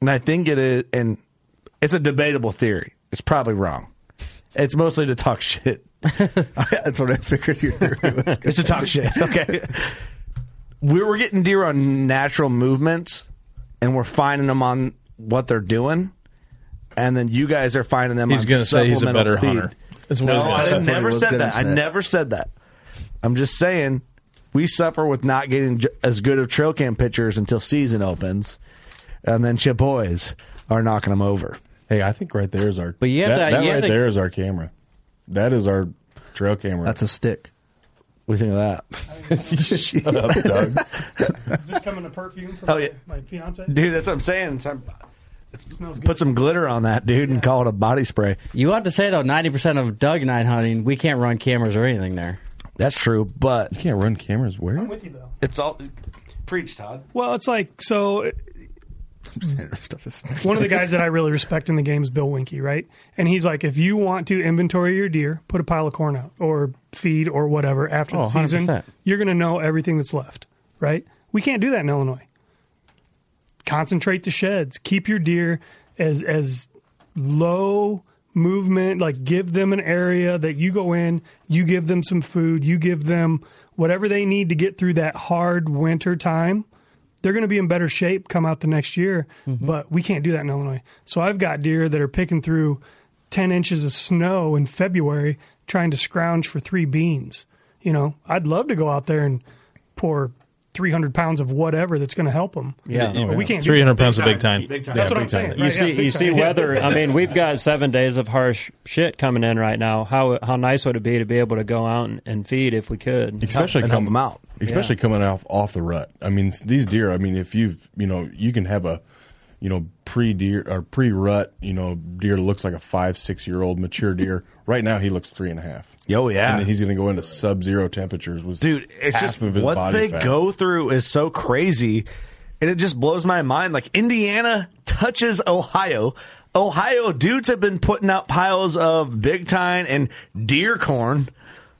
Speaker 2: and I think it is, and it's a debatable theory. It's probably wrong. It's mostly to talk shit.
Speaker 5: That's what I figured you were.
Speaker 2: It's to talk shit. Okay, we were getting deer on natural movements, and we're finding them on what they're doing, and then you guys are finding them.
Speaker 10: He's
Speaker 2: on
Speaker 10: gonna say he's a
Speaker 2: supplemental
Speaker 10: better
Speaker 2: feed.
Speaker 10: hunter. That's what
Speaker 2: no,
Speaker 10: he's gonna
Speaker 2: I
Speaker 10: say. That's what he
Speaker 2: never
Speaker 10: was
Speaker 2: said
Speaker 10: gonna
Speaker 2: that. I
Speaker 10: say.
Speaker 2: never said that. I'm just saying we suffer with not getting j- as good of trail cam pictures until season opens, and then your boys are knocking them over.
Speaker 11: Hey, I think right there is our.
Speaker 2: But
Speaker 7: you have
Speaker 11: that,
Speaker 7: to-
Speaker 11: that
Speaker 7: you
Speaker 11: right
Speaker 7: have to-
Speaker 11: there is our camera. That is our trail camera.
Speaker 5: That's a stick.
Speaker 2: We think of that.
Speaker 11: Shut up, Doug.
Speaker 20: Just coming to perfume for
Speaker 2: Oh,
Speaker 20: my,
Speaker 2: yeah.
Speaker 20: Oh, my fiance.
Speaker 2: Dude, that's what I'm saying. It's- I'm-
Speaker 20: smells
Speaker 2: Put some glitter on that, dude, and call it a body spray.
Speaker 7: You ought to say though, ninety percent of Doug night hunting, we can't run cameras or anything there.
Speaker 2: That's true, but
Speaker 11: you can't run cameras where? I'm
Speaker 20: with you though.
Speaker 2: It's all preach, Todd.
Speaker 20: Well, it's like so. One of the guys that I really respect in the game is Bill Winky, right? And he's like, if you want to inventory your deer, put a pile of corn out or feed or whatever after
Speaker 7: Oh,
Speaker 20: the season,
Speaker 7: 100%.
Speaker 20: you're going to know everything that's left, right? We can't do that in Illinois. Concentrate the sheds. Keep your deer as as low movement. Like give them an area that you go in. You give them some food. You give them whatever they need to get through that hard winter time they're going to be in better shape come out the next year. But we can't do that in Illinois. So I've got deer that are picking through 10 inches of snow in February trying to scrounge for three beans. You know, I'd love to go out there and pour 300 pounds of whatever that's going to help them.
Speaker 10: Yeah.
Speaker 20: But we can't do
Speaker 10: 300
Speaker 20: that.
Speaker 10: pounds of big time. Big time.
Speaker 20: That's
Speaker 10: Yeah,
Speaker 20: what I'm
Speaker 10: big time.
Speaker 20: saying.
Speaker 10: You
Speaker 13: You
Speaker 20: right? Yeah,
Speaker 13: see,
Speaker 20: big
Speaker 13: you see
Speaker 20: time.
Speaker 13: weather. I mean, we've got seven days of harsh shit coming in right now. How how nice would it be to be able to go out and, and feed if we could,
Speaker 11: especially come
Speaker 2: out,
Speaker 11: especially coming off off the rut. I mean, s- these deer. I mean, if you've you know you can have a you know pre deer or pre rut you know deer looks like a five six year old mature deer. right now, he looks three and a half.
Speaker 2: Oh yeah.
Speaker 11: and then he's going to go into sub zero temperatures with
Speaker 2: dude. It's
Speaker 11: half
Speaker 2: just
Speaker 11: of his
Speaker 2: what
Speaker 11: body
Speaker 2: they
Speaker 11: fat.
Speaker 2: go through is so crazy, and it just blows my mind. Like Indiana touches Ohio. Ohio dudes have been putting out piles of big time and deer corn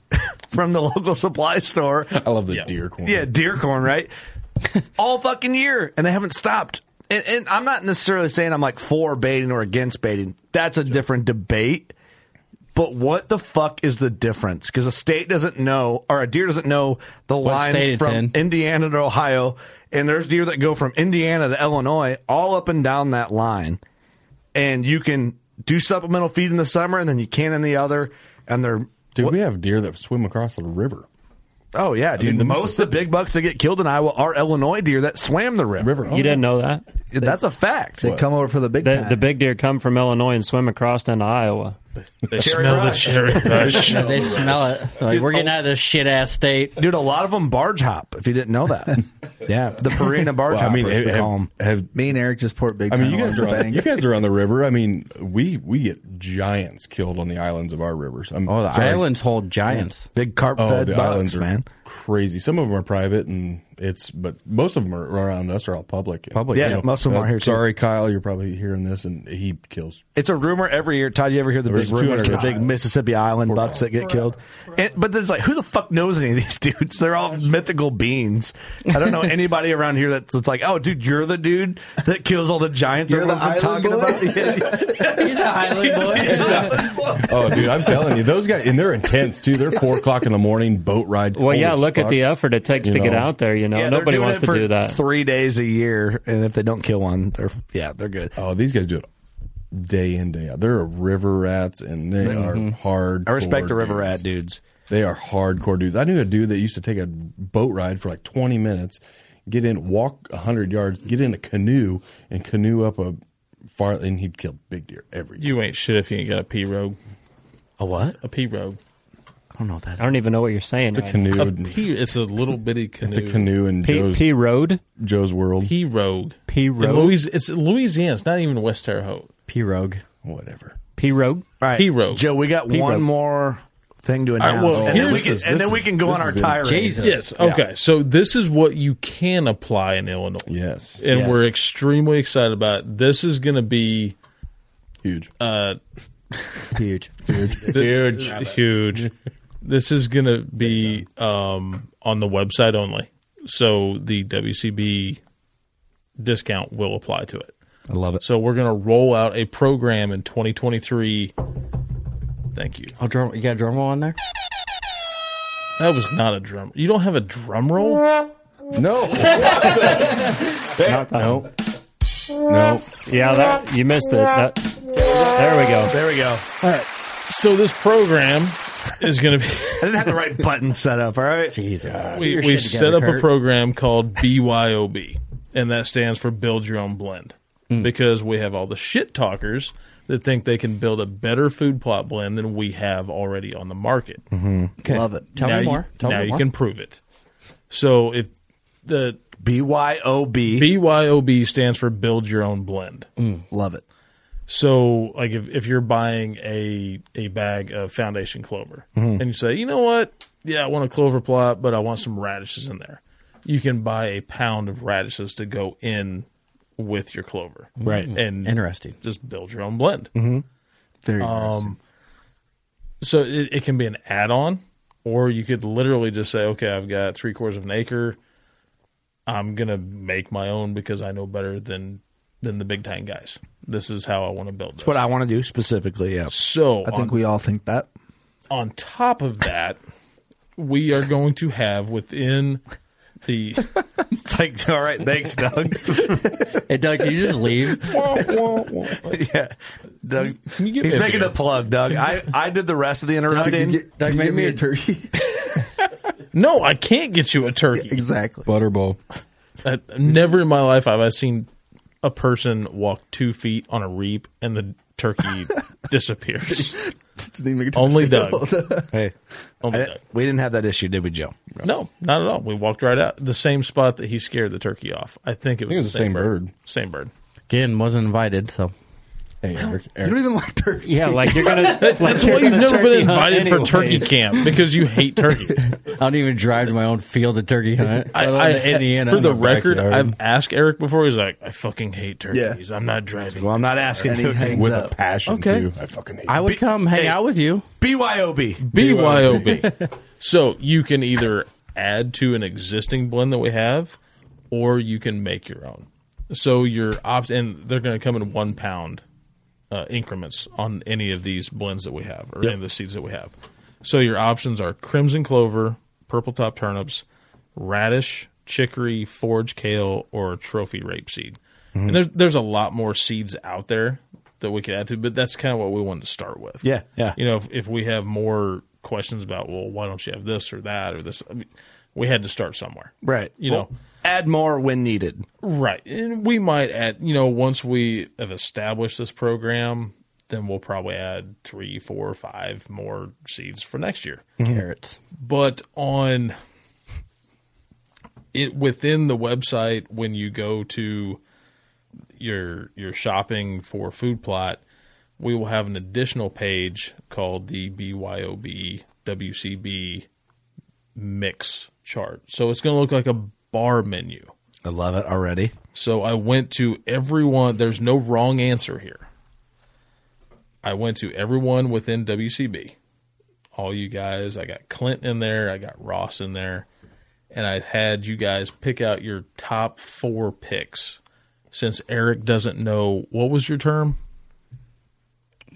Speaker 2: from the local supply store. I
Speaker 11: love the deer corn.
Speaker 2: Yeah, deer corn, right? All fucking year, and they haven't stopped. And, and I'm not necessarily saying I'm like for baiting or against baiting. That's a different debate. But what the fuck is the difference? Because a state doesn't know, or a deer doesn't know the
Speaker 7: What
Speaker 2: line
Speaker 7: state it's
Speaker 2: from
Speaker 7: in.
Speaker 2: Indiana to Ohio, and there's deer that go from Indiana to Illinois, all up and down that line. And you can do supplemental feed in the summer, and then you can in the other. And they're
Speaker 11: dude. We have deer that swim across the river.
Speaker 2: oh yeah, dude.
Speaker 11: mean,
Speaker 2: the
Speaker 11: the
Speaker 2: most of the big bucks that get killed in Iowa are Illinois deer that swam the river.
Speaker 13: Oh,
Speaker 11: River. You didn't know
Speaker 13: that?
Speaker 2: That's a fact.
Speaker 5: They come over for the big
Speaker 13: the,
Speaker 5: pack.
Speaker 13: the big deer come from Illinois and swim across into Iowa.
Speaker 10: They smell the cherry rush.
Speaker 7: they smell it. Like we're getting out of this shit ass state.
Speaker 2: oh. Dude, a lot of them barge hop. If you didn't know that, yeah, the Purina barge
Speaker 11: Well, I mean,
Speaker 2: hoppers, we
Speaker 11: have-
Speaker 2: call 'em.
Speaker 11: have-
Speaker 5: Me and Eric just poured big
Speaker 11: I
Speaker 5: time.
Speaker 11: mean, you guys,
Speaker 5: along
Speaker 11: are
Speaker 5: the
Speaker 11: on,
Speaker 5: bank.
Speaker 11: you guys are on the river. I mean, we we get giants killed on the islands of our rivers. I'm
Speaker 7: Oh, the
Speaker 11: sorry.
Speaker 7: islands hold giants.
Speaker 2: Big carp
Speaker 11: Oh,
Speaker 2: fed
Speaker 11: the
Speaker 2: bugs,
Speaker 11: islands are
Speaker 2: man.
Speaker 11: crazy. Some of them are private, and it's but most of them are around us are all public.
Speaker 2: Public, Yeah, yeah. most of 'em are here, too.
Speaker 11: Sorry, Kyle, you're probably hearing this, and he kills.
Speaker 2: It's a rumor every year. Todd, you ever hear the
Speaker 11: There's
Speaker 2: big rumors,
Speaker 11: 200
Speaker 2: the big
Speaker 11: guys.
Speaker 2: Mississippi Island bucks that get killed? And, but then it's like, who the fuck knows any of these dudes? They're all mythical beans. I don't know anybody around here that's, that's like, oh, dude, you're the dude that kills all the giants.
Speaker 5: You're the
Speaker 2: everyone's been talking
Speaker 5: island boy?
Speaker 2: about. Yeah.
Speaker 7: He's a Highland boy.
Speaker 11: Oh, dude, I'm telling you, those guys, and they're intense too. They're four o'clock in the morning boat ride.
Speaker 13: Well,
Speaker 11: cold
Speaker 13: yeah,
Speaker 11: as
Speaker 13: look
Speaker 11: fuck.
Speaker 13: at the effort it takes
Speaker 11: You
Speaker 13: to get
Speaker 11: know.
Speaker 13: out there. You know,
Speaker 2: Yeah, they're
Speaker 13: nobody
Speaker 2: doing
Speaker 13: wants
Speaker 2: it
Speaker 13: to
Speaker 2: for
Speaker 13: do that.
Speaker 2: Three days a year, and if they don't kill one, they're yeah, they're good.
Speaker 11: Oh, these guys do it day in day out. They're river rats, and they
Speaker 10: Mm-hmm.
Speaker 11: are hard.
Speaker 2: I respect the river rat dudes.
Speaker 11: They are hardcore dudes. I knew a dude that used to take a boat ride for like 20 minutes, get in, walk 100 yards, get in a canoe, and canoe up a far, and he'd kill big deer every year.
Speaker 10: You ain't shit if you ain't got a P rogue.
Speaker 2: A what?
Speaker 10: A P rogue.
Speaker 2: I don't know that.
Speaker 13: I don't even know what you're saying.
Speaker 11: It's a canoe.
Speaker 10: A P, it's a little bitty canoe.
Speaker 11: It's a canoe in
Speaker 13: P,
Speaker 11: Joe's,
Speaker 13: P Road.
Speaker 11: Joe's world.
Speaker 10: P rogue.
Speaker 13: P
Speaker 10: In
Speaker 13: Road.
Speaker 10: Louis, it's Louisiana. It's not even West Terre Haute.
Speaker 7: P Rogue.
Speaker 11: Whatever.
Speaker 13: P Rogue.
Speaker 2: All right,
Speaker 10: P rogue.
Speaker 2: Joe, we got one
Speaker 10: rogue.
Speaker 2: more thing to
Speaker 10: right,
Speaker 2: announce,
Speaker 10: well,
Speaker 2: and, then we
Speaker 10: here's-
Speaker 2: can,
Speaker 10: this is-
Speaker 2: and
Speaker 10: this
Speaker 2: then we
Speaker 10: is-
Speaker 2: can go on our tirade.
Speaker 7: Jesus.
Speaker 10: Yes.
Speaker 2: Yeah.
Speaker 10: Okay. So this is what you can apply in Illinois.
Speaker 11: Yes.
Speaker 10: And
Speaker 2: Yes.
Speaker 10: we're extremely excited about it. This is going to be
Speaker 11: Huge.
Speaker 10: uh,
Speaker 7: Huge.
Speaker 10: huge. Huge. This is going to be um, on the website only. So the WCB discount will apply to it.
Speaker 2: I love it.
Speaker 10: So we're going to roll out a program in 2023. Thank you.
Speaker 7: Oh, drum, you got a drum roll on there?
Speaker 10: That was not a drum. You don't have a drum roll?
Speaker 11: No. no. No.
Speaker 13: Yeah, that you missed it. That, there we go.
Speaker 2: There we go.
Speaker 10: All right. So this program is going to be.
Speaker 2: I didn't have the right button set up. All right.
Speaker 7: Jesus.
Speaker 10: we,
Speaker 7: Uh, Your
Speaker 10: we
Speaker 7: shit
Speaker 10: set
Speaker 7: together,
Speaker 10: up a
Speaker 7: Kurt.
Speaker 10: program called BYOB, and that stands for Build Your Own Blend.
Speaker 7: Hmm.
Speaker 10: Because we have all the shit talkers that think they can build a better food plot blend than we have already on the market.
Speaker 7: Okay.
Speaker 5: Love it.
Speaker 7: Tell me
Speaker 10: you-
Speaker 7: more. Tell
Speaker 10: now
Speaker 7: me
Speaker 10: you
Speaker 7: more.
Speaker 10: can prove it. So if the
Speaker 2: BYOB
Speaker 10: BYOB stands for build your own blend.
Speaker 2: love it.
Speaker 10: So like if, if you're buying a a bag of foundation clover
Speaker 2: Mhm.
Speaker 10: and you say, you know what? Yeah, I want a clover plot, but I want some radishes in there. You can buy a pound of radishes to go in with your clover.
Speaker 7: Right.
Speaker 10: And
Speaker 7: Interesting.
Speaker 10: Just build your own blend.
Speaker 7: Mhm.
Speaker 10: Very um, So it, it can be an add on, or you could literally just say, okay, I've got three quarters of an acre. I'm gonna make my own because I know better than than the big time guys. This is how I want to build.
Speaker 2: That's what I want to do specifically. Yeah.
Speaker 10: So
Speaker 5: I think
Speaker 10: on-
Speaker 5: we all think that.
Speaker 10: on top of that, we are going to have within the.
Speaker 2: it's like, all right, thanks, Doug.
Speaker 7: hey, Doug, can you just leave?
Speaker 2: yeah. Doug,
Speaker 10: Can you get
Speaker 2: he's
Speaker 10: me a
Speaker 2: making
Speaker 10: beer?
Speaker 2: a plug, Doug. I, I did the rest of the interrupting.
Speaker 5: Doug,
Speaker 2: made
Speaker 5: make me a turkey.
Speaker 10: No, I can't get you a turkey.
Speaker 5: exactly.
Speaker 11: Butterball.
Speaker 10: Uh, never in my life have I seen a person walk two feet on a reap and the turkey disappears. Only Doug.
Speaker 2: hey,
Speaker 10: Only
Speaker 2: I-
Speaker 10: Doug.
Speaker 2: we didn't have that issue, did we, Joe?
Speaker 10: No, not at all. We walked right out the same spot that he scared the turkey off. I think it was, the, same, bird. Same bird.
Speaker 7: Again, wasn't invited, so.
Speaker 11: Hey, Eric.
Speaker 5: You don't even like turkey.
Speaker 13: Yeah, like you're gonna.
Speaker 10: That's
Speaker 13: like
Speaker 10: why
Speaker 13: you're
Speaker 10: you've
Speaker 13: gonna
Speaker 10: never
Speaker 13: turkey
Speaker 10: been
Speaker 13: hunt
Speaker 10: invited for
Speaker 13: anyways.
Speaker 10: turkey camp because you hate turkey.
Speaker 7: I don't even drive to my own field to turkey hunt.
Speaker 10: I,
Speaker 7: let
Speaker 10: I,
Speaker 7: alone to Indiana.
Speaker 10: for the record, I've asked Eric before. He's like, I fucking hate turkeys. I'm not driving.
Speaker 2: Well, I'm not asking you
Speaker 11: with a passion
Speaker 10: Okay.
Speaker 11: too. I fucking hate
Speaker 7: I would come hang out with you.
Speaker 2: BYOB.
Speaker 10: BYOB. so you can either add to an existing blend that we have, or you can make your own. So your opt and they're going to come in one pound uh, increments on any of these blends that we have or any of the seeds that we have. So your options are crimson clover, purple top turnips, radish, chicory, forage kale, or trophy rapeseed.
Speaker 2: Mhm.
Speaker 10: And there's there's a lot more seeds out there that we could add to, but that's kind of what we wanted to start with.
Speaker 2: Yeah, yeah.
Speaker 10: You know, if, if we have more questions about, well, why don't you have this or that or this, I mean, we had to start somewhere,
Speaker 2: Right.
Speaker 10: You
Speaker 2: Well,
Speaker 10: know,
Speaker 2: add more when needed.
Speaker 10: right? And we might add, you know, once we have established this program, then we'll probably add three, four, or five more seeds for next year.
Speaker 2: Mm-hmm.
Speaker 7: Carrots.
Speaker 10: But on it within the website, when you go to your your shopping for food plot, we will have an additional page called the BYOB WCB mix chart. So it's going to look like a bar menu.
Speaker 2: I love it already.
Speaker 10: So I went to everyone. There's no wrong answer here. I went to everyone within WCB. All you guys. I got Clint in there. I got Ross in there. And I had you guys pick out your top four picks. Since Eric doesn't know what was your term?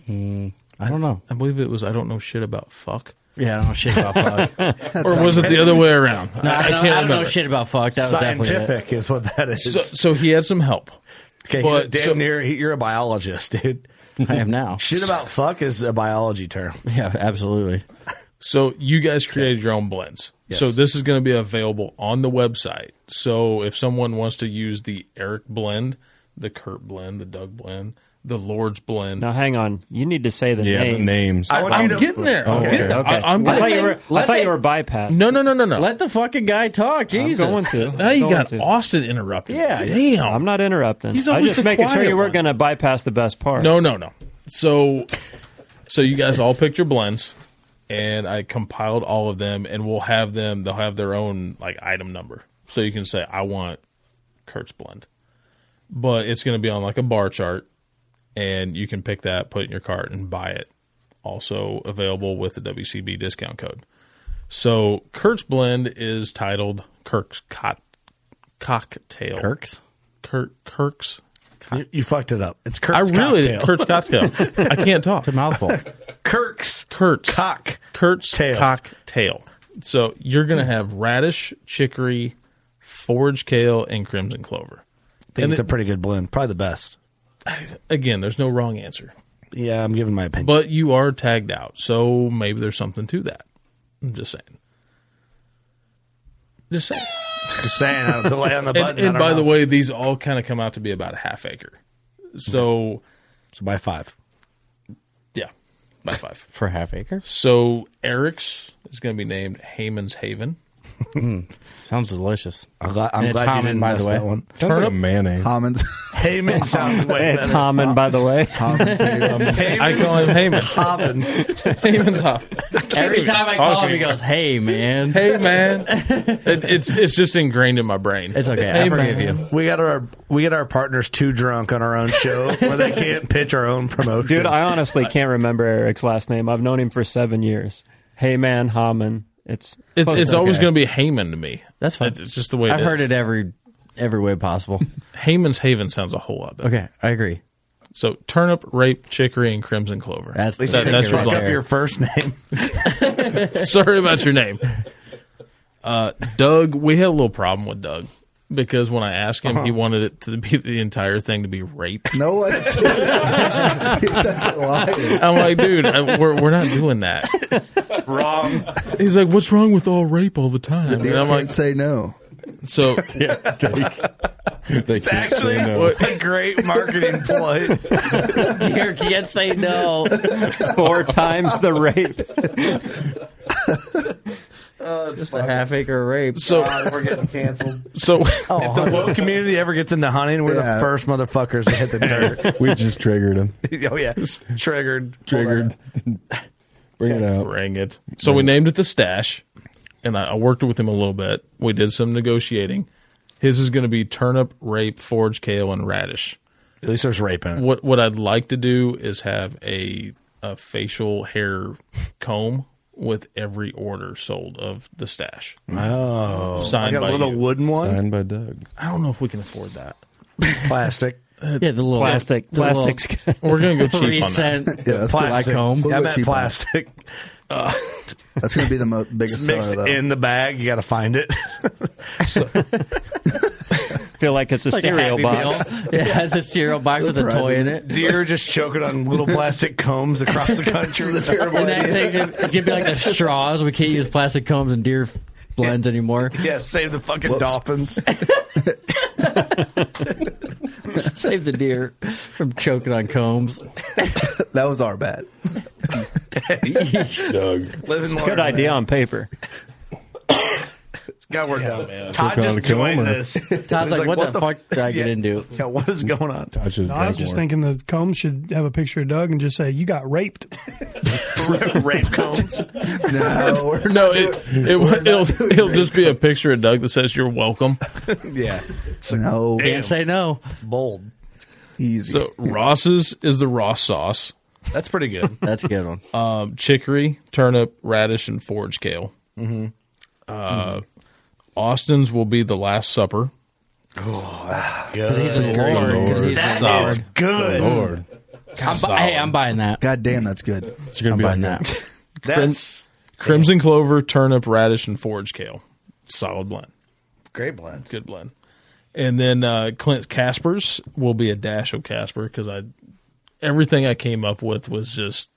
Speaker 7: Mm, I don't know.
Speaker 10: I believe it was I don't know shit about fuck.
Speaker 7: Yeah, I don't know shit about fuck.
Speaker 10: or was it the other way around?
Speaker 7: No, I, don't, I don't know
Speaker 10: remember.
Speaker 7: shit about fuck. That was definitely
Speaker 2: Scientific
Speaker 7: it.
Speaker 2: is what that is.
Speaker 10: So, so he had some help.
Speaker 2: okay,
Speaker 10: but-
Speaker 2: you're damn
Speaker 10: so-
Speaker 2: near you're a biologist, dude.
Speaker 7: I am now.
Speaker 2: Shit about fuck is a biology term.
Speaker 7: Yeah, absolutely.
Speaker 10: So you guys created your own blends.
Speaker 2: Yes.
Speaker 10: So this is going to be available on the website. So if someone wants to use the Eric blend, the Kurt blend, the Doug blend, the Lord's blend,
Speaker 13: Now hang on. You need to say the
Speaker 11: Yeah,
Speaker 13: names.
Speaker 11: the names. I
Speaker 10: I'm getting there. I'm getting there. I, am
Speaker 13: I thought you were. I
Speaker 7: Let
Speaker 13: thought
Speaker 7: it-
Speaker 13: you were bypassed.
Speaker 10: No, no, no, no, no.
Speaker 7: Let the fucking guy talk. Jesus.
Speaker 13: going to.
Speaker 10: now you
Speaker 13: going
Speaker 10: got
Speaker 13: to.
Speaker 10: Austin interrupted.
Speaker 7: Yeah.
Speaker 10: Damn.
Speaker 13: I'm not interrupting.
Speaker 10: He's
Speaker 13: I'm
Speaker 10: always
Speaker 13: just
Speaker 10: the
Speaker 13: making sure
Speaker 10: quiet
Speaker 13: you weren't
Speaker 10: one.
Speaker 13: going to bypass the best part.
Speaker 10: No, no, no. So, so you guys all picked your blends, and I compiled all of them, and we'll have them. They'll have their own like item number, so you can say, "I want Kurt's blend," but it's going to be on like a bar chart, and you can pick that, put it in your cart, and buy it. Also available with the WCB discount code. So Kurt's blend is titled Kirk's Cot- Cocktail.
Speaker 7: Kirk's.
Speaker 10: Kirk Kirk's
Speaker 2: You, you fucked it up. It's
Speaker 10: I
Speaker 2: Kurt's
Speaker 10: really did.
Speaker 2: cocktail.
Speaker 10: Kurt's cocktail. I can't talk. It's a
Speaker 7: mouthful.
Speaker 2: Kirk's
Speaker 10: Kurt's
Speaker 2: cock.
Speaker 10: Kurt's
Speaker 2: Tail.
Speaker 10: cocktail. So you're gonna have radish, chicory, forage kale, and crimson clover.
Speaker 2: I think
Speaker 10: And
Speaker 2: it's
Speaker 10: it-
Speaker 2: a pretty good blend. Probably the best.
Speaker 10: Again, there's no wrong answer,
Speaker 2: Yeah, I'm giving my opinion.
Speaker 10: but you are tagged out, so maybe there's something to that. I'm just saying. Just saying.
Speaker 2: Just saying, I'll delay on the
Speaker 10: And-
Speaker 2: button.
Speaker 10: and by the way, these all kind of come out to be about a half acre. So
Speaker 2: so by five.
Speaker 10: yeah, by five.
Speaker 7: For half acre?
Speaker 10: So Eric's is going to be named Haman's Haven.
Speaker 7: Sounds delicious.
Speaker 2: I'm glad,
Speaker 7: And it's Haman, by the way.
Speaker 11: Sounds like a mayonnaise.
Speaker 5: Hammonds.
Speaker 2: Heyman sounds way
Speaker 13: It's
Speaker 2: better.
Speaker 13: Haman, by the way.
Speaker 2: I
Speaker 17: call him Heyman.
Speaker 2: Haman.
Speaker 17: Heyman's off.
Speaker 7: Every
Speaker 10: even
Speaker 7: time I
Speaker 10: talk
Speaker 7: call him, he
Speaker 10: anymore.
Speaker 7: goes, "Hey, man."
Speaker 17: Hey, man.
Speaker 10: It, it's it's just ingrained in my brain.
Speaker 7: It's okay. I forgive you.
Speaker 2: We got our we got our partners too drunk on our own show where they can't pitch our own promotion.
Speaker 13: Dude, I honestly can't remember Eric's last name. I've known him for seven years. Hey, man, Haman. It's
Speaker 10: It's,
Speaker 13: close
Speaker 10: it's
Speaker 13: to
Speaker 10: always
Speaker 13: okay.
Speaker 10: going to be Haman to me.
Speaker 7: That's fine.
Speaker 10: It's, it's just the way
Speaker 7: I've heard
Speaker 10: is.
Speaker 7: it every every way possible.
Speaker 10: Haman's Haven sounds a whole lot better.
Speaker 7: Okay, I agree.
Speaker 10: So turnip, rape, chicory, and crimson clover.
Speaker 7: That's the
Speaker 10: That-
Speaker 7: thing
Speaker 10: that's
Speaker 7: right
Speaker 10: what-
Speaker 7: there.
Speaker 2: first name.
Speaker 10: Sorry about your name. Uh, Doug, we had a little problem with Doug because when I asked him, he wanted it to be the entire thing to be rape.
Speaker 5: Uh-huh. No, I didn't. You're such a liar.
Speaker 10: I'm like, dude, I, we're, we're not doing that.
Speaker 2: Wrong.
Speaker 10: He's like, what's wrong with all rape all the time?
Speaker 5: The
Speaker 10: And
Speaker 5: deer
Speaker 10: I'm
Speaker 5: can't
Speaker 10: like,
Speaker 5: say no.
Speaker 10: so
Speaker 11: They can't
Speaker 2: Actually,
Speaker 11: say no.
Speaker 10: what-
Speaker 2: a great marketing ploy.
Speaker 7: Dear can't say no.
Speaker 13: four times the rate. Oh,
Speaker 7: Just a half acre rape.
Speaker 10: so
Speaker 2: we're getting canceled.
Speaker 10: so
Speaker 2: if the woke community ever gets into hunting, we're
Speaker 5: Yeah.
Speaker 2: the first motherfuckers to hit the dirt.
Speaker 11: We just triggered him.
Speaker 2: oh yeah, triggered.
Speaker 11: Triggered. Bring it out.
Speaker 10: Bring it. So we named it the stash, and I, I worked with him a little bit. We did some negotiating. His is going to be turnip, rape, forage, kale, and radish.
Speaker 2: At least there's rape in it.
Speaker 10: What what I'd like to do is have a a facial hair comb with every order sold of the stash.
Speaker 2: Oh,
Speaker 10: Signed
Speaker 2: like a
Speaker 10: by
Speaker 2: little
Speaker 10: you.
Speaker 2: wooden one,
Speaker 11: Signed by Doug.
Speaker 10: I don't know if we can afford that.
Speaker 2: plastic.
Speaker 7: yeah, the little
Speaker 13: Plastic.
Speaker 7: the little
Speaker 13: Plastics.
Speaker 10: We're going to go
Speaker 7: three
Speaker 10: cheap on that.
Speaker 7: cent
Speaker 5: Yeah, that's, gonna-
Speaker 7: black comb.
Speaker 5: We'll
Speaker 2: Yeah, I
Speaker 5: go
Speaker 2: meant
Speaker 5: cheap on it.
Speaker 2: plastic.
Speaker 5: that's gonna be the mo- biggest
Speaker 2: It's mixed
Speaker 5: seller though.
Speaker 2: in the bag. You got to find it.
Speaker 13: feel like it's a
Speaker 7: Like a
Speaker 13: cereal
Speaker 7: Happy
Speaker 13: box.
Speaker 7: Meal. Yeah, the cereal box with a toy in it.
Speaker 2: Deer just choking on little plastic combs across the country.
Speaker 5: This is a terrible
Speaker 7: And that's
Speaker 5: idea.
Speaker 7: it's gonna- it's gonna be like the straws. We can't use plastic combs and deer blends anymore.
Speaker 2: Yeah, save the fucking
Speaker 5: Whoops.
Speaker 2: dolphins.
Speaker 7: Save the deer from choking on combs.
Speaker 5: That was our bad.
Speaker 11: Doug.
Speaker 2: Living large.
Speaker 13: Good idea on paper.
Speaker 2: Got worked out. Todd
Speaker 11: Took on
Speaker 2: just
Speaker 11: a comb
Speaker 2: joined
Speaker 11: or-
Speaker 2: this. Todd's
Speaker 7: Todd's like, what, the fuck did I get into?
Speaker 2: Yeah, what is going on?
Speaker 11: I should
Speaker 20: No,
Speaker 11: have
Speaker 20: I was just thinking the comb should have a picture of Doug and just say, "You got raped."
Speaker 2: Rape combs.
Speaker 5: No, we're not
Speaker 10: No, it, it, it'll, it'll just be a picture of Doug that says, You're welcome.
Speaker 2: yeah,
Speaker 5: no
Speaker 7: Can't say no.
Speaker 2: bold.
Speaker 5: easy.
Speaker 10: So Ross's is the Ross sauce.
Speaker 2: That's pretty good.
Speaker 7: That's a good one.
Speaker 10: um, chicory, turnip, radish, and forage kale. Mm-hmm. Uh,
Speaker 7: Mm-hmm.
Speaker 10: Austin's will be the Last Supper.
Speaker 7: Because Ah, he's a Oh, lord. 'cause he's a
Speaker 2: That is
Speaker 7: lord.
Speaker 2: good.
Speaker 10: Lord,
Speaker 7: I'm bu- hey, I'm buying that.
Speaker 5: God damn, that's good.
Speaker 11: It's going to be like that.
Speaker 2: That's
Speaker 10: crimson clover, turnip, radish, and forage kale. Solid blend,
Speaker 2: great blend.
Speaker 10: good blend. And then uh, Clint Casper's will be a dash of Casper because I everything I came up with was just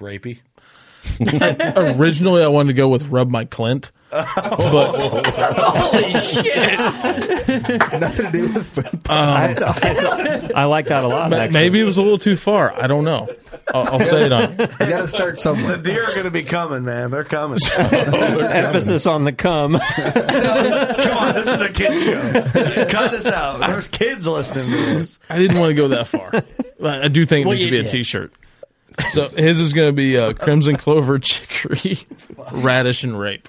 Speaker 2: Rapey.
Speaker 10: originally I wanted to go with rub my Clint, but
Speaker 7: Holy shit!
Speaker 5: Nothing to do with
Speaker 13: Um, I like that a lot.
Speaker 10: ma-
Speaker 13: actually.
Speaker 10: maybe it was a little too far. I don't know. I'll, I'll say it on.
Speaker 5: You got to start somewhere.
Speaker 2: Deer are going to be coming, man. They're coming.
Speaker 13: emphasis on the come.
Speaker 2: Come on, this is a kid show. Cut this out. There's kids listening to this.
Speaker 10: I didn't want to go that far. But I do think it
Speaker 7: Well,
Speaker 10: needs to
Speaker 7: you
Speaker 10: be a
Speaker 7: did.
Speaker 10: T-shirt. So his is going to be uh, crimson clover, chicory, radish, and rape.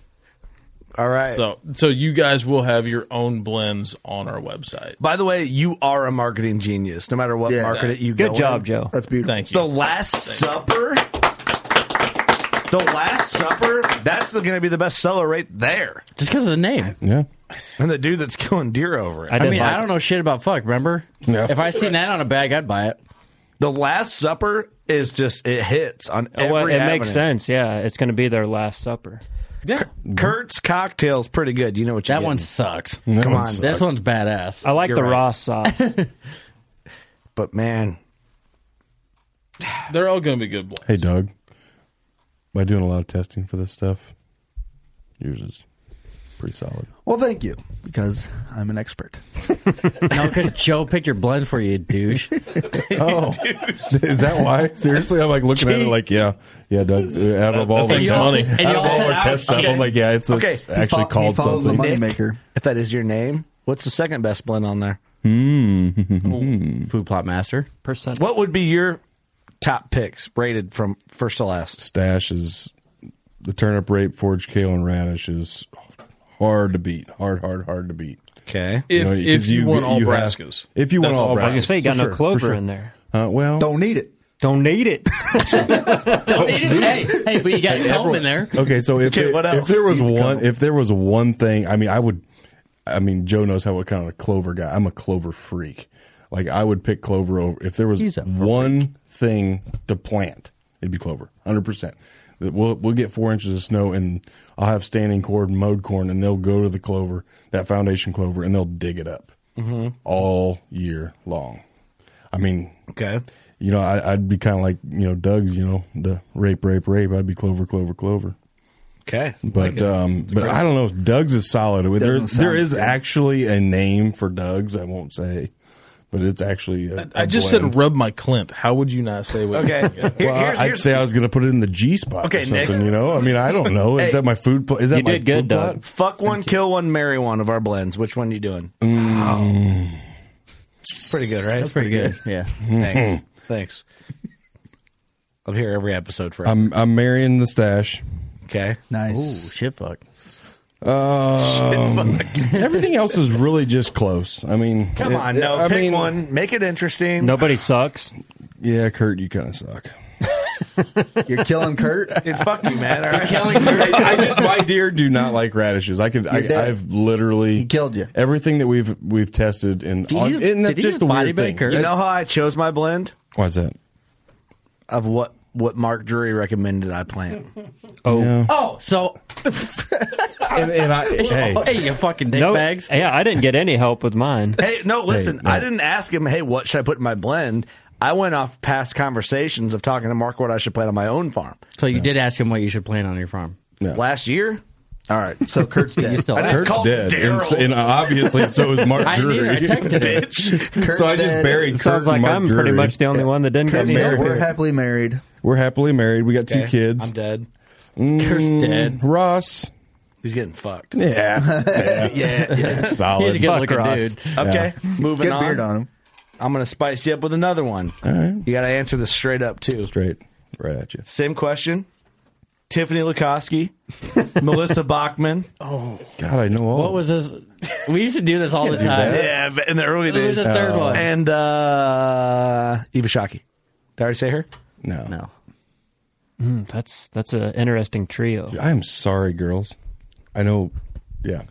Speaker 2: All right.
Speaker 10: So, so you guys will have your own blends on our website.
Speaker 2: By the way, you are a marketing genius. No matter what
Speaker 5: Yeah.
Speaker 2: market it you go.
Speaker 13: Good job,
Speaker 2: in.
Speaker 13: Joe.
Speaker 5: That's beautiful.
Speaker 10: Thank you.
Speaker 2: The Last Supper. The Last Supper. That's going to be the best seller right there.
Speaker 7: Just because of the name.
Speaker 11: Yeah.
Speaker 2: And the dude that's killing deer over it.
Speaker 13: I
Speaker 7: I
Speaker 13: didn't
Speaker 7: mean,
Speaker 13: like
Speaker 7: I don't know shit about fuck. Remember?
Speaker 11: No.
Speaker 7: If I seen that on a bag, I'd buy it.
Speaker 2: The Last Supper is just it hits on
Speaker 13: it.
Speaker 2: every.
Speaker 13: Oh, Well, it
Speaker 2: avenue.
Speaker 13: makes sense. Yeah, it's going to be their last supper.
Speaker 2: Kurt's cocktail's pretty good. You know what you
Speaker 7: That one sucks.
Speaker 2: Come on,
Speaker 7: This one's badass.
Speaker 13: I like
Speaker 2: You're
Speaker 13: the
Speaker 2: right.
Speaker 13: raw sauce.
Speaker 2: but man,
Speaker 10: They're all going to be good blends.
Speaker 11: Hey, Doug. Am I doing a lot of testing for this stuff? Yours is pretty solid.
Speaker 5: Well, thank you because I'm an expert.
Speaker 7: no, because Joe picked your blend for you, douche.
Speaker 11: Oh, is that why? Seriously, I'm like looking at it like, yeah, yeah, Doug's out of all the
Speaker 2: thing's
Speaker 11: tests,
Speaker 2: money. And you
Speaker 11: out of all
Speaker 2: also-
Speaker 11: our test stuff,
Speaker 2: okay.
Speaker 11: I'm like, yeah, it's, it's
Speaker 2: Okay. He
Speaker 11: actually
Speaker 2: fo- he
Speaker 11: called
Speaker 2: follows the
Speaker 11: something.
Speaker 2: money Nick. maker. If that is your name, what's the second best blend on there?
Speaker 11: Mm.
Speaker 7: Food plot master
Speaker 13: percent.
Speaker 2: What would be your top picks rated from first to last?
Speaker 11: Stash is the turnip rape, forage kale, and radish is hard to beat. Hard, hard, hard to beat.
Speaker 2: Okay.
Speaker 11: You know,
Speaker 10: If-
Speaker 11: 'cause
Speaker 10: if you want all
Speaker 11: have-
Speaker 10: Braskas.
Speaker 11: if you want
Speaker 10: That's
Speaker 11: all
Speaker 10: all
Speaker 11: Braskas,
Speaker 10: I was gonna say, you got
Speaker 11: for
Speaker 10: no
Speaker 11: sure, for
Speaker 10: clover
Speaker 11: sure.
Speaker 10: in there.
Speaker 11: Uh, well,
Speaker 5: don't need it.
Speaker 13: Don't need it.
Speaker 7: Don't need it. Hey, hey, but you got
Speaker 11: Hey,
Speaker 7: comb
Speaker 11: everyone-
Speaker 7: in there.
Speaker 11: Okay, so if,
Speaker 7: Okay,
Speaker 11: it-
Speaker 7: what
Speaker 11: if
Speaker 7: else?
Speaker 11: there was
Speaker 7: Need to
Speaker 11: one, if there was one thing, I mean, I would, I mean, Joe knows how what kind of a clover guy. I'm a clover freak. Like I would pick clover over if there was one thing to plant, it'd be clover, hundred percent. We'll we'll get four inches of snow, and I'll have standing corn, and mowed corn, and they'll go to the clover, that foundation clover, and they'll dig it up
Speaker 2: Mhm.
Speaker 11: all year long. I mean,
Speaker 2: okay.
Speaker 11: You know, I, I'd be kind of like you know Doug's. You know, the rape, rape, rape. I'd be clover, clover, clover.
Speaker 2: Okay.
Speaker 11: But um, but I don't know. Doug's is solid. There,
Speaker 2: Doesn't sound
Speaker 11: there is
Speaker 2: good.
Speaker 11: actually a name for Doug's. I won't say, but it's actually. a-
Speaker 10: I
Speaker 11: a
Speaker 10: just
Speaker 11: blend.
Speaker 10: said rub my Clint. How would you not say what?
Speaker 2: Okay.
Speaker 11: Well, I'd say I was going to put it in the G spot
Speaker 2: Okay,
Speaker 11: or
Speaker 2: Nick.
Speaker 11: something. You know, I mean, I don't know. Is
Speaker 2: Hey.
Speaker 11: that my food? Pl- is that my food plot?
Speaker 2: Fuck one, kill one, marry one of our blends. Which one you doing?
Speaker 11: Mm.
Speaker 2: Pretty good, right?
Speaker 7: That's pretty good. Yeah.
Speaker 11: Hmm.
Speaker 2: Thanks. Thanks. I'm here every episode for
Speaker 11: I'm I'm marrying the stash.
Speaker 2: Okay.
Speaker 5: Nice.
Speaker 7: Ooh, shit fuck.
Speaker 11: Um, everything else is really just close. I mean,
Speaker 2: Come
Speaker 11: it-
Speaker 2: on, no,
Speaker 11: I
Speaker 2: pick
Speaker 11: mean,
Speaker 2: one. Make it interesting.
Speaker 13: Nobody sucks.
Speaker 11: Yeah, Kurt, you kind of suck.
Speaker 5: You're killing Kurt.
Speaker 2: Dude, fuck you, man. All right.
Speaker 11: I just, my deer do not like radishes. I could, I,
Speaker 5: You're dead.
Speaker 11: I've literally he
Speaker 5: killed you.
Speaker 11: Everything that we've we've tested and,
Speaker 2: Did
Speaker 11: on,
Speaker 2: you-
Speaker 11: and that's
Speaker 2: did you
Speaker 11: just
Speaker 2: just
Speaker 11: the
Speaker 2: body
Speaker 11: weird
Speaker 2: bag
Speaker 11: thing.
Speaker 2: Kurt? You know how I chose my blend
Speaker 11: Why is that?
Speaker 2: of what what Mark Drury recommended I plant.
Speaker 11: Oh,
Speaker 7: Oh, so
Speaker 11: and, and I
Speaker 7: hey, you fucking dick
Speaker 13: no,
Speaker 7: bags.
Speaker 13: Yeah, I didn't get any help with mine.
Speaker 2: Hey, no, listen.
Speaker 13: no.
Speaker 2: I didn't ask him. Hey, what should I put in my blend? I went off past conversations of talking to Mark what I should plant on my own farm.
Speaker 7: So you did ask him what you should plant on your farm.
Speaker 2: Last year.
Speaker 5: All right, so Kurt's
Speaker 7: You
Speaker 5: dead.
Speaker 7: still-
Speaker 2: I didn't
Speaker 11: Kurt's
Speaker 2: call
Speaker 11: dead,
Speaker 2: Daryl.
Speaker 11: and, so- and obviously so is Mark
Speaker 2: I knew,
Speaker 11: Drury.
Speaker 2: I texted him. Kurt's
Speaker 11: so I just
Speaker 2: dead.
Speaker 11: buried.
Speaker 13: Sounds
Speaker 11: Kurt
Speaker 13: like
Speaker 11: and Mark
Speaker 13: I'm pretty
Speaker 11: Drury.
Speaker 13: much the only one that didn't get
Speaker 5: Yeah,
Speaker 13: married.
Speaker 5: we're happily married.
Speaker 11: We're happily married. We got two
Speaker 2: Okay,
Speaker 11: kids.
Speaker 2: I'm dead.
Speaker 11: Mm,
Speaker 2: Kurt's dead.
Speaker 11: Ross.
Speaker 2: He's getting fucked.
Speaker 11: Yeah. Yeah.
Speaker 2: Yeah, yeah.
Speaker 11: Solid.
Speaker 2: He's a good-looking
Speaker 11: Fuck Ross.
Speaker 2: dude.
Speaker 11: Yeah.
Speaker 2: Okay, moving
Speaker 5: Good
Speaker 2: on.
Speaker 5: beard on him.
Speaker 2: I'm gonna spice you up with another one.
Speaker 11: All right.
Speaker 2: You got to answer this straight up too.
Speaker 11: Straight, right at you.
Speaker 2: Same question. Tiffany Lukoski, Melissa Bachman.
Speaker 10: Oh,
Speaker 11: God, I know all.
Speaker 7: What was this? We used to do this all the
Speaker 11: do
Speaker 7: time.
Speaker 11: that.
Speaker 2: Yeah, but in the early
Speaker 7: Who was
Speaker 2: days.
Speaker 7: the third one?
Speaker 2: And uh, Eva Shockey. Did I already say her?
Speaker 11: No.
Speaker 7: No.
Speaker 13: Mm, that's that's an interesting trio.
Speaker 11: I am sorry, girls. I know. Yeah.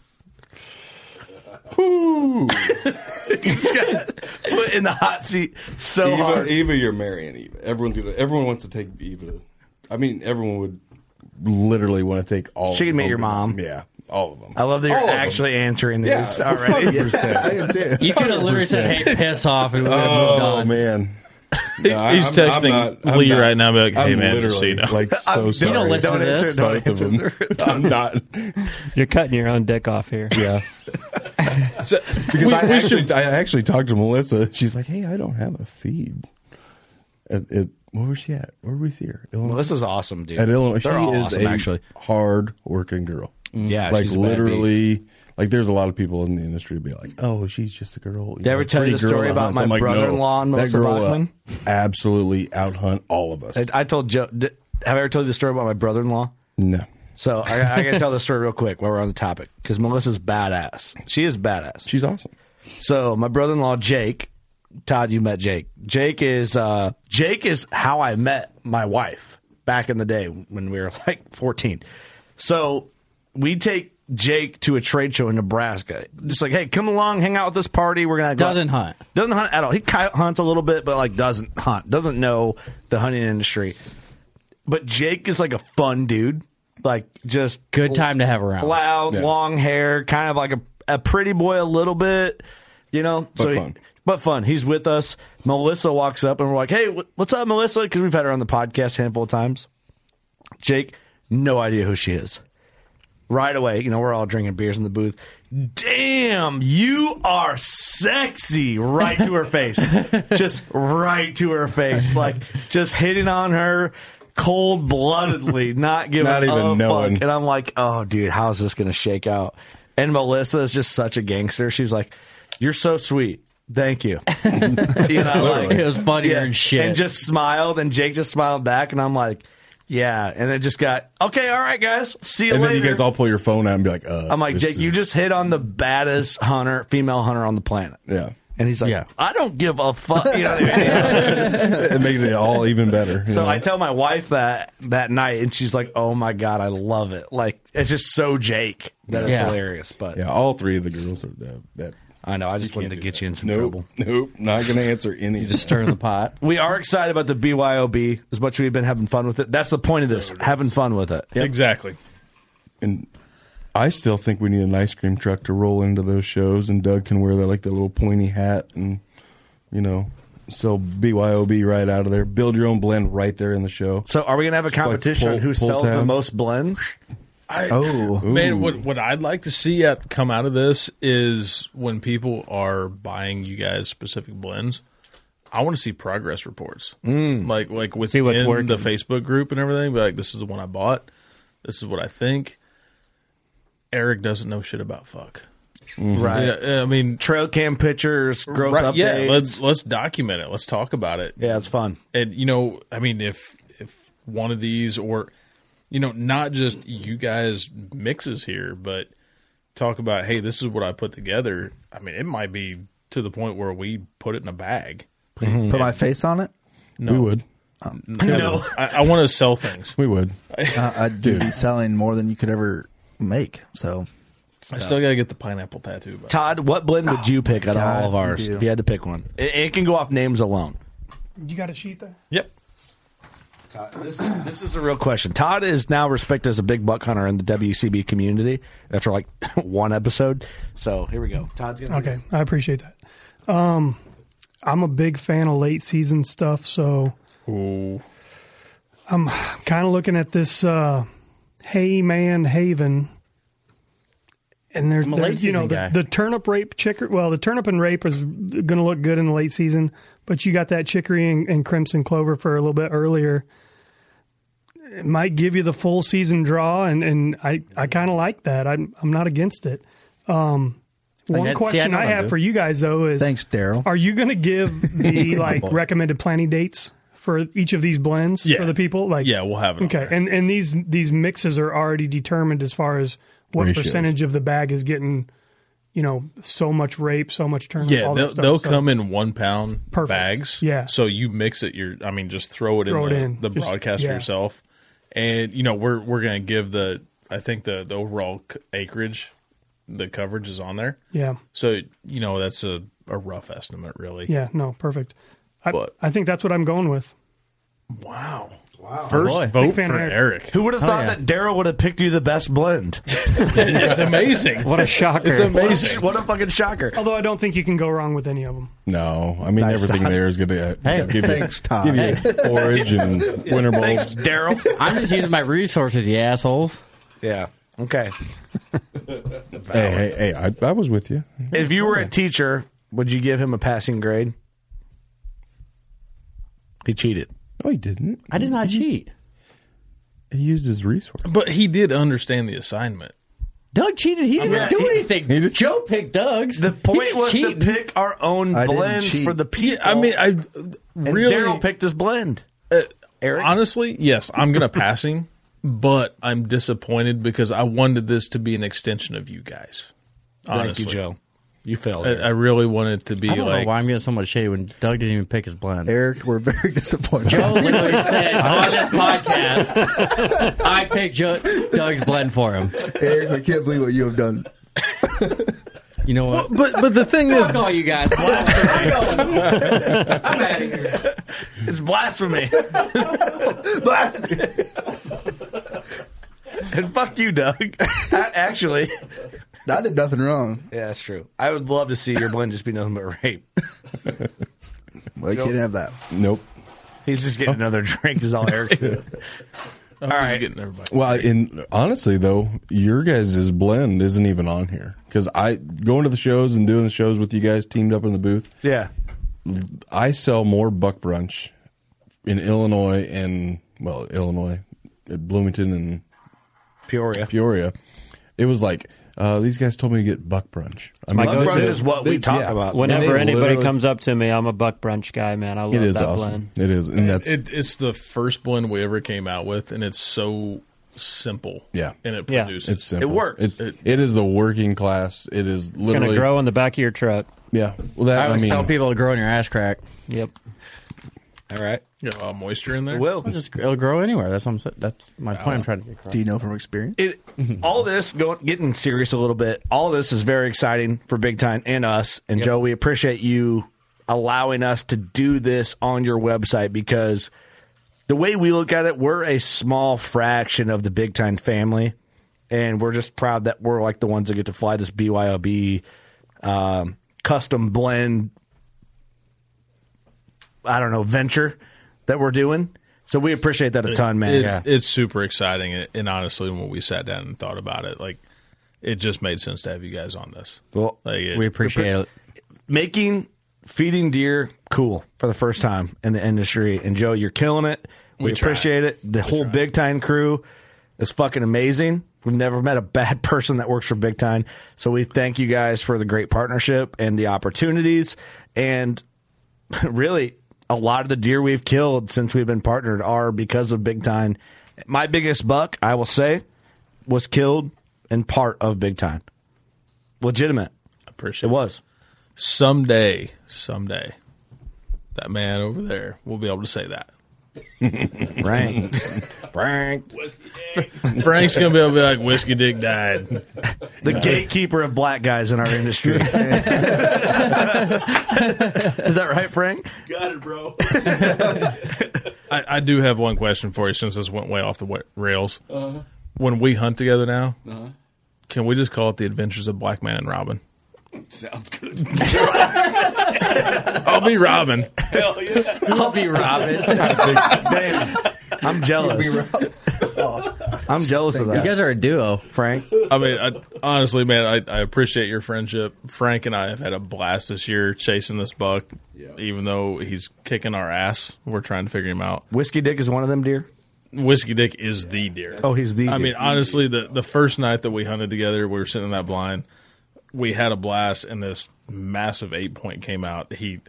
Speaker 2: He's got put in the hot seat so
Speaker 11: Eva,
Speaker 2: hard.
Speaker 11: Eva, you're marrying Eva. Everyone's gonna. Everyone wants to take Eva. To, I mean, everyone would literally want to take all.
Speaker 2: She
Speaker 11: of
Speaker 2: can meet
Speaker 11: them.
Speaker 2: your mom.
Speaker 11: Yeah, all of them.
Speaker 2: I love that you're
Speaker 11: All of them.
Speaker 2: actually answering
Speaker 11: Yeah,
Speaker 2: these already.
Speaker 11: 100%. I am too.
Speaker 7: You could have literally said, "Hey, piss off," and we would have moved
Speaker 11: Oh
Speaker 7: on.
Speaker 11: man. No, I-
Speaker 10: He's
Speaker 11: I'm- I'm
Speaker 10: texting
Speaker 11: not- I'm
Speaker 10: Lee
Speaker 11: not-
Speaker 10: right now. Be like, hey
Speaker 11: I'm
Speaker 10: man, just so
Speaker 11: literally
Speaker 10: you know.
Speaker 11: like so
Speaker 7: don't
Speaker 11: sorry.
Speaker 7: listen to this.
Speaker 11: Both of them. I'm not.
Speaker 13: You're cutting your own dick off here.
Speaker 11: Yeah. Because I, actually, I actually talked to Melissa. She's like, "Hey, I don't have a feed." At, at where was she at? Where did we see her? Illinois.
Speaker 2: Melissa's awesome, dude.
Speaker 11: At Illinois,
Speaker 2: They're
Speaker 11: she
Speaker 2: all
Speaker 11: is
Speaker 2: awesome,
Speaker 11: a
Speaker 2: actually. Mm.
Speaker 11: hard working girl.
Speaker 2: Yeah,
Speaker 11: like
Speaker 2: she's a bad
Speaker 11: literally. Like there's a lot of people in the industry who be like, "Oh, she's just a girl."
Speaker 2: Did I ever tell you
Speaker 11: pretty
Speaker 2: the
Speaker 11: girl
Speaker 2: story
Speaker 11: that
Speaker 2: about
Speaker 11: hunts."
Speaker 2: my
Speaker 11: I'm like, no,
Speaker 2: brother-in-law and
Speaker 11: that
Speaker 2: Melissa
Speaker 11: girl, uh,
Speaker 2: Bachman?
Speaker 11: Absolutely out hunt all of us.
Speaker 2: I, I told Joe. Did, have I ever told you the story about my brother-in-law?
Speaker 11: no,
Speaker 2: So I, I gotta tell this story real quick while we're on the topic because Melissa's badass. She is badass.
Speaker 11: she's awesome.
Speaker 2: So my brother-in-law Jake, Todd, you met Jake. Jake is uh, Jake is how I met my wife back in the day when we were like fourteen. So we take Jake to a trade show in Nebraska. Just like, hey, come along, hang out with this party. We're gonna go out."
Speaker 7: Doesn't hunt.
Speaker 2: Doesn't hunt at all. He ki- hunts a little bit, but like doesn't hunt. Doesn't know the hunting industry. But Jake is like a fun dude. Like just
Speaker 7: Good time to have around.
Speaker 2: Loud, long hair, kind of like a, a pretty boy a little bit, you know. But
Speaker 11: fun.
Speaker 2: but fun. He's with us. Melissa walks up and we're like, "Hey, wh- what's up, Melissa?" Because we've had her on the podcast a handful of times. Jake, no idea who she is. right away. You know, we're all drinking beers in the booth. Damn, you are sexy! Right to her face, just right to her face, like just hitting on her cold bloodedly, not giving
Speaker 11: Not even
Speaker 2: a fuck.
Speaker 11: knowing.
Speaker 2: And I'm like, oh, dude, how's this gonna shake out? And Melissa is just such a gangster. She's like, you're so sweet. Thank you. you know, like,
Speaker 7: It was funnier
Speaker 2: yeah,
Speaker 7: than shit.
Speaker 2: And just smiled, and Jake just smiled back, and I'm like, yeah. And it just got okay. All right, guys, see you
Speaker 11: and
Speaker 2: later. Um,
Speaker 11: then you guys all pull your phone out and be like, uh,
Speaker 2: I'm like,
Speaker 11: this
Speaker 2: Jake,
Speaker 11: is-
Speaker 2: you just hit on the baddest hunter, female hunter on the planet.
Speaker 11: yeah.
Speaker 2: And he's like, I don't give a fuck. You know what I mean?
Speaker 11: it made it all even better. you
Speaker 2: So
Speaker 11: know?
Speaker 2: I tell my wife that that night, and she's like, "Oh my god, I love it! Like it's just so Jake that it's
Speaker 11: Yeah.
Speaker 2: hilarious." But
Speaker 11: yeah, all three of the girls are that. that
Speaker 2: I know. I just wanted to get you in some
Speaker 11: nope,
Speaker 2: trouble.
Speaker 11: Nope, not going to answer any. You
Speaker 7: just stir the pot.
Speaker 2: we are excited about the BYOB as much as we've been having fun with it. That's the point of this: having fun with it.
Speaker 10: Exactly.
Speaker 11: And I still think we need an ice cream truck to roll into those shows, and Doug can wear that like the little pointy hat, and you know, sell BYOB right out of there. Build your own blend right there in the show.
Speaker 2: So are we going to have a competition on who sells the most blends?
Speaker 10: I,
Speaker 11: Oh.
Speaker 10: man,
Speaker 11: Ooh.
Speaker 10: what what I'd like to see at, come out of this is when people are buying you guys specific blends. I want to see progress reports,
Speaker 13: Mm.
Speaker 10: like like
Speaker 13: See
Speaker 10: within
Speaker 13: what's working.
Speaker 10: the Facebook group and everything. Be like, this is the one I bought. This is what I think. Eric doesn't know shit about fuck.
Speaker 2: Right.
Speaker 10: Yeah, I mean,
Speaker 2: trail cam pictures, growth
Speaker 10: Right, Yeah,
Speaker 2: updates.
Speaker 10: let's let's document it. Let's talk about it.
Speaker 2: Yeah, it's fun.
Speaker 10: And you know, I mean, if if one of these or you know, not just you guys mixes here, but talk about hey, this is what I put together. I mean, it might be to the point where we put it in a bag.
Speaker 4: Mm-hmm.
Speaker 5: Put my face on it. Um,
Speaker 10: No. We would.
Speaker 5: No.
Speaker 10: I, I want to sell things.
Speaker 11: We would.
Speaker 5: uh, I'd be selling more than you could ever make. So
Speaker 10: I still gotta get the pineapple tattoo. But
Speaker 2: Todd, what blend would you pick out of
Speaker 5: God,
Speaker 2: all of ours
Speaker 5: you do.
Speaker 2: if you had to pick one? It, it can go off names alone.
Speaker 20: You got a sheet there?
Speaker 10: Yep.
Speaker 2: This, this is a real question. Todd is now respected as a big buck hunter in the WCB community after like one episode. So here we go. Todd's gonna do
Speaker 20: Okay,
Speaker 2: this.
Speaker 20: I appreciate that. Um, I'm a big fan of late season stuff, so I'm kind of looking at this uh, Hey Man Haven, and there's
Speaker 7: I'm a late
Speaker 20: there's, you know
Speaker 7: season guy.
Speaker 20: the, the turnip rape chicory. Well, the turnip and rape is going to look good in the late season, but you got that chicory and, and crimson clover for a little bit earlier. It might give you the full season draw, and, and I, I kind of like that. I'm I'm not against it. Um,
Speaker 5: I
Speaker 20: one
Speaker 5: get- see, I
Speaker 20: question
Speaker 5: know
Speaker 20: I
Speaker 5: them,
Speaker 20: have
Speaker 5: dude.
Speaker 20: for you guys though is
Speaker 5: thanks, Daryl.
Speaker 20: are you going to give the like
Speaker 5: Boy.
Speaker 20: recommended planning dates for each of these blends
Speaker 10: Yeah.
Speaker 20: for the people? Like,
Speaker 10: Yeah, we'll have it on
Speaker 20: Okay, and and these these mixes are already determined as far as what
Speaker 10: Ratios.
Speaker 20: percentage of the bag is getting, you know, so much rape, so much turnip.
Speaker 10: Yeah,
Speaker 20: all
Speaker 10: they'll,
Speaker 20: that stuff,
Speaker 10: they'll
Speaker 20: so-
Speaker 10: come in one pound
Speaker 20: Perfect.
Speaker 10: bags.
Speaker 20: Yeah.
Speaker 10: So you mix it. You're, I mean, just throw it
Speaker 20: Throw
Speaker 10: in
Speaker 20: it
Speaker 10: the,
Speaker 20: in.
Speaker 10: the
Speaker 20: Just-
Speaker 10: broadcast
Speaker 20: yeah.
Speaker 10: yourself, and you know we're we're gonna give the I think the the overall c- acreage, the coverage is on there.
Speaker 20: Yeah.
Speaker 10: So you know that's a a rough estimate, really.
Speaker 20: Yeah, no, perfect. I, I think that's what I'm going with.
Speaker 10: Wow. Wow. First vote
Speaker 20: Oh, Big
Speaker 10: for
Speaker 20: fan of
Speaker 10: Eric.
Speaker 20: Eric.
Speaker 2: Who would have
Speaker 20: Oh,
Speaker 2: thought
Speaker 20: yeah.
Speaker 2: that Daryl would have picked you the best blend?
Speaker 10: it's amazing.
Speaker 13: What a shocker.
Speaker 2: It's amazing. What a, fucking shocker.
Speaker 20: Although I don't think you can go wrong with any of them.
Speaker 11: No, I mean
Speaker 20: Nice,
Speaker 11: everything
Speaker 20: Todd.
Speaker 11: there is going to
Speaker 20: Hey,
Speaker 11: give you,
Speaker 20: thanks, Todd.
Speaker 11: give you
Speaker 7: Hey.
Speaker 11: forage and winter bowls.
Speaker 2: Daryl.
Speaker 7: I'm just using my resources, you assholes.
Speaker 2: Yeah. Okay.
Speaker 11: Hey, hey, hey! I, I was with you.
Speaker 2: If you were a teacher, would you give him a passing grade? He cheated.
Speaker 11: No, he didn't.
Speaker 7: I did not cheat.
Speaker 11: He used his resource.
Speaker 10: But he did understand the assignment.
Speaker 7: Doug cheated. He didn't
Speaker 2: Yeah,
Speaker 7: do
Speaker 2: he-
Speaker 7: anything. Joe picked Doug's.
Speaker 2: The point
Speaker 7: He's
Speaker 2: was
Speaker 7: cheating.
Speaker 2: to pick our own
Speaker 7: I didn't
Speaker 2: blends
Speaker 7: cheat.
Speaker 2: for the people.
Speaker 10: I mean, I really-
Speaker 2: Daryl picked his blend. Eric?
Speaker 10: Honestly, yes, I'm gonna pass him, but I'm disappointed because I wanted this to be an extension of you guys.
Speaker 7: Thank
Speaker 10: Honestly.
Speaker 7: you,
Speaker 10: Uh,
Speaker 2: Joe. You failed.
Speaker 10: I, I really wanted to be
Speaker 7: I don't
Speaker 10: like
Speaker 7: know why I'm getting so much shade when Doug didn't even pick his blend.
Speaker 5: Eric, we're very disappointed.
Speaker 7: Joe literally said on this podcast, I picked Joe, Doug's blend for him.
Speaker 5: Eric, I can't believe what you have done.
Speaker 7: You know what?
Speaker 10: But but the thing
Speaker 7: Fuck all you guys.
Speaker 2: It's blasphemy. blasphemy. and fuck you, Doug. A- Actually,
Speaker 5: I did nothing wrong.
Speaker 2: yeah, that's true. I would love to see your blend just be nothing but rape.
Speaker 5: Well, you
Speaker 2: Nope.
Speaker 5: can't have that.
Speaker 11: Nope.
Speaker 2: He's just getting another drink. Is all Eric.
Speaker 10: All right. getting everybody.
Speaker 11: Well, and honestly though, your guys' blend isn't even on here because I going to the shows and doing the shows with you guys teamed up in the booth.
Speaker 2: Yeah,
Speaker 11: I sell more buck brunch in Illinois and well, Illinois, at Bloomington and
Speaker 2: Peoria.
Speaker 11: Peoria. It was like uh, these guys told me to get buck brunch. I
Speaker 2: My go-to.
Speaker 11: they-
Speaker 2: Brunch is what we talk about.
Speaker 11: And
Speaker 13: Whenever
Speaker 11: they
Speaker 13: anybody
Speaker 11: literally-
Speaker 13: comes up to me, I'm a buck brunch guy, man. I love
Speaker 11: it is
Speaker 13: that
Speaker 11: awesome.
Speaker 13: blend.
Speaker 11: It is, and that's
Speaker 10: it, it's the first blend we ever came out with, and it's so simple.
Speaker 11: yeah.
Speaker 10: and it produces.
Speaker 11: It's simple.
Speaker 10: It works.
Speaker 11: It's, it is the working class. It is
Speaker 13: It's going
Speaker 11: literally
Speaker 13: to grow in the back of your truck.
Speaker 11: Yeah. Well, that
Speaker 7: I
Speaker 11: I,
Speaker 7: always
Speaker 11: mean,
Speaker 7: tell people to grow in your ass crack.
Speaker 13: Yep.
Speaker 2: All right.
Speaker 10: Got a lot of uh, moisture in there.
Speaker 2: Well,
Speaker 7: just it'll grow anywhere. That's what I'm, sa- that's my point. I'm trying to get across.
Speaker 5: Do you know from experience?
Speaker 2: It, all this go, getting serious a little bit. All this is very exciting for Big Time and us. And Joe, we appreciate you allowing us to do this on your website because the way we look at it, we're a small fraction of the Big Time family, and we're just proud that we're like the ones that get to fly this BYOB um, custom blend I don't know venture that we're doing. So we appreciate that a ton, man.
Speaker 10: It- It's super exciting, and, and honestly, when we sat down and thought about it, like it just made sense to have you guys on this.
Speaker 2: Well,
Speaker 10: Like, uh, it-
Speaker 7: we appreciate it.
Speaker 2: Making feeding deer cool for the first time in the industry, and Joe, you're killing it. We,
Speaker 10: We try.
Speaker 2: appreciate it. The whole Big Time crew is fucking amazing. We've never met a bad person that works for Big Time, so we thank you guys for the great partnership and the opportunities, and really a lot of the deer we've killed since we've been partnered are because of Big Time. My biggest buck, I will say, was killed in part of Big Time. Legitimate.
Speaker 10: Appreciate
Speaker 2: it was.
Speaker 10: Someday, someday, that man over there will be able to say that.
Speaker 2: Frank. Frank.
Speaker 10: Frank's gonna be able to be like whiskey dick died.
Speaker 2: The gatekeeper of black guys in our industry. Is that right, Frank?
Speaker 10: Got it, bro. I, I do have one question for you since this went way off the wa- rails.
Speaker 17: Uh-huh.
Speaker 10: When we hunt together now,
Speaker 17: Uh-huh.
Speaker 10: can we just call it the Adventures of Black Man and Robin?
Speaker 17: Sounds good.
Speaker 10: I'll be Robin.
Speaker 17: Hell yeah.
Speaker 7: I'll be Robin.
Speaker 2: Damn. I'm jealous. I'm jealous of that.
Speaker 7: You guys are a duo,
Speaker 2: Frank.
Speaker 10: I mean, I, honestly, man, I, I appreciate your friendship. Frank and I have had a blast this year chasing this buck. Even though he's kicking our ass, we're trying to figure him out.
Speaker 2: Whiskey Dick is one of them deer.
Speaker 10: Whiskey Dick is the deer.
Speaker 2: Oh, he's the
Speaker 10: I
Speaker 2: deer.
Speaker 10: mean, honestly, the the first night that we hunted together, we were sitting in that blind. We had a blast, and this massive eight point came out. He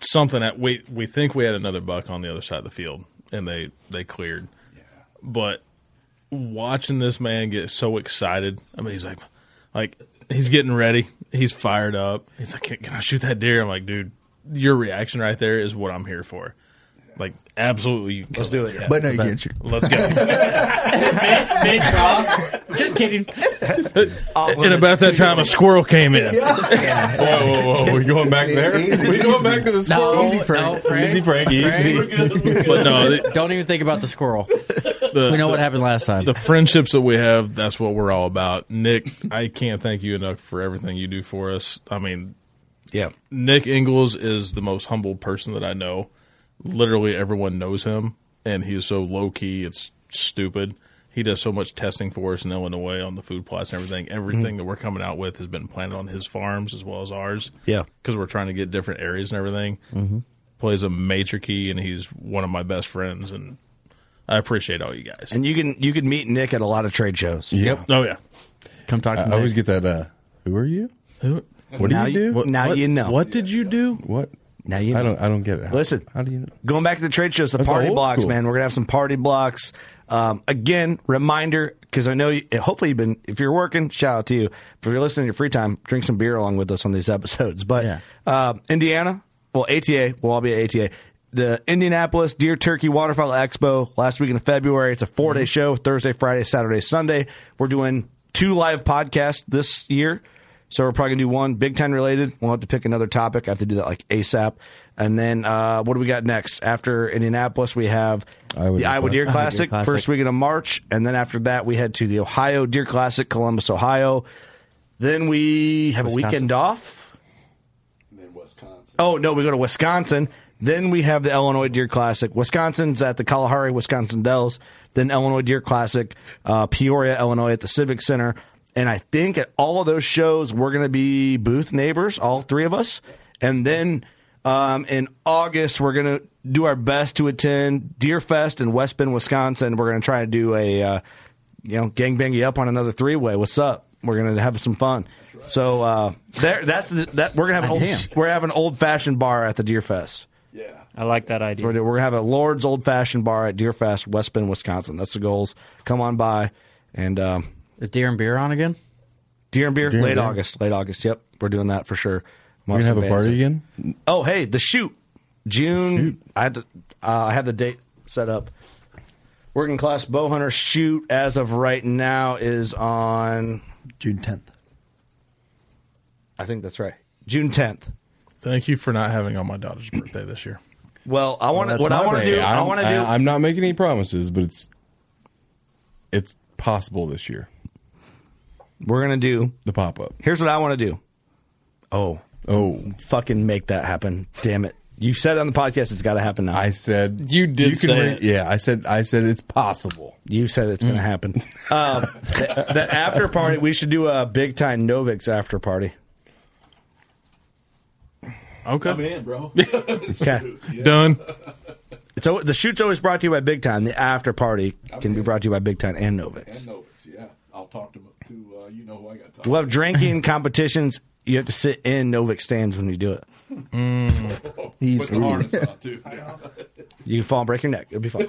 Speaker 10: something that we we think we had another buck on the other side of the field, and they they cleared. But watching this man get so excited, I mean, he's like, like he's getting ready, he's fired up. He's like, can, can I shoot that deer? I'm like, dude, your reaction right there is what I'm here for. Like, absolutely, you can
Speaker 2: let's do it.
Speaker 5: But no, you can't shoot.
Speaker 10: Let's go.
Speaker 7: Just kidding.
Speaker 2: Oh.
Speaker 10: and about that time, a squirrel came in.
Speaker 11: whoa, whoa, whoa! We're going back there. We're going back to the squirrel.
Speaker 7: No, no, Frank.
Speaker 11: Easy, Frank. Easy.
Speaker 10: But no, the,
Speaker 7: Don't even think about the squirrel.
Speaker 10: the,
Speaker 7: we know what
Speaker 10: the-
Speaker 7: happened last time.
Speaker 10: The friendships that we have, that's what we're all about. Nick, I can't thank you enough for everything you do for us. I mean,
Speaker 2: yeah.
Speaker 10: Nick Ingles is the most humble person that I know. Literally everyone knows him, and he is so low key. It's stupid. He does so much testing for us in Illinois on the food plots and everything. Everything
Speaker 2: Mm-hmm.
Speaker 10: that we're coming out with has been planted on his farms as well as ours.
Speaker 2: Yeah.
Speaker 10: because we're trying to get different areas and everything.
Speaker 2: Mhm.
Speaker 10: Plays a major key, and he's one of my best friends. And I appreciate all you guys.
Speaker 2: And you can you can meet Nick at a lot of trade shows.
Speaker 11: Yep.
Speaker 10: Oh yeah.
Speaker 7: Come talk
Speaker 11: I, I always get that. Uh, who are you?
Speaker 10: Who?
Speaker 11: What do
Speaker 2: now
Speaker 11: you do?
Speaker 2: What, now you know.
Speaker 10: What did you do?
Speaker 11: What?
Speaker 2: Now you. Know.
Speaker 11: I don't. I don't get it. How-
Speaker 2: Listen,
Speaker 11: How do you know?
Speaker 2: Going back to the trade shows, the
Speaker 11: That's
Speaker 2: party
Speaker 11: old
Speaker 2: blocks,
Speaker 11: school.
Speaker 2: man. We're gonna have some party blocks. Um, again, reminder because I know. You, hopefully, you've been. If you're working, shout out to you. If you're listening in your free time, drink some beer along with us on these episodes. But um, Indiana, well, ATA, we'll all be at ATA. The Indianapolis Deer Turkey Waterfowl Expo last week in February. It's a four day
Speaker 11: Mm-hmm.
Speaker 2: show Thursday, Friday, Saturday, Sunday. We're doing two live podcasts this year. So we're probably gonna do one Big Ten related. We'll have to pick another topic. I have to do that like ASAP. And then uh, what do we got next? After Indianapolis, we have the
Speaker 11: Deer
Speaker 2: Iowa Deer
Speaker 11: Classic.
Speaker 2: Classic,
Speaker 11: Iowa Deer
Speaker 2: first weekend of March, and then after that we head to the Ohio Deer Classic, Columbus, Ohio. Then we have a
Speaker 7: Wisconsin.
Speaker 2: weekend off. Then Wisconsin. Oh no, we go to Wisconsin. Then we have the Illinois Deer Classic. Wisconsin's at the Kalahari, Wisconsin Dells. then Illinois Deer Classic, uh, Peoria, Illinois at the Civic Center. And I think at all of those shows, we're going to be booth neighbors, all three of us. And then um, in August, we're going to do our best to attend Deer Fest in West Bend, Wisconsin. We're going to try to do a, uh, you know, gang bang you up on another three way. What's up? We're going to have some fun. So uh, there, that's the, that. We're gonna have an old, we're having an old fashioned bar at the Deer Fest.
Speaker 13: I like that idea.
Speaker 2: So we're, we're gonna have a Lord's Old Fashioned Bar at Deer Fest, West Bend, Wisconsin. That's the goals. Come on by and um,
Speaker 7: is Deer and Beer on again?
Speaker 2: Deer and Beer,
Speaker 7: Deer and
Speaker 2: late
Speaker 7: Beer.
Speaker 2: August, late August. Yep, we're doing that for sure.
Speaker 11: We're gonna have a party again?
Speaker 2: Oh, hey, the shoot, June. I had to, uh, I have the date set up. Working class bow hunter shoot as of right now is on
Speaker 5: June tenth.
Speaker 2: I think that's right. June tenth.
Speaker 10: Thank you for not having on my daughter's birthday this year.
Speaker 2: Well, I want to.
Speaker 10: that's
Speaker 2: what I
Speaker 10: my
Speaker 2: want to
Speaker 10: bad.
Speaker 2: do. I
Speaker 11: I'm-
Speaker 2: want to do.
Speaker 11: I- I'm not making any promises, but it's it's possible this year.
Speaker 2: We're gonna do
Speaker 11: the pop up.
Speaker 2: Here's what I want to do. Oh,
Speaker 11: oh,
Speaker 2: fucking make that happen! Damn it! You said it on the podcast it's got to happen now. I
Speaker 11: said
Speaker 2: you did
Speaker 11: can re- Yeah, I said I said it's possible. Mm.
Speaker 2: You said it's going to happen. Um, th- the after party, we should do a big time Novix after party.
Speaker 10: Okay.
Speaker 2: I'm
Speaker 10: in, bro.
Speaker 2: Okay. It's al- the shoot's always brought to you by Big Time. The after party can be brought to you by Big Time and Novix.
Speaker 19: yeah. I'll talk to, to uh, you know who I got to
Speaker 2: We'll have drinking competitions. You have to sit in Novix stands when you do it.
Speaker 19: Put Mm. the harness on, too.
Speaker 2: You can fall and break your neck. It'll be fun.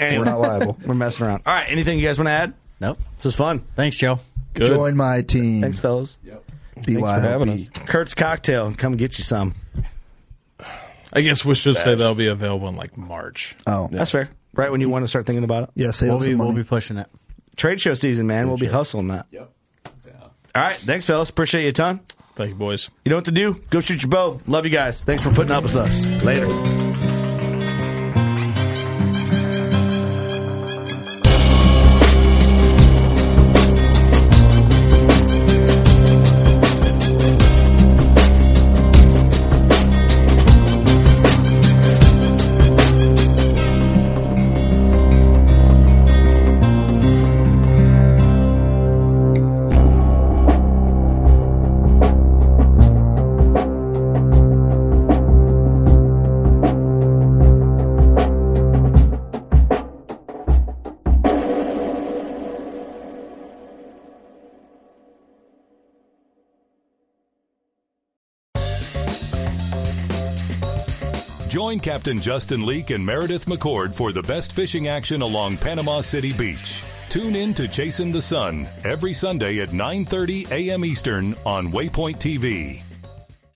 Speaker 2: Anyway,
Speaker 5: not liable.
Speaker 2: We're messing around. All right. Anything you guys want to add?
Speaker 7: Nope.
Speaker 2: This was fun.
Speaker 7: Thanks, Joe.
Speaker 5: Join my team. Thanks,
Speaker 2: fellas.
Speaker 5: Yep.
Speaker 2: Thanks for having
Speaker 5: BYOB.
Speaker 2: us. Kurt's cocktail. Come get you some.
Speaker 10: I guess we should say
Speaker 2: Stash.
Speaker 10: that'll be available in like March.
Speaker 5: Oh,
Speaker 2: that's fair. Right when you want to start thinking about it.
Speaker 5: Yeah, save We'll up be- some we'll money. be
Speaker 7: pushing it.
Speaker 2: Trade show season, man. we'll be hustling that. Yep. All right. Thanks, fellas. Appreciate you a ton.
Speaker 10: Thank you, boys.
Speaker 2: You know what to do. Go shoot your bow. Love you guys. Thanks for putting up with us. Later.
Speaker 6: Join Captain Justin Leake and Meredith McCord for the best fishing action along Panama City Beach. Tune in to Chasing the Sun every Sunday at 9:30 a.m. Eastern on Waypoint TV.